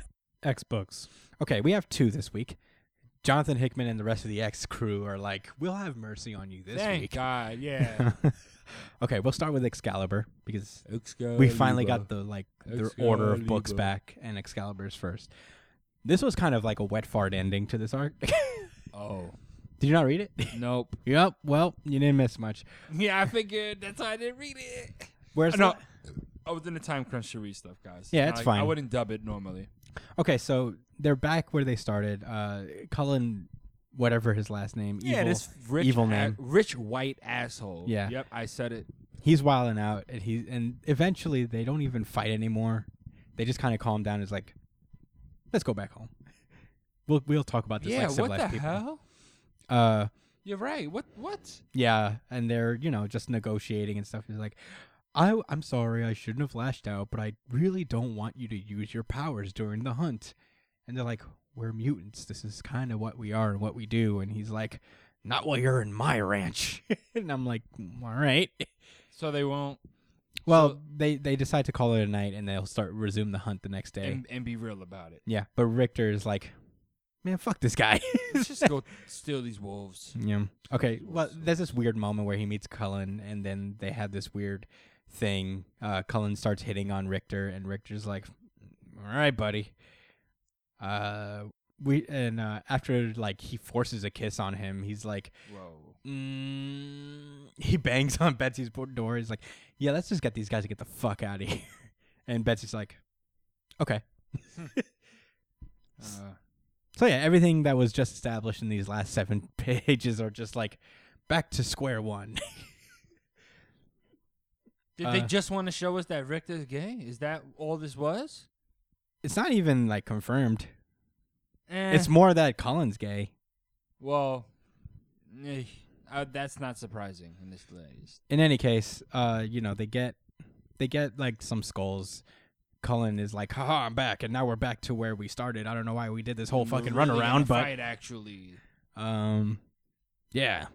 Speaker 4: X books.
Speaker 2: Okay, we have two this week. Jonathan Hickman and the rest of the X crew are like, we'll have mercy on you this
Speaker 3: Thank
Speaker 2: week.
Speaker 3: God. Yeah.
Speaker 2: okay, we'll start with Excalibur because
Speaker 3: Excalibur.
Speaker 2: we finally got the like the order of books
Speaker 3: Excalibur.
Speaker 2: back, and Excalibur's first. This was kind of like a wet fart ending to this arc.
Speaker 3: Oh.
Speaker 2: Did you not read it?
Speaker 3: Nope.
Speaker 2: yep. Well, you didn't miss much.
Speaker 3: Yeah, I figured that's why I didn't read it.
Speaker 2: Where's
Speaker 3: No.
Speaker 2: the-
Speaker 3: I was in a time crunch to read stuff, guys.
Speaker 2: Yeah,
Speaker 3: Not
Speaker 2: it's
Speaker 3: like- I
Speaker 2: fine.
Speaker 3: wouldn't dub it normally.
Speaker 2: Okay, so they're back where they started. Uh, Cullen, whatever his last name,
Speaker 3: yeah,
Speaker 2: evil,
Speaker 3: this rich,
Speaker 2: evil
Speaker 3: a-
Speaker 2: man.
Speaker 3: rich white asshole.
Speaker 2: Yeah.
Speaker 3: Yep, I said it.
Speaker 2: he's wilding out and he and eventually they don't even fight anymore. They just kind of calm down. And it's like, let's go back home. We'll we'll talk about this
Speaker 3: yeah,
Speaker 2: like
Speaker 3: what the
Speaker 2: civilized people.
Speaker 3: hell?
Speaker 2: Uh,
Speaker 3: You're right. What? What?
Speaker 2: yeah, and they're you know just negotiating and stuff. He's like, I I'm sorry, I shouldn't have lashed out, but I really don't want you to use your powers during the hunt. And they're like, we're mutants. This is kind of what we are and what we do. And he's like, not while you're in my ranch. and I'm like, "Mm, all right.
Speaker 3: So they won't
Speaker 2: Well, they they decide to call it a night and they'll start resume the hunt the next day.
Speaker 3: and, and be real about it.
Speaker 2: yeah, but Richter is like, man, fuck this guy.
Speaker 3: Let's just go steal these wolves.
Speaker 2: yeah. Okay. Well, there's this weird moment where he meets Cullen and then they have this weird thing. Uh, Cullen starts hitting on Richter and Richter's like, all right, buddy. Uh, we and uh, after like he forces a kiss on him, he's like,
Speaker 3: Whoa.
Speaker 2: mm, he bangs on Betsy's bo- door. He's like, "Yeah, let's just get these guys to get the fuck out of here." And Betsy's like, "Okay."
Speaker 3: Uh,
Speaker 2: So yeah, everything that was just established in these last seven pages are just like back to square one.
Speaker 3: did they
Speaker 2: Uh,
Speaker 3: just want to show us that Richter's gay? Is that all this was?
Speaker 2: it's not even like confirmed.
Speaker 3: Eh,
Speaker 2: It's more that Colin's gay,
Speaker 3: well. eh, uh, that's not surprising in this latest.
Speaker 2: in any case, uh, you know, they get they get like some skulls. Cullen is like, haha, I'm back, and now we're back to where we started. I don't know why we did this whole fucking
Speaker 3: Really
Speaker 2: run
Speaker 3: gonna
Speaker 2: around, but
Speaker 3: fight, actually,
Speaker 2: um, yeah,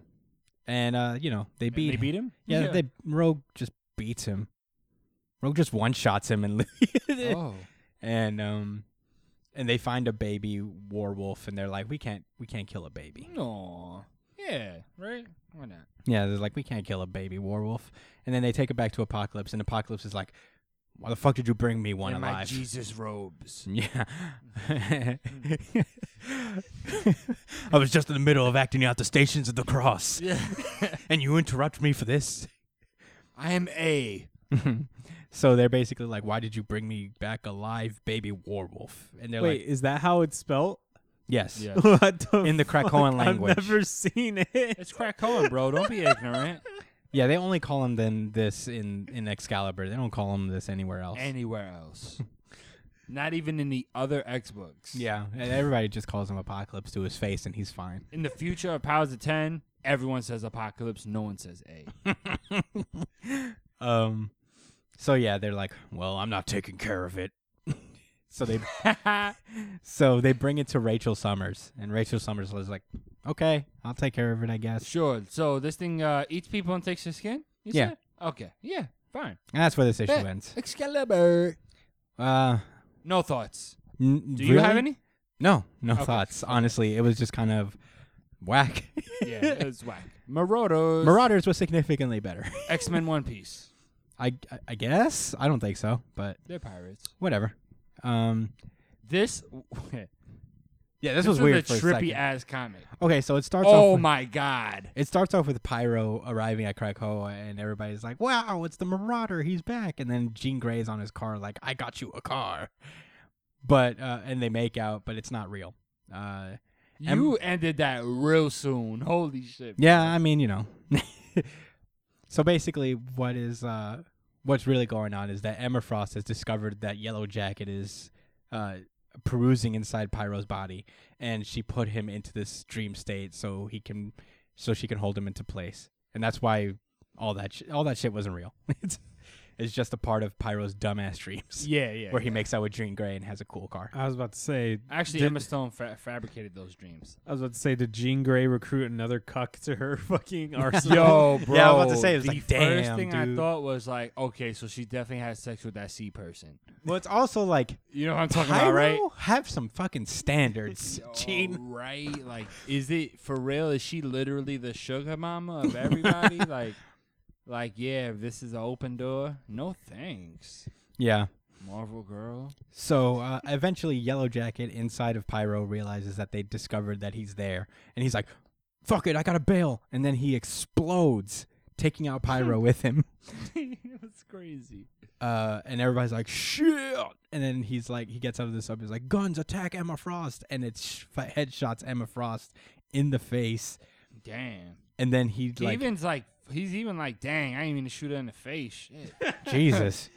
Speaker 2: and uh, you know, they beat,
Speaker 3: they beat him.
Speaker 2: Yeah, they Rogue just beats him. Rogue just one shots him and
Speaker 3: oh,
Speaker 2: and um, and they find a baby werewolf, and they're like, we can't, we can't kill a baby.
Speaker 3: no. Yeah, right. Why not?
Speaker 2: Yeah, they're like, we can't kill a baby werewolf. And then they take it back to Apocalypse, and Apocalypse is like, why the fuck did you bring me one
Speaker 3: In my
Speaker 2: alive?
Speaker 3: Jesus robes.
Speaker 2: yeah. I was just in the middle of acting out the stations of the cross, and you interrupt me for this.
Speaker 3: I am a.
Speaker 2: So they're basically like, why did you bring me back a live baby werewolf? And they're
Speaker 4: Wait,
Speaker 2: like,
Speaker 4: is that how it's spelled?
Speaker 2: yes.
Speaker 3: Yeah.
Speaker 4: what the
Speaker 2: In the
Speaker 4: fuck?
Speaker 2: Krakowan language.
Speaker 4: I've never seen it.
Speaker 3: It's Krakoa, bro. Don't be ignorant.
Speaker 2: Yeah, they only call him then this in, in Excalibur. They don't call him this anywhere else.
Speaker 3: Anywhere else. Not even in the other X books.
Speaker 2: yeah, and everybody just calls him Apocalypse to his face, and he's fine.
Speaker 3: In the future of Powers of Ten, everyone says Apocalypse. No one says A.
Speaker 2: Um, so yeah, they're like, well, I'm not taking care of it. so they, so they bring it to Rachel Summers, and Rachel Summers was like, okay, I'll take care of it, I guess.
Speaker 3: sure. So this thing uh, eats people and takes their skin. You
Speaker 2: Yeah.
Speaker 3: said? Okay. Yeah. Fine.
Speaker 2: And that's where this issue
Speaker 3: Bet.
Speaker 2: ends.
Speaker 3: Excalibur.
Speaker 2: Uh,
Speaker 3: No thoughts.
Speaker 2: n-
Speaker 3: Do you have
Speaker 2: really?
Speaker 3: any?
Speaker 2: No, no thoughts. Honestly, it was just kind of whack.
Speaker 3: yeah, it's whack. Marauders.
Speaker 2: Marauders was significantly better.
Speaker 3: X Men One Piece.
Speaker 2: I, I, I guess I don't think so, but
Speaker 3: They're pirates.
Speaker 2: whatever. Um,
Speaker 3: This.
Speaker 2: yeah, this,
Speaker 3: This
Speaker 2: was
Speaker 3: was
Speaker 2: weird
Speaker 3: a
Speaker 2: for a
Speaker 3: trippy
Speaker 2: second.
Speaker 3: ass comic.
Speaker 2: okay, so it starts. off
Speaker 3: Oh
Speaker 2: with-
Speaker 3: my god.
Speaker 2: It starts off with Pyro arriving at Krakoa, and everybody's like, "Wow, it's the Marauder! He's back!" And then Jean Grey's on his car, like, "I got you a car," but uh, and they make out, but it's not real. Uh, Em-
Speaker 3: You ended that real soon. Holy shit.
Speaker 2: yeah, I mean, you know. so basically, what is uh, what's really going on is that Emma Frost has discovered that Yellow Jacket is uh, perusing inside Pyro's body, and she put him into this dream state so he can, so she can hold him into place, and that's why all that sh- all that shit wasn't real. it's, it's just a part of Pyro's dumbass dreams.
Speaker 4: Yeah, yeah.
Speaker 2: Where he makes out with Jean Grey and has a cool car.
Speaker 4: I was about to say.
Speaker 3: Actually,
Speaker 4: did-
Speaker 3: Emma Stone fa- fabricated those dreams.
Speaker 4: I was about to say, did Jean Grey recruit another cuck to her fucking arsenal?
Speaker 3: Yo, bro.
Speaker 2: Yeah, I was about to say, it was
Speaker 3: the
Speaker 2: like,
Speaker 3: first
Speaker 2: damn,
Speaker 3: thing I
Speaker 2: dude.
Speaker 3: thought was like, okay, so she definitely had sex with that C person.
Speaker 2: Well, it's also like
Speaker 3: You know what I'm talking
Speaker 2: Pyro
Speaker 3: about, right?
Speaker 2: have some fucking standards,
Speaker 3: Gene.
Speaker 2: Gene.
Speaker 3: right? Like, is it for real? Is she literally the sugar mama of everybody? like, like, yeah, this is an open door. No thanks,
Speaker 2: Yeah.
Speaker 3: Marvel girl.
Speaker 2: So uh, eventually, Yellow Jacket inside of Pyro realizes that they discovered that he's there, and he's like, "Fuck it, I gotta bail!" And then he explodes, taking out Pyro with him.
Speaker 3: That's crazy.
Speaker 2: Uh, and everybody's like, "Shit!" And then he's like, he gets out of this up. He's like, "Guns attack Emma Frost!" And it's sh- headshots Emma Frost in the face,
Speaker 3: Damn.
Speaker 2: and then he
Speaker 3: He
Speaker 2: like
Speaker 3: even's like, he's even like, dang, I ain't even shoot her in the face. Shit.
Speaker 2: Jesus.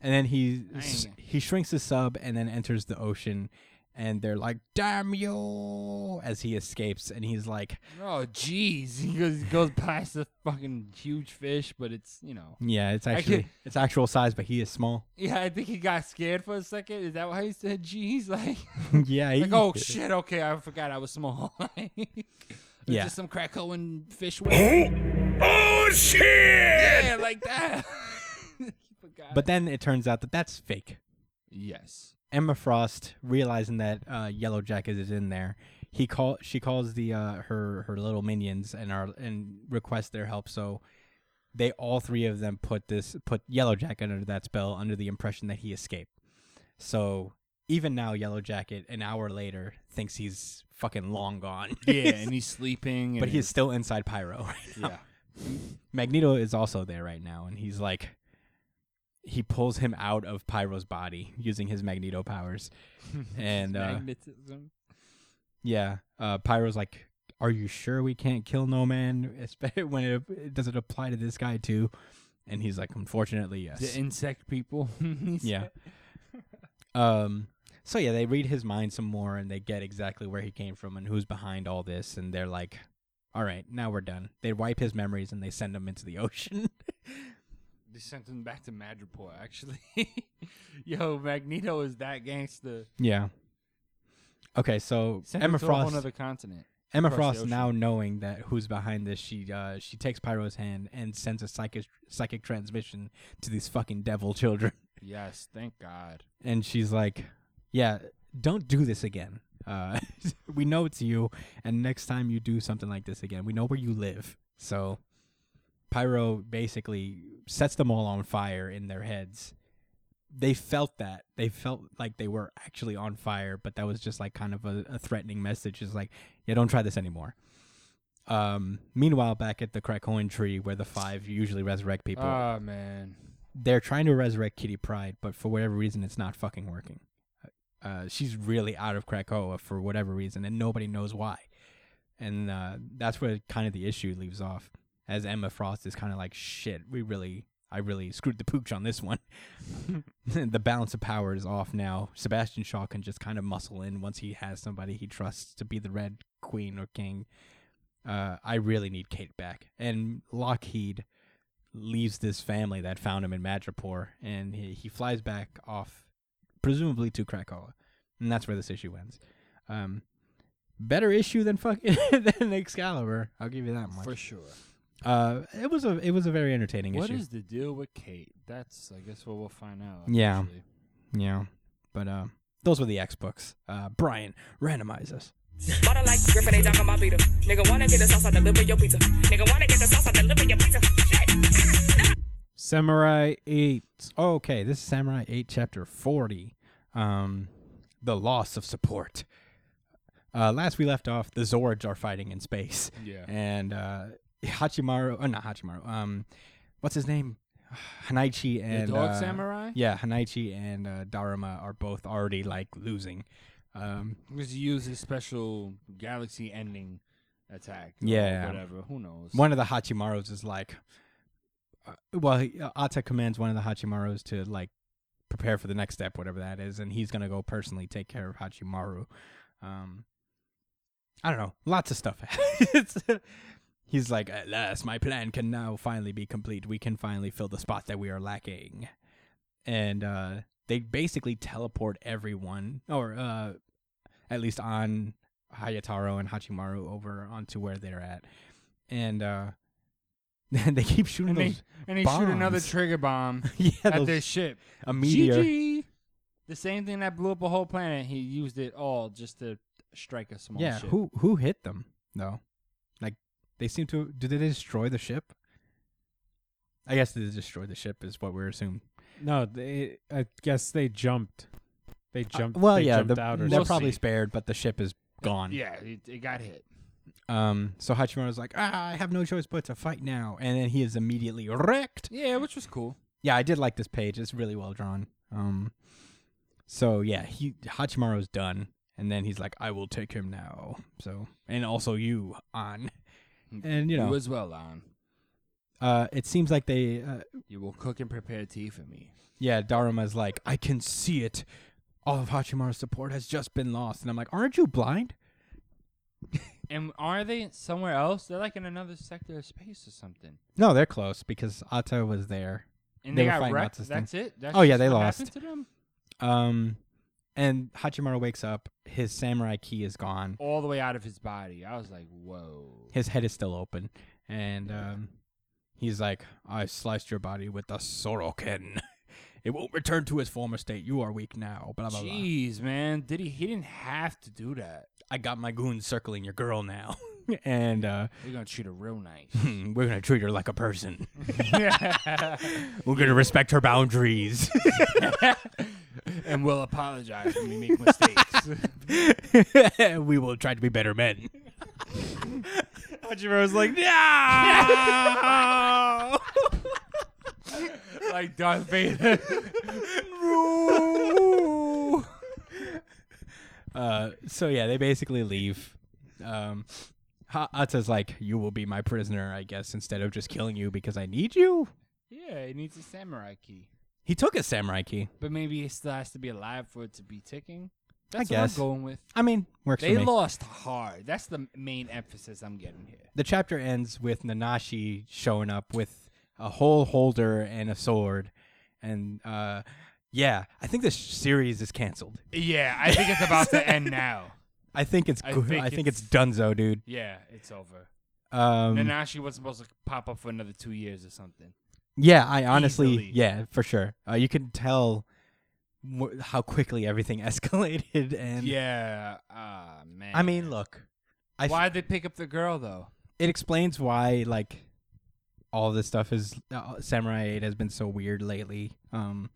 Speaker 2: And then he s-
Speaker 3: Dang.
Speaker 2: he shrinks the sub and then enters the ocean, and they're like, "Damn you!" as he escapes, and he's like,
Speaker 3: oh, jeez. He goes, goes past the fucking huge fish, but it's you know.
Speaker 2: "Yeah, it's
Speaker 3: I
Speaker 2: actually
Speaker 3: can't-
Speaker 2: it's actual size, but he is small."
Speaker 3: Yeah, I think he got scared for a second. Is that why he said jeez? Like,
Speaker 2: yeah, he,
Speaker 3: like oh shit, okay, I forgot I was small. Like,
Speaker 2: Yeah.
Speaker 3: just some Krakoan fish. Oh,
Speaker 5: Oh shit!
Speaker 3: yeah, like that. He forgot.
Speaker 2: But then it turns out that that's fake.
Speaker 3: yes,
Speaker 2: Emma Frost, realizing that uh, Yellow Jacket is in there, he call she calls the uh, her her little minions and are and requests their help. So they all three of them put this put Yellow Jacket under that spell under the impression that he escaped. So even now, Yellow Jacket, an hour later, thinks he's fucking long gone.
Speaker 3: yeah, and he's sleeping.
Speaker 2: but
Speaker 3: and-
Speaker 2: he's still inside Pyro.
Speaker 3: yeah.
Speaker 2: Magneto is also there right now, and he's like, he pulls him out of Pyro's body using his Magneto powers, and uh,
Speaker 3: Magnetism.
Speaker 2: yeah, uh, Pyro's like, "Are you sure we can't kill No Man? Espe- When it, it does it apply to this guy too?" And he's like, "Unfortunately,
Speaker 3: The
Speaker 2: yes."
Speaker 3: insect people. He
Speaker 2: Yeah.
Speaker 3: said-
Speaker 2: um. So yeah, they read his mind some more, and they get exactly where he came from and who's behind all this, and they're like, "All right, now we're done." They wipe his memories and they send him into the ocean.
Speaker 3: They sent him back to Madripoor, actually. Yo, Magneto is that gangster.
Speaker 2: Yeah. Okay, so
Speaker 3: Sent him
Speaker 2: Emma
Speaker 3: to a whole
Speaker 2: Frost.
Speaker 3: nother continent.
Speaker 2: Emma
Speaker 3: across
Speaker 2: Frost,
Speaker 3: the ocean.
Speaker 2: now knowing that who's behind this, she uh, she takes Pyro's hand and sends a psychic psychic transmission to these fucking devil children,
Speaker 3: Yes, thank God.
Speaker 2: and she's like, "Yeah, don't do this again. Uh, we know it's you, and next time you do something like this again, we know where you live." So, Pyro basically sets them all on fire in their heads. They felt that. They felt like they were actually on fire, but that was just like kind of a, a threatening message. Is like, yeah, don't try this anymore. Um, meanwhile, back at the Krakoan tree where the five usually resurrect people,
Speaker 3: Ah, man.
Speaker 2: they're trying to resurrect Kitty Pride, but for whatever reason, it's not fucking working. Uh, she's really out of Krakoa for whatever reason, and nobody knows why. And uh, that's where kind of the issue leaves off, as Emma Frost is kind of like, "Shit, we really, I really screwed the pooch on this one." the balance of power is off now. Sebastian Shaw can just kind of muscle in once he has somebody he trusts to be the Red Queen or King. Uh, I really need Kate back, and Lockheed leaves this family that found him in Madripoor, and he, he flies back off, presumably to Krakoa, and that's where this issue ends. Um, better issue than fucking than Excalibur, I'll give you that much.
Speaker 3: For sure.
Speaker 2: Uh, it was a it was a very entertaining
Speaker 3: What
Speaker 2: issue.
Speaker 3: is the deal with Kate? That's, I guess, what we'll find out.
Speaker 2: Yeah.
Speaker 3: eventually.
Speaker 2: yeah, but uh, those were the X books. Uh, Brian, randomize us.
Speaker 6: Bought her like Griffin, they talking about Peter. Nigga wanna get the sauce, I deliver your pizza. Nigga wanna get the sauce, I deliver your pizza. Shit.
Speaker 4: Samurai 8.
Speaker 2: Okay, this is Samurai 8, Chapter 40. Um, the loss of support. Uh, last we left off, the Zords are fighting in space.
Speaker 3: Yeah.
Speaker 2: And uh, Hachimaru, uh, not Hachimaru, um, what's his name? Hanaichi and.
Speaker 3: dog
Speaker 2: uh,
Speaker 3: samurai?
Speaker 2: Yeah, Hanaichi and uh, Daruma are both already, like, losing. Um,
Speaker 3: Because he used his special galaxy ending attack. or
Speaker 2: Yeah.
Speaker 3: Whatever. Who knows?
Speaker 2: one of the Hachimaros is like, uh, well, he- uh, Ata commands one of the Hachimaros to like prepare for the next step, whatever that is, and he's gonna go personally take care of Hachimaru. Um, I don't know, lots of stuff. It's- he's like, at last, my plan can now finally be complete. We can finally fill the spot that we are lacking, and uh, they basically teleport everyone, or uh, at least on Hayataro and Hachimaru over onto where they're at, and uh, they keep shooting
Speaker 3: And they,
Speaker 2: those.
Speaker 3: and they shoot another
Speaker 2: bombs.
Speaker 3: trigger bomb
Speaker 2: yeah,
Speaker 3: at
Speaker 2: those-
Speaker 3: this ship.
Speaker 2: a meteor.
Speaker 3: GG. The same thing that blew up a whole planet. He used it all just to strike a small
Speaker 2: Yeah,
Speaker 3: ship.
Speaker 2: who who hit them though? Like they seem to did they destroy the ship? I guess they destroyed the ship is what we're assuming.
Speaker 4: No, they. I guess they jumped. They jumped.
Speaker 2: Uh, well,
Speaker 4: they
Speaker 2: yeah,
Speaker 4: jumped
Speaker 2: the-
Speaker 4: out or
Speaker 2: they're
Speaker 4: something.
Speaker 2: probably spared, but the ship is gone.
Speaker 3: Yeah, it, it got hit.
Speaker 2: Um. So Hachimaru's like, ah, I have no choice but to fight now, and then he is immediately wrecked.
Speaker 3: Yeah, which was cool.
Speaker 2: Yeah, I did like this page. It's really well drawn. Um. So yeah, he Hachimaru's done, and then he's like, I will take him now. So and also you on, and you
Speaker 3: You
Speaker 2: know,
Speaker 3: as well, on.
Speaker 2: uh, it seems like they uh,
Speaker 3: You will cook and prepare tea for me.
Speaker 2: yeah, Daruma's like, I can see it. All of Hachimaru's support has just been lost. And I'm like, aren't you blind?
Speaker 3: And are they somewhere else? They're like in another sector of space or something.
Speaker 2: No, they're close because Ato was there.
Speaker 3: And
Speaker 2: They
Speaker 3: they,
Speaker 2: were
Speaker 3: got
Speaker 2: fighting
Speaker 3: wrecked.
Speaker 2: lots of
Speaker 3: That's it. That's
Speaker 2: Oh, yeah,
Speaker 3: just
Speaker 2: they
Speaker 3: what
Speaker 2: lost.
Speaker 3: happened to them?
Speaker 2: Um, and Hachimaru wakes up. His samurai key is gone.
Speaker 3: All the way out of his body. I was like, whoa.
Speaker 2: His head is still open. And um, he's like, I sliced your body with the Soroken. It won't return to its former state. You are weak now. Blah, blah, blah.
Speaker 3: Jeez, man. Did he? He didn't have to do that.
Speaker 2: I got my goons circling your girl now. and uh,
Speaker 3: They're gonna treat her real nice.
Speaker 2: hmm, we're going to treat her like a person. We're going to respect her boundaries.
Speaker 3: and will apologize when we make mistakes.
Speaker 2: we will try to be better men.
Speaker 4: Hachimaru's like,
Speaker 2: No!
Speaker 3: like Darth Vader.
Speaker 2: uh, so yeah, they basically leave. Um, Ha- Ata's like, "You will be my prisoner, I guess, instead of just killing you because I need you."
Speaker 3: yeah, he needs a samurai key.
Speaker 2: He took a samurai key.
Speaker 3: But maybe he still has to be alive for it to be ticking.
Speaker 2: I
Speaker 3: That's
Speaker 2: guess.
Speaker 3: what I'm going with.
Speaker 2: I mean, works
Speaker 3: They
Speaker 2: for me.
Speaker 3: lost hard. That's the main emphasis I'm getting here.
Speaker 2: the chapter ends with Nanashi showing up with a whole holder and a sword, and uh, yeah, I think this series is canceled.
Speaker 3: Yeah, I think it's about to end now.
Speaker 2: I think it's
Speaker 3: I
Speaker 2: go-
Speaker 3: think
Speaker 2: I think it's,
Speaker 3: it's-
Speaker 2: Dunzo, dude.
Speaker 3: Yeah, it's over.
Speaker 2: Um,
Speaker 3: Nanashi was supposed to pop up for another two years or something.
Speaker 2: Yeah, I honestly,
Speaker 3: Easily.
Speaker 2: yeah, for sure. Uh, you can tell wh- how quickly everything escalated, and
Speaker 3: yeah, ah man.
Speaker 2: I mean, look, I f-
Speaker 3: why would they pick up the girl though?
Speaker 2: it explains why like all this stuff is uh, Samurai Eight has been so weird lately. Um,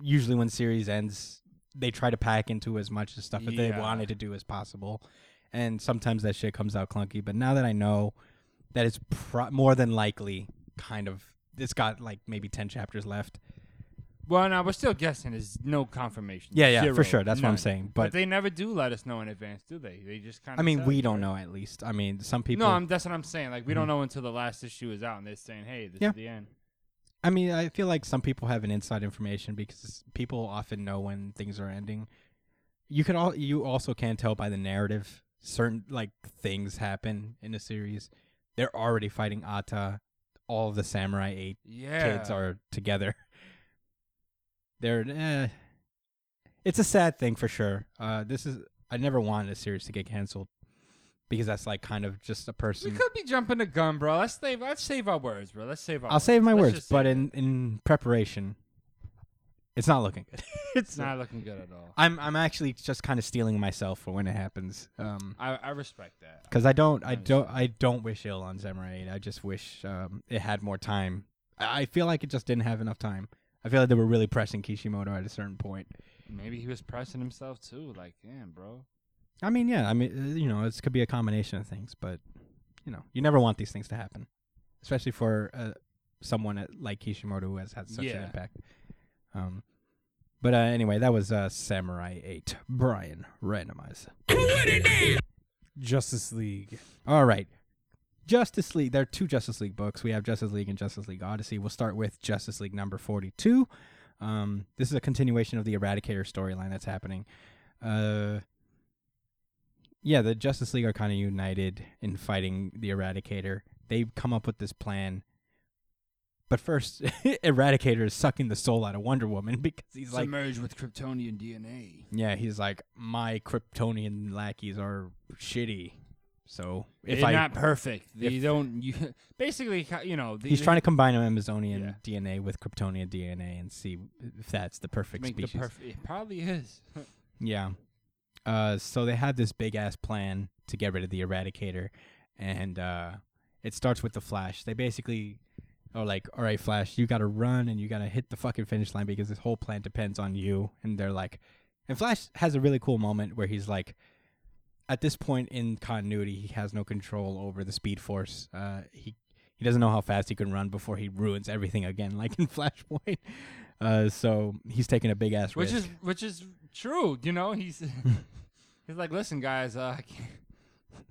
Speaker 2: usually when series ends, they try to pack into as much of stuff that they
Speaker 3: Yeah.
Speaker 2: wanted to do as possible, and sometimes that shit comes out clunky. But now that I know that it's pro- more than likely kind of it's got like maybe ten chapters left.
Speaker 3: Well, no, we're still guessing. There's no confirmation.
Speaker 2: Yeah, yeah, for
Speaker 3: Zero.
Speaker 2: sure. That's what I'm
Speaker 3: None.
Speaker 2: saying.
Speaker 3: But,
Speaker 2: But,
Speaker 3: they never do let us know in advance, do they? They just kind
Speaker 2: I
Speaker 3: of.
Speaker 2: mean, we don't know at least. I mean, some people. Mm-hmm.
Speaker 3: No, I'm, that's what I'm saying. Like, we don't know until the last issue is out, and they're saying, "Hey, this
Speaker 2: Yeah.
Speaker 3: is the end."
Speaker 2: I mean, I feel like some people have an inside information because people often know when things are ending. You can all you also can tell by the narrative certain like things happen in a series. They're already fighting Atta. All of the samurai eight
Speaker 3: Yeah,
Speaker 2: kids are together. They're eh. it's a sad thing for sure. Uh, this is I never wanted a series to get canceled because that's like kind of just a
Speaker 3: We
Speaker 2: person.
Speaker 3: could be jumping the gun, bro. Let's save. Let's save our words, bro. Let's save our.
Speaker 2: I'll save my
Speaker 3: Let's
Speaker 2: words,
Speaker 3: just save
Speaker 2: but
Speaker 3: it.
Speaker 2: in, in preparation, it's not looking good.
Speaker 3: it's not looking good at all.
Speaker 2: I'm I'm actually just kind of stealing myself for when it happens, because
Speaker 3: I, I respect that.
Speaker 2: I don't I
Speaker 3: understand.
Speaker 2: don't I don't wish ill on Samurai. 8. I just wish um, it had more time. I, I feel like it just didn't have enough time. I feel like they were really pressing Kishimoto at a certain point.
Speaker 3: Maybe he was pressing himself too. Like, damn, bro.
Speaker 2: I mean, yeah, I mean, uh, you know, it could be a combination of things, but you know, you never want these things to happen, especially for uh, someone at, like Kishimoto who has had such an
Speaker 3: Yeah.
Speaker 2: impact. Um, but uh, anyway, that was uh, Samurai Eight. Brian, randomize.
Speaker 4: Justice League.
Speaker 2: All right, Justice League. There are two Justice League books. We have Justice League and Justice League Odyssey. We'll start with Justice League number forty-two. Um, this is a continuation of the Eradicator storyline that's happening. Uh, yeah, the Justice League are kind of united in fighting the Eradicator. They come up with this plan. But first, Eradicator is sucking the soul out of Wonder Woman because he's like,
Speaker 3: Submerged with Kryptonian DNA.
Speaker 2: yeah, he's like, my Kryptonian lackeys are shitty. So if
Speaker 3: They're
Speaker 2: I
Speaker 3: not perfect. They
Speaker 2: if-
Speaker 3: don't. You, basically, ca- you know, the,
Speaker 2: He's trying to combine Amazonian
Speaker 3: Yeah.
Speaker 2: DNA with Kryptonian DNA and see if that's the perfect
Speaker 3: make
Speaker 2: species.
Speaker 3: the perfect. It probably is.
Speaker 2: yeah. Uh, so they have this big ass plan to get rid of the Eradicator, and uh, it starts with the Flash. They basically are like, "All right, Flash, you gotta run and you gotta hit the fucking finish line because this whole plan depends on you." And they're like, and Flash has a really cool moment where he's like, at this point in continuity, he has no control over the Speed Force. Uh, he he doesn't know how fast he can run before he ruins everything again, like in Flashpoint. Uh, so he's taking a big ass
Speaker 3: which
Speaker 2: risk.
Speaker 3: is which is true. You know, he's he's like, listen, guys. Uh, I can't-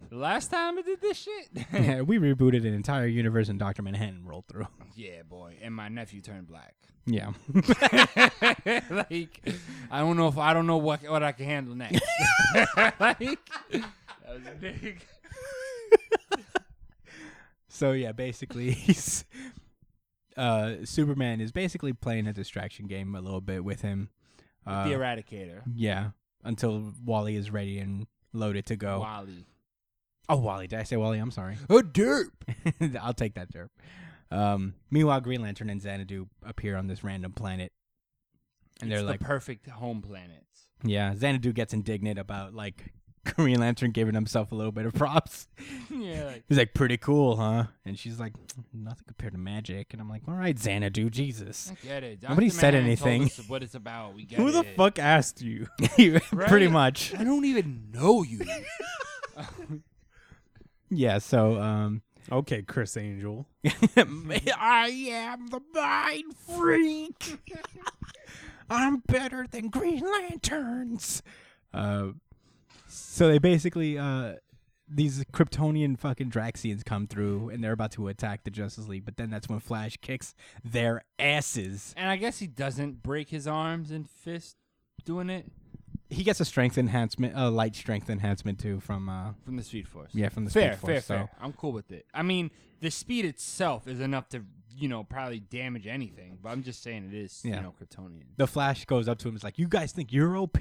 Speaker 3: the last time I did this shit,
Speaker 2: Yeah, we rebooted an entire universe and Doctor Manhattan rolled through.
Speaker 3: yeah, boy, and my nephew turned black.
Speaker 2: Yeah,
Speaker 3: like, I don't know if I don't know what what I can handle next. like, that was big.
Speaker 2: So yeah, basically he's uh Superman is basically playing a distraction game a little bit with him. Uh,
Speaker 3: the Eradicator,
Speaker 2: yeah, until Wally is ready and loaded to go.
Speaker 3: Wally.
Speaker 2: Oh, Wally. Did I say Wally? I'm sorry. Oh, derp. I'll take that derp. Um, meanwhile, Green Lantern and Xanadu appear on this random planet. And
Speaker 3: It's
Speaker 2: they're like,
Speaker 3: the perfect home planet.
Speaker 2: yeah, Xanadu gets indignant about like Green Lantern giving himself a little bit of props.
Speaker 3: yeah, like,
Speaker 2: He's like, pretty cool, huh? And she's like, nothing compared to magic. And I'm like, all right, Xanadu, Jesus.
Speaker 3: I get it.
Speaker 2: Nobody
Speaker 3: Dr.
Speaker 2: said
Speaker 3: Manhattan told
Speaker 2: anything.
Speaker 3: us what it's about. We get
Speaker 4: Who the
Speaker 3: it.
Speaker 4: fuck asked you?
Speaker 2: Pretty
Speaker 3: Right?
Speaker 2: much.
Speaker 3: I don't even know you.
Speaker 2: Yeah, so, um,
Speaker 4: Okay, Chris Angel.
Speaker 2: I am the mind freak. I'm better than Green Lanterns. Uh, so they basically, uh, these Kryptonian fucking Draxians come through and they're about to attack the Justice League, but then that's when Flash kicks their asses.
Speaker 3: and I guess he doesn't break his arms and fist doing it
Speaker 2: He gets a strength enhancement, a light strength enhancement too from uh,
Speaker 3: from the Speed Force.
Speaker 2: Yeah, from the
Speaker 3: fair,
Speaker 2: Speed Force,
Speaker 3: fair,
Speaker 2: so-
Speaker 3: fair. I'm cool with it. I mean, the speed itself is enough to you know probably damage anything, but I'm just saying it is
Speaker 2: Yeah.
Speaker 3: you know Kryptonian.
Speaker 2: the Flash goes up to him. Is like, you guys think you're OP?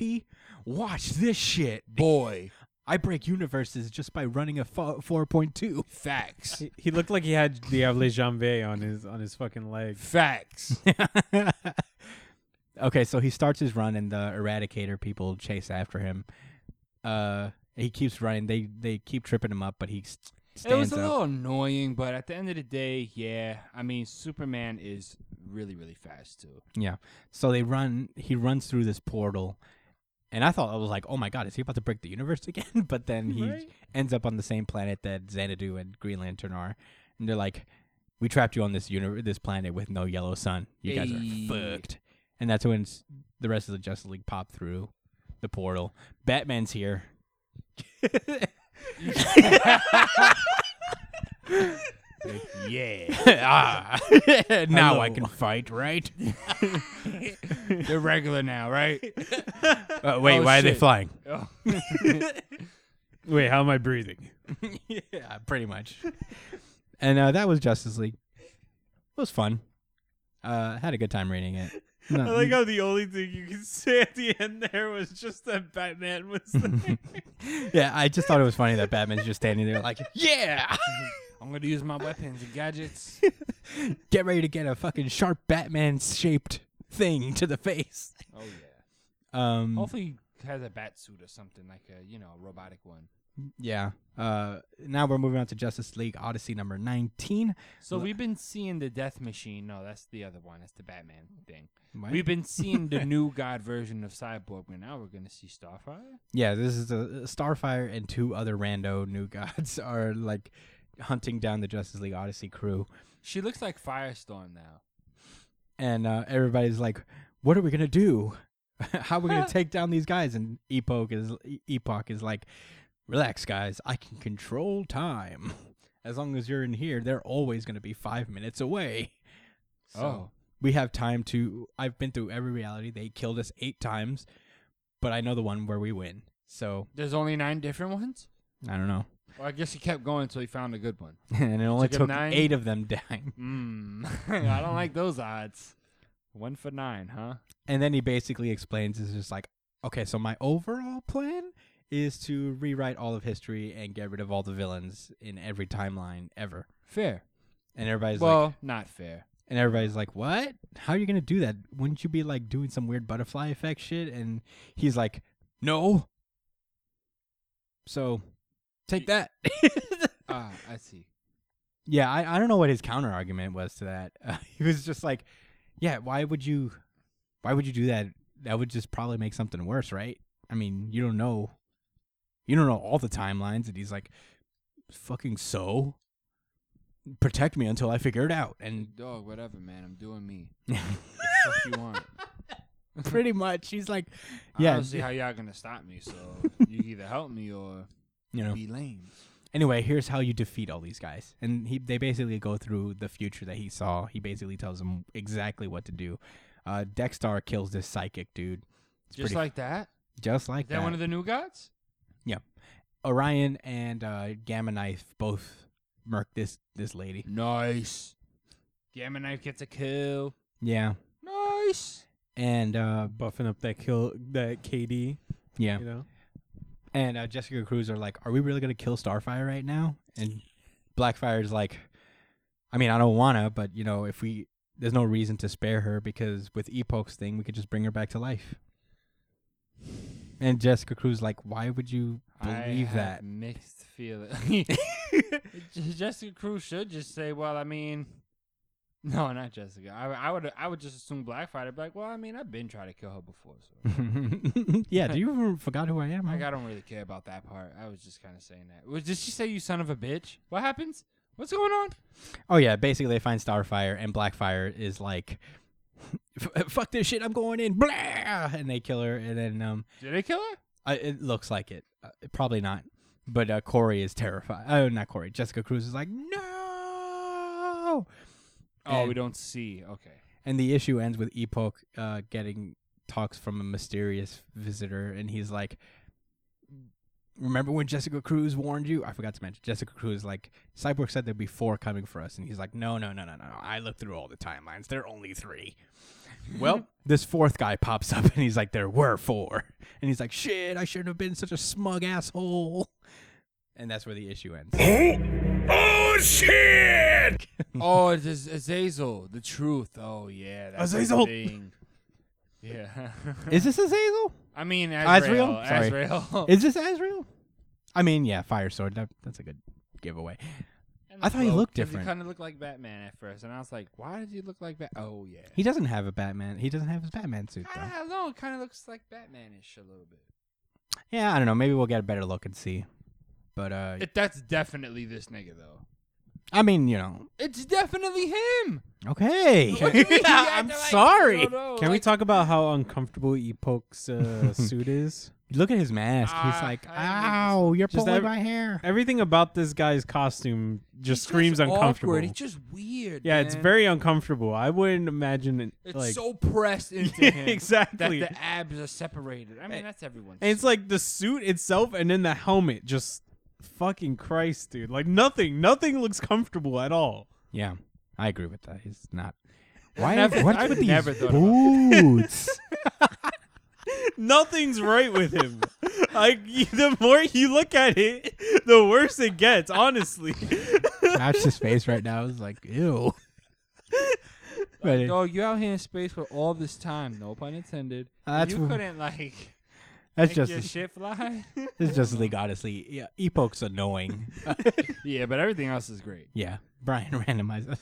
Speaker 2: Watch this shit.
Speaker 3: Boy,
Speaker 2: I break universes just by running a fo- four point two.
Speaker 3: facts,
Speaker 4: He- He looked like he had Diable Jambe on his on his fucking leg.
Speaker 3: facts.
Speaker 2: okay, so he starts his run, and the Eradicator people chase after him. Uh, he keeps running. They they keep tripping him up, but he st-
Speaker 3: it was
Speaker 2: stands
Speaker 3: a
Speaker 2: up.
Speaker 3: little annoying, but at the end of the day, yeah. I mean, Superman is really really fast too.
Speaker 2: Yeah. So they run. He runs through this portal, and I thought I was like, "Oh my god, is he about to break the universe again?" But then he ends up on the same planet that Xanadu and Green Lantern are, and they're like, "We trapped you on this universe, this planet with no yellow sun. You guys
Speaker 3: Ayy.
Speaker 2: are fucked." And that's when s- the rest of the Justice League pop through the portal. Batman's here.
Speaker 3: Yeah,
Speaker 2: ah, now I can fight, right?
Speaker 3: they're regular now, right?
Speaker 2: Uh, wait,
Speaker 3: Oh,
Speaker 2: why are they
Speaker 3: shit.
Speaker 2: flying?
Speaker 3: Oh.
Speaker 4: Wait, how am I breathing?
Speaker 2: yeah, pretty much. and uh, that was Justice League. It was fun. Uh, had a good time reading it. No-
Speaker 4: I like how the only thing you could say at the end there was just that Batman was there.
Speaker 2: yeah, I just thought it was funny that Batman's just standing there like, yeah,
Speaker 3: I'm gonna use my weapons and gadgets.
Speaker 2: get ready to get a fucking sharp Batman shaped thing to the face.
Speaker 3: Oh yeah.
Speaker 2: Um,
Speaker 3: Hopefully he has a bat suit or something like a you know robotic one.
Speaker 2: yeah. Uh, now we're moving on to Justice League Odyssey number 19.
Speaker 3: So we've been seeing the Death Machine. No, that's the other one. That's the Batman thing.
Speaker 2: What?
Speaker 3: We've been seeing the new God version of Cyborg, but now we're gonna see Starfire.
Speaker 2: Yeah, this is a Starfire and two other rando new gods are like hunting down the Justice League Odyssey crew.
Speaker 3: She looks like Firestorm now.
Speaker 2: and uh, everybody's like, "What are we gonna do? How are we gonna take down these guys?" And Epoch is E- Epoch is like, "Relax, guys. I can control time. As long as you're in here, they're always gonna be five minutes away." So,
Speaker 3: So,
Speaker 2: we have time to. I've been through every reality. They killed us eight times, but I know the one where we win. So
Speaker 3: There's only nine different ones.
Speaker 2: I don't know.
Speaker 3: Well, I guess he kept going until he found a good one.
Speaker 2: and it only
Speaker 3: Took him
Speaker 2: took
Speaker 3: nine?
Speaker 2: eight of them dying.
Speaker 3: Mm. I don't like those odds. One for nine, huh?
Speaker 2: And then he basically explains it's just like, okay, so my overall plan is to rewrite all of history and get rid of all the villains in every timeline ever.
Speaker 3: Fair.
Speaker 2: And everybody's like,
Speaker 3: well, not fair.
Speaker 2: and everybody's like, "What? How are you gonna do that? Wouldn't you be like doing some weird butterfly effect shit?" And he's like, "No." So, take that.
Speaker 3: Ah, I see.
Speaker 2: yeah, I, I don't know what his counter argument was to that. Uh, he was just like, "Yeah, why would you? Why would you do that? That would just probably make something worse, right? I mean, you don't know, you don't know all the timelines." And he's like, "Fucking so." Protect me until I figure it out, and
Speaker 3: Dog, whatever, man. I'm doing me. Fuck you want?
Speaker 2: pretty much he's like,
Speaker 3: I
Speaker 2: "Yeah,
Speaker 3: don't see how y'all gonna stop me. So you either help me or
Speaker 2: you know."
Speaker 3: be lame.
Speaker 2: anyway, here's how you defeat all these guys. And he they basically go through the future that he saw. He basically tells them exactly what to do. Uh, Dexter kills this psychic dude. It's
Speaker 3: Just
Speaker 2: pretty-
Speaker 3: like that?
Speaker 2: just like
Speaker 3: Is that one of the new gods?
Speaker 2: Orion and uh, Gamma Knife both murk this this lady.
Speaker 3: Nice. Gamma Knife gets a kill.
Speaker 2: Yeah,
Speaker 3: Nice.
Speaker 2: and uh,
Speaker 4: buffing up that kill that KD.
Speaker 2: yeah,
Speaker 4: You know,
Speaker 2: and uh, Jessica Cruz are like, "Are we really gonna kill Starfire right now?" And Blackfire's like, "I mean, I don't wanna, but you know, if we." There's no reason to spare her because with Epok's thing, we could just bring her back to life. And Jessica Cruz, like, why would you believe
Speaker 3: I
Speaker 2: that?
Speaker 3: Have mixed feelings. Jessica Cruz should just say, "Well, I mean, no, not Jessica. I, I would, I would just assume Black Friday. Be like, well, I mean, I've been trying to kill her before, so
Speaker 2: yeah, do you even forgot who I am?
Speaker 3: like,
Speaker 2: huh?
Speaker 3: I don't really care about that part. I was just kind of saying that. Was- Did she say you son of a bitch? What happens? What's going on?
Speaker 2: oh yeah, basically they find Starfire and Blackfire is like, "F- fuck this shit, I'm going in, blah, and they kill her, and then um,
Speaker 3: Did they kill her?
Speaker 2: I, it looks like it. Uh, probably not. But uh, Corey is terrified. Oh, not Corey. Jessica Cruz is like, no.
Speaker 3: Oh, we
Speaker 2: And-
Speaker 3: don't see. Okay,
Speaker 2: And the issue ends with Epoch uh, getting talks from a mysterious visitor, and he's like, "Remember when Jessica Cruz warned you?" I forgot to mention Jessica Cruz. Like Cyborg said, there'd be four coming for us, and he's like, "No, no, no, no, no. no. I looked through all the timelines. There are only three. Well, this fourth guy pops up, and he's like, "There were four. and he's like, "Shit, I shouldn't have been such a smug asshole." And that's where the issue ends.
Speaker 5: Oh shit!
Speaker 3: oh, it's Az- Azazel, the truth. Oh yeah, that's the
Speaker 2: Azazel.
Speaker 3: thing. Yeah,
Speaker 2: Is this Azazel?
Speaker 3: I mean
Speaker 2: Azrael?
Speaker 3: Azrael.
Speaker 2: Sorry.
Speaker 3: Azrael.
Speaker 2: Is this Azrael? I mean, yeah, Fire Sword. That, that's a good giveaway.
Speaker 3: And
Speaker 2: I
Speaker 3: the
Speaker 2: thought he
Speaker 3: cloak,
Speaker 2: looked
Speaker 3: 'cause
Speaker 2: different.
Speaker 3: He kind of looked like Batman at first, and I was like, "Why does he look like Bat?" Oh yeah,
Speaker 2: He doesn't have a Batman. He doesn't have his Batman suit though.
Speaker 3: ah, no, it kind of looks like Batmanish a little bit.
Speaker 2: Yeah, I don't know. Maybe we'll get a better look and see. But uh,
Speaker 3: It, that's definitely this nigga though.
Speaker 2: I mean, you know.
Speaker 3: It's definitely him.
Speaker 2: Okay.
Speaker 3: What do you mean he
Speaker 2: I'm
Speaker 3: acted like-
Speaker 2: sorry.
Speaker 3: No, no,
Speaker 4: can we
Speaker 3: like-
Speaker 4: talk about how uncomfortable Epok's uh, suit is?
Speaker 2: Look at his mask. He's
Speaker 3: Ah,
Speaker 2: like,
Speaker 3: I
Speaker 2: "Ow, you're
Speaker 4: Just
Speaker 2: pulling
Speaker 4: every-
Speaker 2: my hair."
Speaker 4: Everything about this guy's costume just
Speaker 3: He's
Speaker 4: screams uncomfortable.
Speaker 3: Awkward. He's just weird.
Speaker 4: yeah, it's
Speaker 3: man.
Speaker 4: very uncomfortable. I wouldn't imagine it.
Speaker 3: It's
Speaker 4: like,
Speaker 3: so pressed into
Speaker 4: Yeah,
Speaker 3: him.
Speaker 4: exactly.
Speaker 3: That the abs are separated. I mean, that's everyone's.
Speaker 4: and it's like the suit itself, and then the helmet. Just fucking Christ, dude! Like nothing, nothing looks comfortable at all.
Speaker 2: Yeah, I agree with that. He's not. Why?
Speaker 3: never-
Speaker 2: what's
Speaker 3: I've
Speaker 2: with
Speaker 3: never
Speaker 2: these
Speaker 3: thought about
Speaker 2: boots?
Speaker 4: Nothing's right with him. like you- the more you look at it, the worse it gets. Honestly,
Speaker 2: That's his face right now. It's like, ew. But it-
Speaker 3: Dog, you out here in space for all this time, no pun intended.
Speaker 2: Uh, that's
Speaker 3: you
Speaker 2: w-
Speaker 3: couldn't like
Speaker 2: that's
Speaker 3: make
Speaker 2: just
Speaker 3: your shit fly.
Speaker 2: it's just League Honestly, Yeah, Epok's annoying.
Speaker 3: yeah, but everything else is great.
Speaker 2: yeah, Brian randomizes.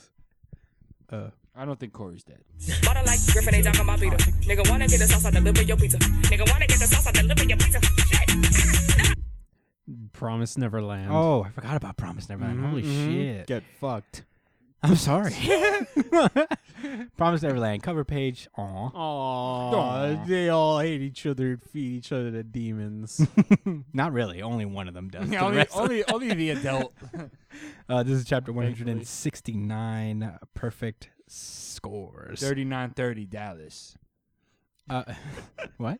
Speaker 2: Uh,
Speaker 3: I don't think Corey's dead.
Speaker 6: Bottle like Griffin, they talking about Peter. Nigga wanna get the sauce out, deliver your pizza. Nigga wanna get the sauce out, deliver your pizza. Shit.
Speaker 4: promise Neverland.
Speaker 2: Oh, I forgot about Promise Neverland. Holy shit.
Speaker 4: Get fucked.
Speaker 2: I'm sorry. Promise Neverland cover page. Aw.
Speaker 4: Um. Aww, they all hate each other and feed each other to demons.
Speaker 2: Not really. Only one of them does. The
Speaker 3: only,
Speaker 2: rest-
Speaker 3: only, only the adult.
Speaker 2: uh, this is chapter 169. uh, Perfect scores.
Speaker 3: 3930 Dallas.
Speaker 2: Uh, what?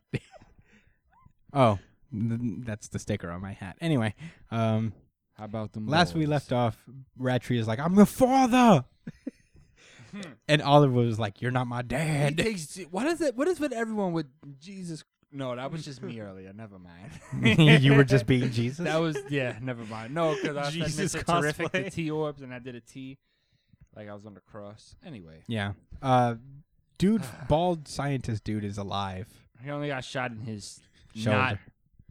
Speaker 2: oh, th- that's the sticker on my hat. Anyway, um,
Speaker 3: How about them?
Speaker 2: last we
Speaker 3: boys?
Speaker 2: left off, Rattry is like, "I'm your father," and Oliver was like, "You're not my
Speaker 3: He
Speaker 2: dad."
Speaker 3: takes, what is it? What is with everyone with Jesus? No, that was just me earlier. Never mind.
Speaker 2: you were just being Jesus.
Speaker 3: That was yeah. Never mind. No, because I
Speaker 4: Jesus
Speaker 3: Jesus said Mr. terrific the
Speaker 4: cosplay.
Speaker 3: T orbs, and I did a T, like I was on the cross. Anyway,
Speaker 2: yeah. Uh, dude, bald scientist dude is alive.
Speaker 3: he only got shot in his
Speaker 2: Shoulder.
Speaker 3: not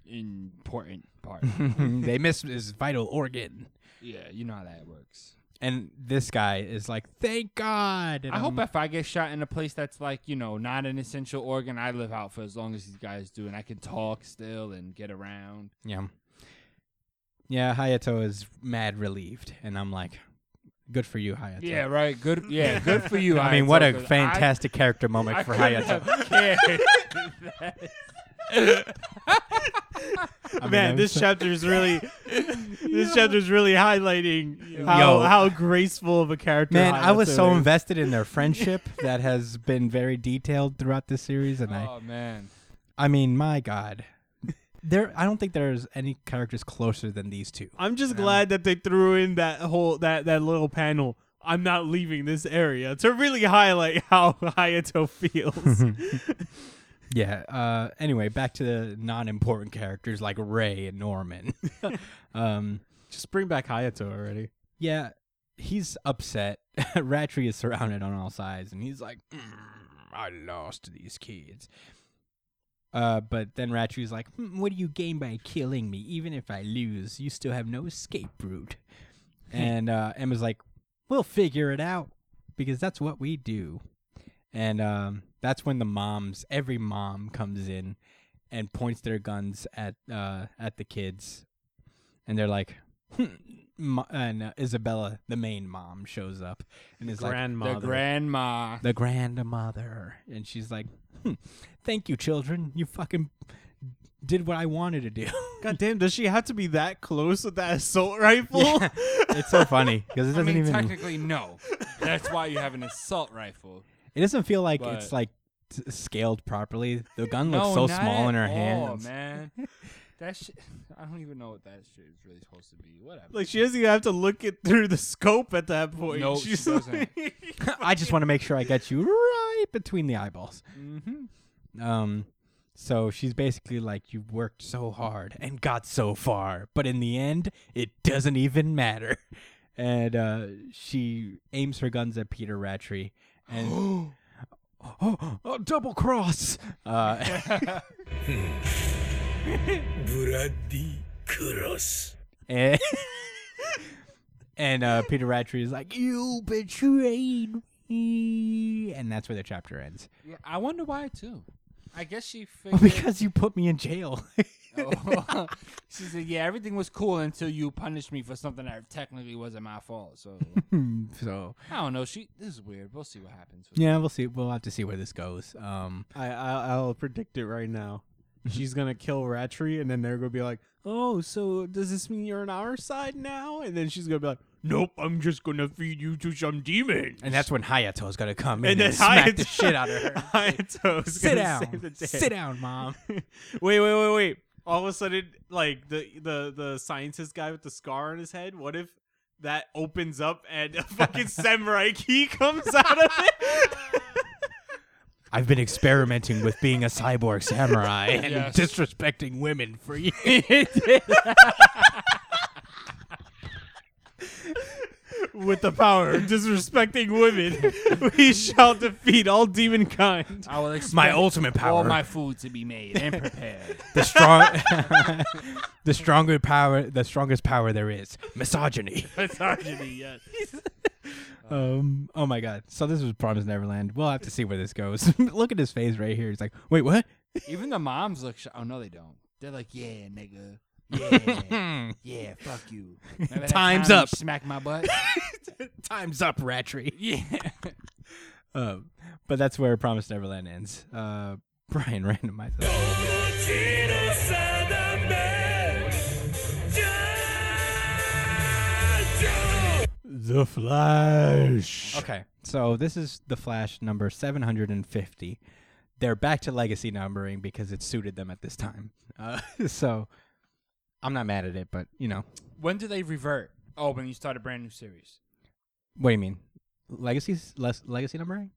Speaker 3: important part.
Speaker 2: they missed his vital organ.
Speaker 3: yeah, you know how that works.
Speaker 2: And this guy is like, "Thank God." And
Speaker 3: I hope
Speaker 2: I'm-
Speaker 3: if I get shot in a place that's like you know not an essential organ, I live out for as long as these guys do, and I can talk still and get around.
Speaker 2: Yeah. Yeah, Hayato is mad relieved, and I'm like, good for you, Hayato.
Speaker 3: Yeah, right. Good. Yeah, good for you.
Speaker 2: I mean, what a
Speaker 3: Ayato, 'cause I-
Speaker 2: fantastic character moment
Speaker 3: I
Speaker 2: for
Speaker 3: couldn't
Speaker 2: Hayato.
Speaker 3: have cared less.
Speaker 2: I mean,
Speaker 4: Man,
Speaker 2: I'm
Speaker 4: this
Speaker 2: so-
Speaker 4: chapter is really this chapter is really highlighting how
Speaker 2: Yo.
Speaker 4: how graceful of a character.
Speaker 2: Man, I was
Speaker 4: Hayato
Speaker 2: so
Speaker 4: is.
Speaker 2: invested in their friendship that has been very detailed throughout this series, and I,
Speaker 3: oh man.
Speaker 2: I mean, my God, there. I don't think there's any characters closer than these two.
Speaker 4: I'm just glad that they threw in that whole that that little panel. I'm not leaving this area to really highlight how Hayato feels.
Speaker 2: Yeah. Uh, anyway, back to the non-important characters like Ray and Norman. um,
Speaker 4: just bring back Hayato already.
Speaker 2: Yeah, he's upset. Rattry is surrounded on all sides, and he's like, mm, "I lost these kids." Uh, but then Rattry's like, hmm, "What do you gain by killing me? Even if I lose, you still have no escape route." and uh, Emma's like, "We'll figure it out because that's what we do." And um, that's when the moms, every mom comes in and points their guns at uh, at the kids, and they're like, "Hmm," Mo- and uh, Isabella, the main mom, shows up and is like,
Speaker 4: Grandmother.
Speaker 3: The grandma.
Speaker 2: the grandmother, and she's like, hmm, "Thank you, children. You fucking did what I wanted to do."
Speaker 4: God damn, does she have to be that close with that assault rifle?
Speaker 2: it's so funny because it
Speaker 3: I
Speaker 2: doesn't
Speaker 3: mean,
Speaker 2: even
Speaker 3: technically, no. That's why you have an assault rifle.
Speaker 2: it doesn't feel like
Speaker 3: but-
Speaker 2: it's like t- scaled properly. The gun
Speaker 3: no,
Speaker 2: looks so
Speaker 3: not
Speaker 2: small in her
Speaker 3: at all,
Speaker 2: hands.
Speaker 3: man. That shit. I don't even know what that shit is really supposed to be. Whatever.
Speaker 4: like she doesn't even have to look it through the scope at that point.
Speaker 3: No, she
Speaker 4: She's
Speaker 3: doesn't.
Speaker 4: like-
Speaker 2: I just want to make sure I get you right between the eyeballs.
Speaker 3: Mm-hmm.
Speaker 2: Um, so she's basically like, "You worked so hard and got so far, but in the end, it doesn't even matter." And uh, she aims her guns at Peter Rattray and. Oh, oh, double cross! Uh, and and uh, Peter Rattray is like, "You betrayed me," and that's where the chapter ends.
Speaker 3: Yeah, I wonder why too. I guess she
Speaker 2: Well,
Speaker 3: figured.
Speaker 2: because you put me in jail.
Speaker 3: Oh. she said, "Yeah, everything was cool until you punished me for something that technically wasn't my fault." So
Speaker 2: so
Speaker 3: I don't know. She. This is weird. We'll see what happens. with
Speaker 2: yeah, we'll see. We'll have to see where this goes. Um,
Speaker 4: I, I I'll predict it right now. She's gonna kill Rattray, and then they're gonna be like, "Oh, so does this mean you're on our side now?" And then she's gonna be like, "Nope, I'm just gonna feed you to some demon."
Speaker 2: and that's when Hayato's gonna come in
Speaker 4: And
Speaker 2: and,
Speaker 4: then
Speaker 2: smack the
Speaker 4: Hayato-
Speaker 2: shit out of her.
Speaker 4: Hayato's
Speaker 2: Sit
Speaker 4: gonna save the
Speaker 2: down,
Speaker 4: day.
Speaker 2: sit down, mom.
Speaker 4: wait, wait, wait, wait. All of a sudden, like the the the scientist guy with the scar on his head. What if that opens up and a fucking samurai key comes out of it?
Speaker 2: I've been experimenting with being a cyborg samurai and
Speaker 3: Yes.
Speaker 2: disrespecting women for years.
Speaker 4: With the power of disrespecting women, we shall defeat all demon kind.
Speaker 3: I will expect
Speaker 2: My ultimate
Speaker 3: all
Speaker 2: power,
Speaker 3: my food to be made and prepared.
Speaker 2: the strong, the stronger power, the strongest power there is, misogyny.
Speaker 3: Misogyny, yes.
Speaker 2: Um. Oh my God. So this was Promised Neverland. We'll have to see where this goes. Look at his face right here. He's like, wait, what?
Speaker 3: Even the moms look. Sh- oh no, they don't. They're like, yeah, nigga. Yeah, yeah, fuck you. Remember that
Speaker 2: Time's
Speaker 3: time you
Speaker 2: up.
Speaker 3: Smack my butt.
Speaker 2: Time's up, Rattray.
Speaker 3: yeah.
Speaker 2: Um, but that's where Promised Neverland ends. Uh, Brian randomizes.
Speaker 6: uh,
Speaker 4: The Flash.
Speaker 2: Okay, so this is the Flash number 750. They're back to legacy numbering because it suited them at this time. Uh, so I'm not mad at it, but you know,
Speaker 3: When do they revert? Oh, when you start a brand new series.
Speaker 2: what do you mean? Legacy less legacy numbering?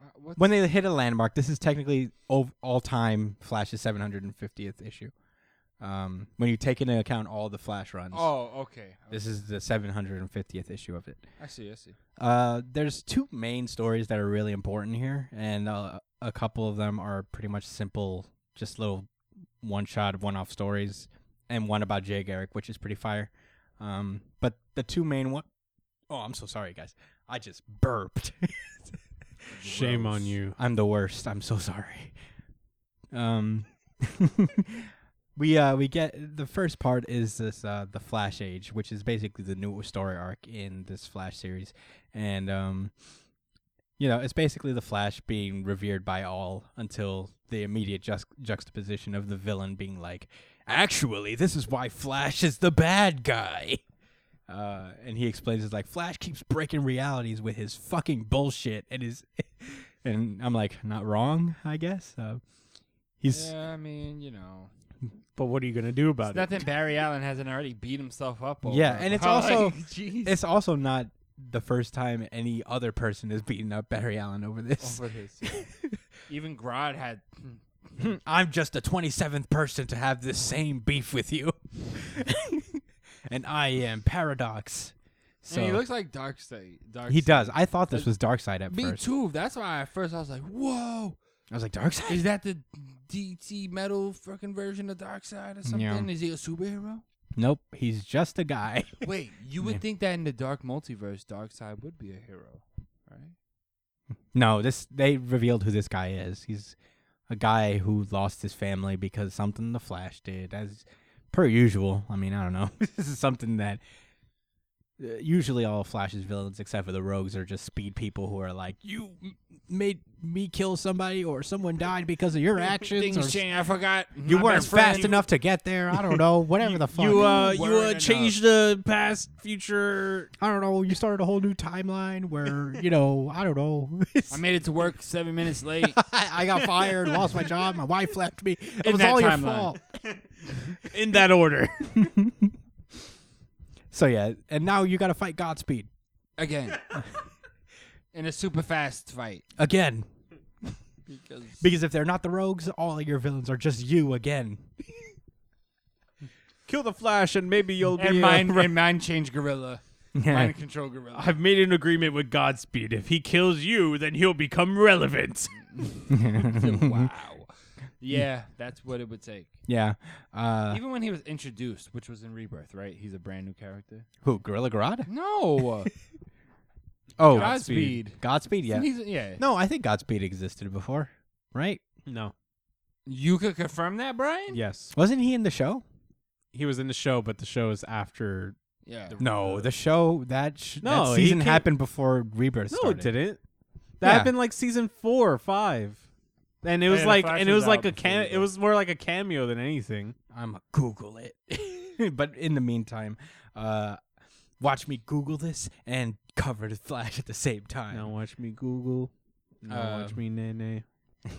Speaker 3: Wha- What's
Speaker 2: When they hit a landmark, this is technically all time Flash's 750th issue. Um, when you take into account all the Flash runs,
Speaker 3: Oh, okay.
Speaker 2: this is the 750th issue of it.
Speaker 3: I see. I see.
Speaker 2: Uh, there's two main stories that are really important here, and uh, a couple of them are pretty much simple, just little one-shot, one-off stories, and one about Jay Garrick, which is pretty fire. Um, but the two main one oh, I'm so sorry, guys. I just burped.
Speaker 4: Shame on you.
Speaker 2: I'm the worst. I'm so sorry. Um, we uh we get the first part is this uh the Flash Age, which is basically the new story arc in this Flash series, and um, you know, it's basically the Flash being revered by all until the immediate jux- juxtaposition of the villain being like, actually, this is why Flash is the bad guy. Uh, and he explains it's like Flash keeps breaking realities with his fucking bullshit and his, and I'm like not wrong I guess. Uh, he's
Speaker 3: Yeah, I mean, you know,
Speaker 4: But what are you gonna do
Speaker 3: it's
Speaker 4: about
Speaker 3: nothing Barry Allen hasn't already beat himself up over.
Speaker 2: Yeah, and it's
Speaker 3: Like,
Speaker 2: also-
Speaker 3: jeez.
Speaker 2: it's also not the first time any other person is beating up Barry Allen over this.
Speaker 3: over this. yeah. Even Grodd had.
Speaker 2: I'm just the 27th person to have this same beef with you, and I am Paradox. So
Speaker 3: and he looks like Darkseid. Dark
Speaker 2: He does. I thought this was Darkseid at
Speaker 3: Me
Speaker 2: first.
Speaker 3: too. That's why at first I was like, "Whoa,
Speaker 2: I was like, Darkseid?
Speaker 3: is that the DT metal fucking version of Darkseid or something?
Speaker 2: Yeah.
Speaker 3: Is he a superhero?"
Speaker 2: nope, he's just a guy.
Speaker 3: Wait, you would think that in the Dark Multiverse, Darkseid would be a hero, right?
Speaker 2: no, this they revealed who this guy is. He's a guy who lost his family because something the Flash did, as per usual. I mean, I don't know. this is something that uh, usually all of Flash's villains, except for the Rogues, are just speed people who are like, "You m- made me kill somebody, or someone died because of your actions, or s-
Speaker 3: I forgot.
Speaker 2: you weren't fast enough to get there." I don't know. Whatever the fuck.
Speaker 4: You uh,
Speaker 3: You
Speaker 4: you uh,
Speaker 3: weren't
Speaker 4: change the past, future.
Speaker 2: I don't know. You started a whole new timeline where you know I don't know.
Speaker 3: I made it to work seven minutes late.
Speaker 2: I got fired, lost my job, my wife left me. It
Speaker 3: In
Speaker 2: was
Speaker 3: that
Speaker 2: all your
Speaker 3: timeline.
Speaker 2: fault.
Speaker 4: In that order.
Speaker 2: So yeah, and now you got to fight Godspeed
Speaker 3: Again. In a super fast fight.
Speaker 2: again
Speaker 3: Because
Speaker 2: because if they're not the rogues, all of your villains are just you again.
Speaker 4: Kill the Flash, and maybe you'll be.
Speaker 3: and
Speaker 4: a-
Speaker 3: mind and mind change gorilla.
Speaker 2: Yeah.
Speaker 3: Mind control gorilla.
Speaker 4: I've made an agreement with Godspeed. If he kills you, then he'll become relevant.
Speaker 3: wow. Yeah, that's what it would take.
Speaker 2: yeah. Uh,
Speaker 3: Even when he was introduced, which was in Rebirth, right? He's a brand new character.
Speaker 2: who? Gorilla Grodd?
Speaker 3: No.
Speaker 2: Oh,
Speaker 3: Godspeed.
Speaker 2: Godspeed. Yeah.
Speaker 3: He's- yeah.
Speaker 2: No, I think Godspeed existed before, right?
Speaker 4: No.
Speaker 3: You could confirm that, Brian?
Speaker 4: Yes.
Speaker 2: Wasn't he in the show?
Speaker 4: He was in the show, but the show is after.
Speaker 3: Yeah.
Speaker 2: No, the show that, sh-
Speaker 4: No,
Speaker 2: that
Speaker 4: he
Speaker 2: season
Speaker 4: came-
Speaker 2: happened before Rebirth.
Speaker 4: No,
Speaker 2: started.
Speaker 4: it didn't. That
Speaker 2: Yeah.
Speaker 4: happened like season four or five. And it was
Speaker 3: Yeah, the
Speaker 4: like,
Speaker 3: Flash
Speaker 4: and it
Speaker 3: was
Speaker 4: was like
Speaker 3: out
Speaker 4: a
Speaker 3: before
Speaker 4: cam.
Speaker 3: we
Speaker 4: It
Speaker 3: were.
Speaker 4: was more like a cameo than anything.
Speaker 2: I'm gonna Google it. but in the meantime, uh, watch me Google this and cover the Flash at the same time.
Speaker 4: Now watch me Google. Now watch
Speaker 2: Um,
Speaker 4: me Nene.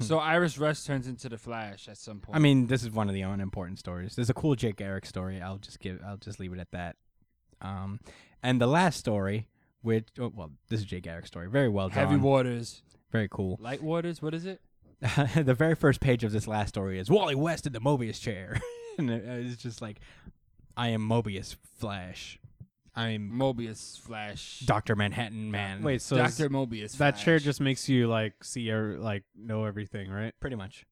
Speaker 3: So Iris Rush turns into the Flash at some point.
Speaker 2: I mean, this is one of the unimportant stories. There's a cool Jake Eric story. I'll just give. I'll just leave it at that. Um, and the last story, which oh, well, this is Jake Eric's story. Very well done.
Speaker 3: heavy waters,
Speaker 2: Very cool.
Speaker 3: light waters. What is it?
Speaker 2: the very first page of this last story is Wally West in the Mobius chair, and it- it's just like, I am Mobius Flash. I'm
Speaker 3: Mobius Flash.
Speaker 2: Doctor Manhattan Man.
Speaker 4: Wait, so is-
Speaker 3: Doctor Mobius.
Speaker 4: that
Speaker 3: Flash.
Speaker 4: chair just makes you like see, er- like know everything, right?
Speaker 2: pretty much.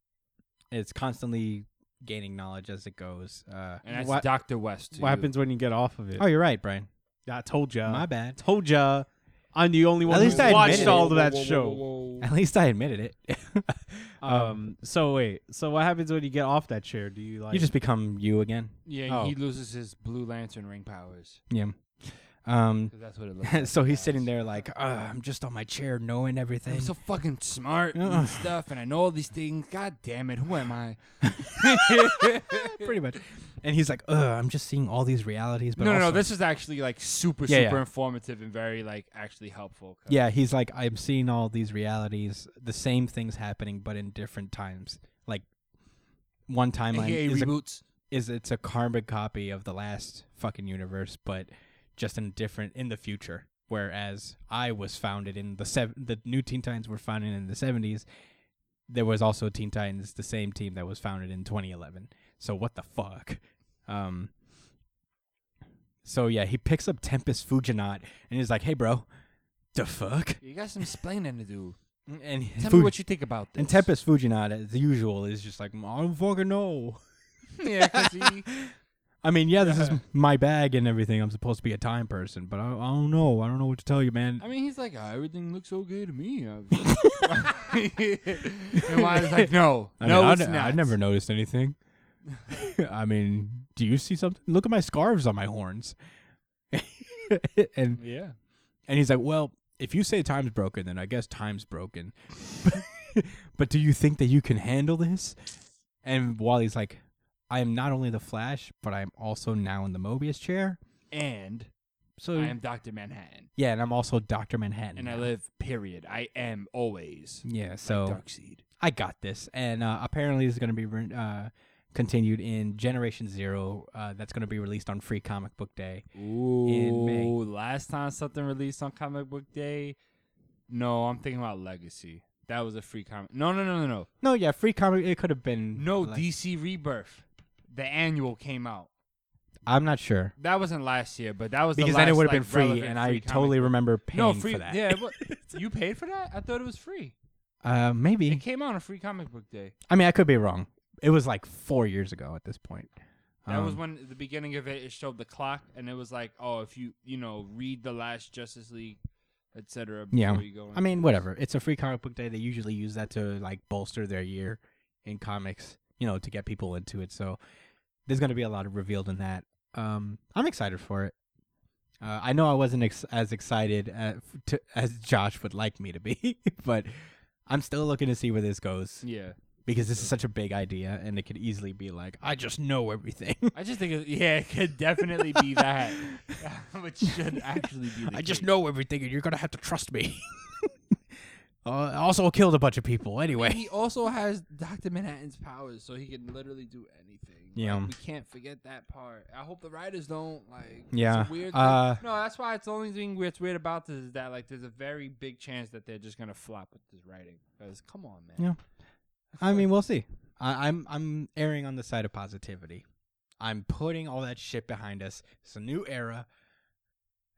Speaker 2: It's constantly gaining knowledge as it goes. Uh,
Speaker 3: And that's
Speaker 4: what-
Speaker 3: Doctor West. to
Speaker 4: What
Speaker 3: you.
Speaker 4: happens when you get off of it?
Speaker 2: oh, you're right, Brian.
Speaker 4: I told ya.
Speaker 2: My bad.
Speaker 4: Told ya. I'm the only one
Speaker 2: least
Speaker 4: who
Speaker 2: I
Speaker 4: watched
Speaker 2: admitted it.
Speaker 4: all of that show.
Speaker 2: At least I admitted it.
Speaker 4: Um. So wait. So what happens when you get off that chair? Do you like?
Speaker 2: you just become you again.
Speaker 3: Yeah,
Speaker 4: Oh.
Speaker 3: he loses his Blue Lantern ring powers.
Speaker 2: Yeah. Um,
Speaker 3: 'Cause that's what it looks like.
Speaker 2: so he's sitting there like, "Ugh, I'm just on my chair knowing everything.
Speaker 3: I'm so fucking smart and stuff, and I know all these things. God damn it, who am I?
Speaker 2: pretty much. And he's like, Ugh, I'm just seeing all these realities. But
Speaker 3: no, no, no.
Speaker 2: also-
Speaker 3: This is actually like super,
Speaker 2: Yeah, yeah.
Speaker 3: super informative and very like actually helpful. 'cause-
Speaker 2: Yeah, he's like, I'm seeing all these realities, the same things happening, but in different times. Like, one timeline
Speaker 3: AKA
Speaker 2: is, a,
Speaker 3: reboots.
Speaker 2: is it's a carbon copy of the last fucking universe, but just in different in the future. Whereas I was founded in the seven, the new Teen Titans were founded in the seventies. There was also Teen Titans, the same team that was founded in 2011. So what the fuck? Um. So yeah, he picks up Tempest Fujinat and he's like, "Hey, bro, the fuck?"
Speaker 3: You got some explaining to do.
Speaker 2: And
Speaker 3: Mm, Tell
Speaker 2: Fu-
Speaker 3: me what you think about this.
Speaker 2: and Tempest Fujinat, as usual, is just like, I don't fucking know.
Speaker 3: yeah, 'cause he-
Speaker 2: I mean, yeah, this is my bag and everything. I'm supposed to be a time person, but I, I don't know. I don't know what to tell you, man.
Speaker 3: I mean, he's like, "Ah, everything looks okay to me. I- and Wyatt's like, no,
Speaker 2: I
Speaker 3: no,
Speaker 2: mean, I
Speaker 3: it's
Speaker 2: ne-
Speaker 3: not.
Speaker 2: I never noticed anything. I mean, do you see something? Look at my scarves on my horns. and
Speaker 3: Yeah.
Speaker 2: and he's like, well, if you say time's broken, then I guess time's broken. but do you think that you can handle this? And Wally's like, I am not only the Flash, but I am also now in the Mobius chair.
Speaker 3: And
Speaker 2: So
Speaker 3: I am Doctor Manhattan,
Speaker 2: yeah, and I'm also Doctor Manhattan.
Speaker 3: and I
Speaker 2: now.
Speaker 3: live. Period. I am always
Speaker 2: Yeah, so
Speaker 3: Darkseid.
Speaker 2: I got this, and uh, apparently it's going to be re- uh, continued in Generation Zero. Uh, that's going to be released on Free Comic Book Day.
Speaker 3: Ooh,
Speaker 2: May.
Speaker 3: last time something released on Comic Book Day. No, I'm thinking about Legacy. That was a free comic. No, no, no, no, no.
Speaker 2: No, yeah, Free Comic. It could have been
Speaker 3: No,
Speaker 2: like-
Speaker 3: DC Rebirth. The annual came out.
Speaker 2: I'm not sure
Speaker 3: That wasn't last year, but that was
Speaker 2: because
Speaker 3: the
Speaker 2: then it
Speaker 3: last,
Speaker 2: would have
Speaker 3: like,
Speaker 2: been free,
Speaker 3: relevant
Speaker 2: and
Speaker 3: free
Speaker 2: I
Speaker 3: comic
Speaker 2: totally
Speaker 3: book.
Speaker 2: remember
Speaker 3: no
Speaker 2: paying
Speaker 3: free.
Speaker 2: for that.
Speaker 3: Yeah, it wa- you paid for that? I thought it was free.
Speaker 2: uh,
Speaker 3: It
Speaker 2: maybe.
Speaker 3: came out on Free Comic Book Day.
Speaker 2: I mean, I could be wrong. It was like four years ago at this point.
Speaker 3: That was
Speaker 2: Um,
Speaker 3: when at the beginning of it. It showed the clock, and it was like, oh, if you you know read the last Justice League, etc.
Speaker 2: Yeah.
Speaker 3: before You go
Speaker 2: I
Speaker 3: into
Speaker 2: mean,
Speaker 3: this.
Speaker 2: whatever. It's a free comic book day. They usually use that to like bolster their year in comics, you know, to get people into it. So there's going to be a lot of revealed in that. Um, I'm excited for it. Uh, I know I wasn't ex- as excited at, f- to, as Josh would like me to be, but I'm still looking to see where this goes
Speaker 3: Yeah.
Speaker 2: because this is such a big idea, and it could easily be like, I just know everything.
Speaker 3: I just think, it, yeah, it could definitely be that, which should actually be. The
Speaker 2: I just
Speaker 3: case.
Speaker 2: know everything, and you're gonna have to trust me. uh, also, killed a bunch of people anyway.
Speaker 3: He also has Doctor Manhattan's powers, so he can literally do anything.
Speaker 2: Yeah.
Speaker 3: Like, we can't forget that part. I hope the writers don't like. it's a
Speaker 2: Yeah,
Speaker 3: weird. thing.
Speaker 2: uh,
Speaker 3: no, that's why it's the only thing that's weird about this is that like there's a very big chance that they're just gonna flop with this writing. Because come on, man.
Speaker 2: Yeah. I mean, we'll see. I, I'm I'm erring on the side of positivity. I'm putting all that shit behind us. It's a new era.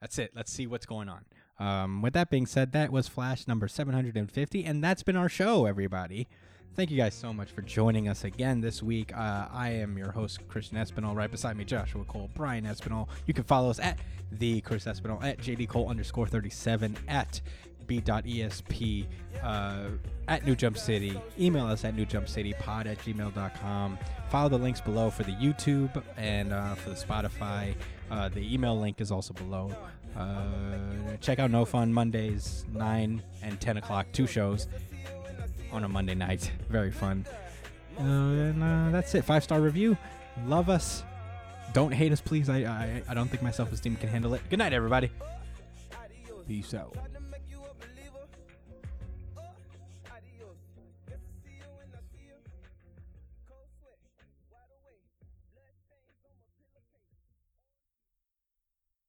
Speaker 2: That's it. Let's see what's going on. Um, with that being said, that was Flash number 750, and that's been our show, everybody. Thank you guys so much for joining us again this week. Uh, I am your host, Christian Espinal. Right beside me, Joshua Cole, Brian Espinal. You can follow us at the Chris Espinal, at JD Cole underscore 37, at beat.esp, uh, at New Jump City. Email us at newjumpcitypod at gmail.com. Follow the links below for the YouTube and uh, for the Spotify. Uh, the email link is also below. Uh, check out No Fun Mondays, 9 and 10 o'clock, two shows on a Monday night. Very fun. Uh, and uh, that's it. Five star review. Love us. Don't hate us, please. I, I, I don't think my self esteem can handle it. Good night, everybody.
Speaker 3: Peace out.
Speaker 1: Tryna
Speaker 5: Oh,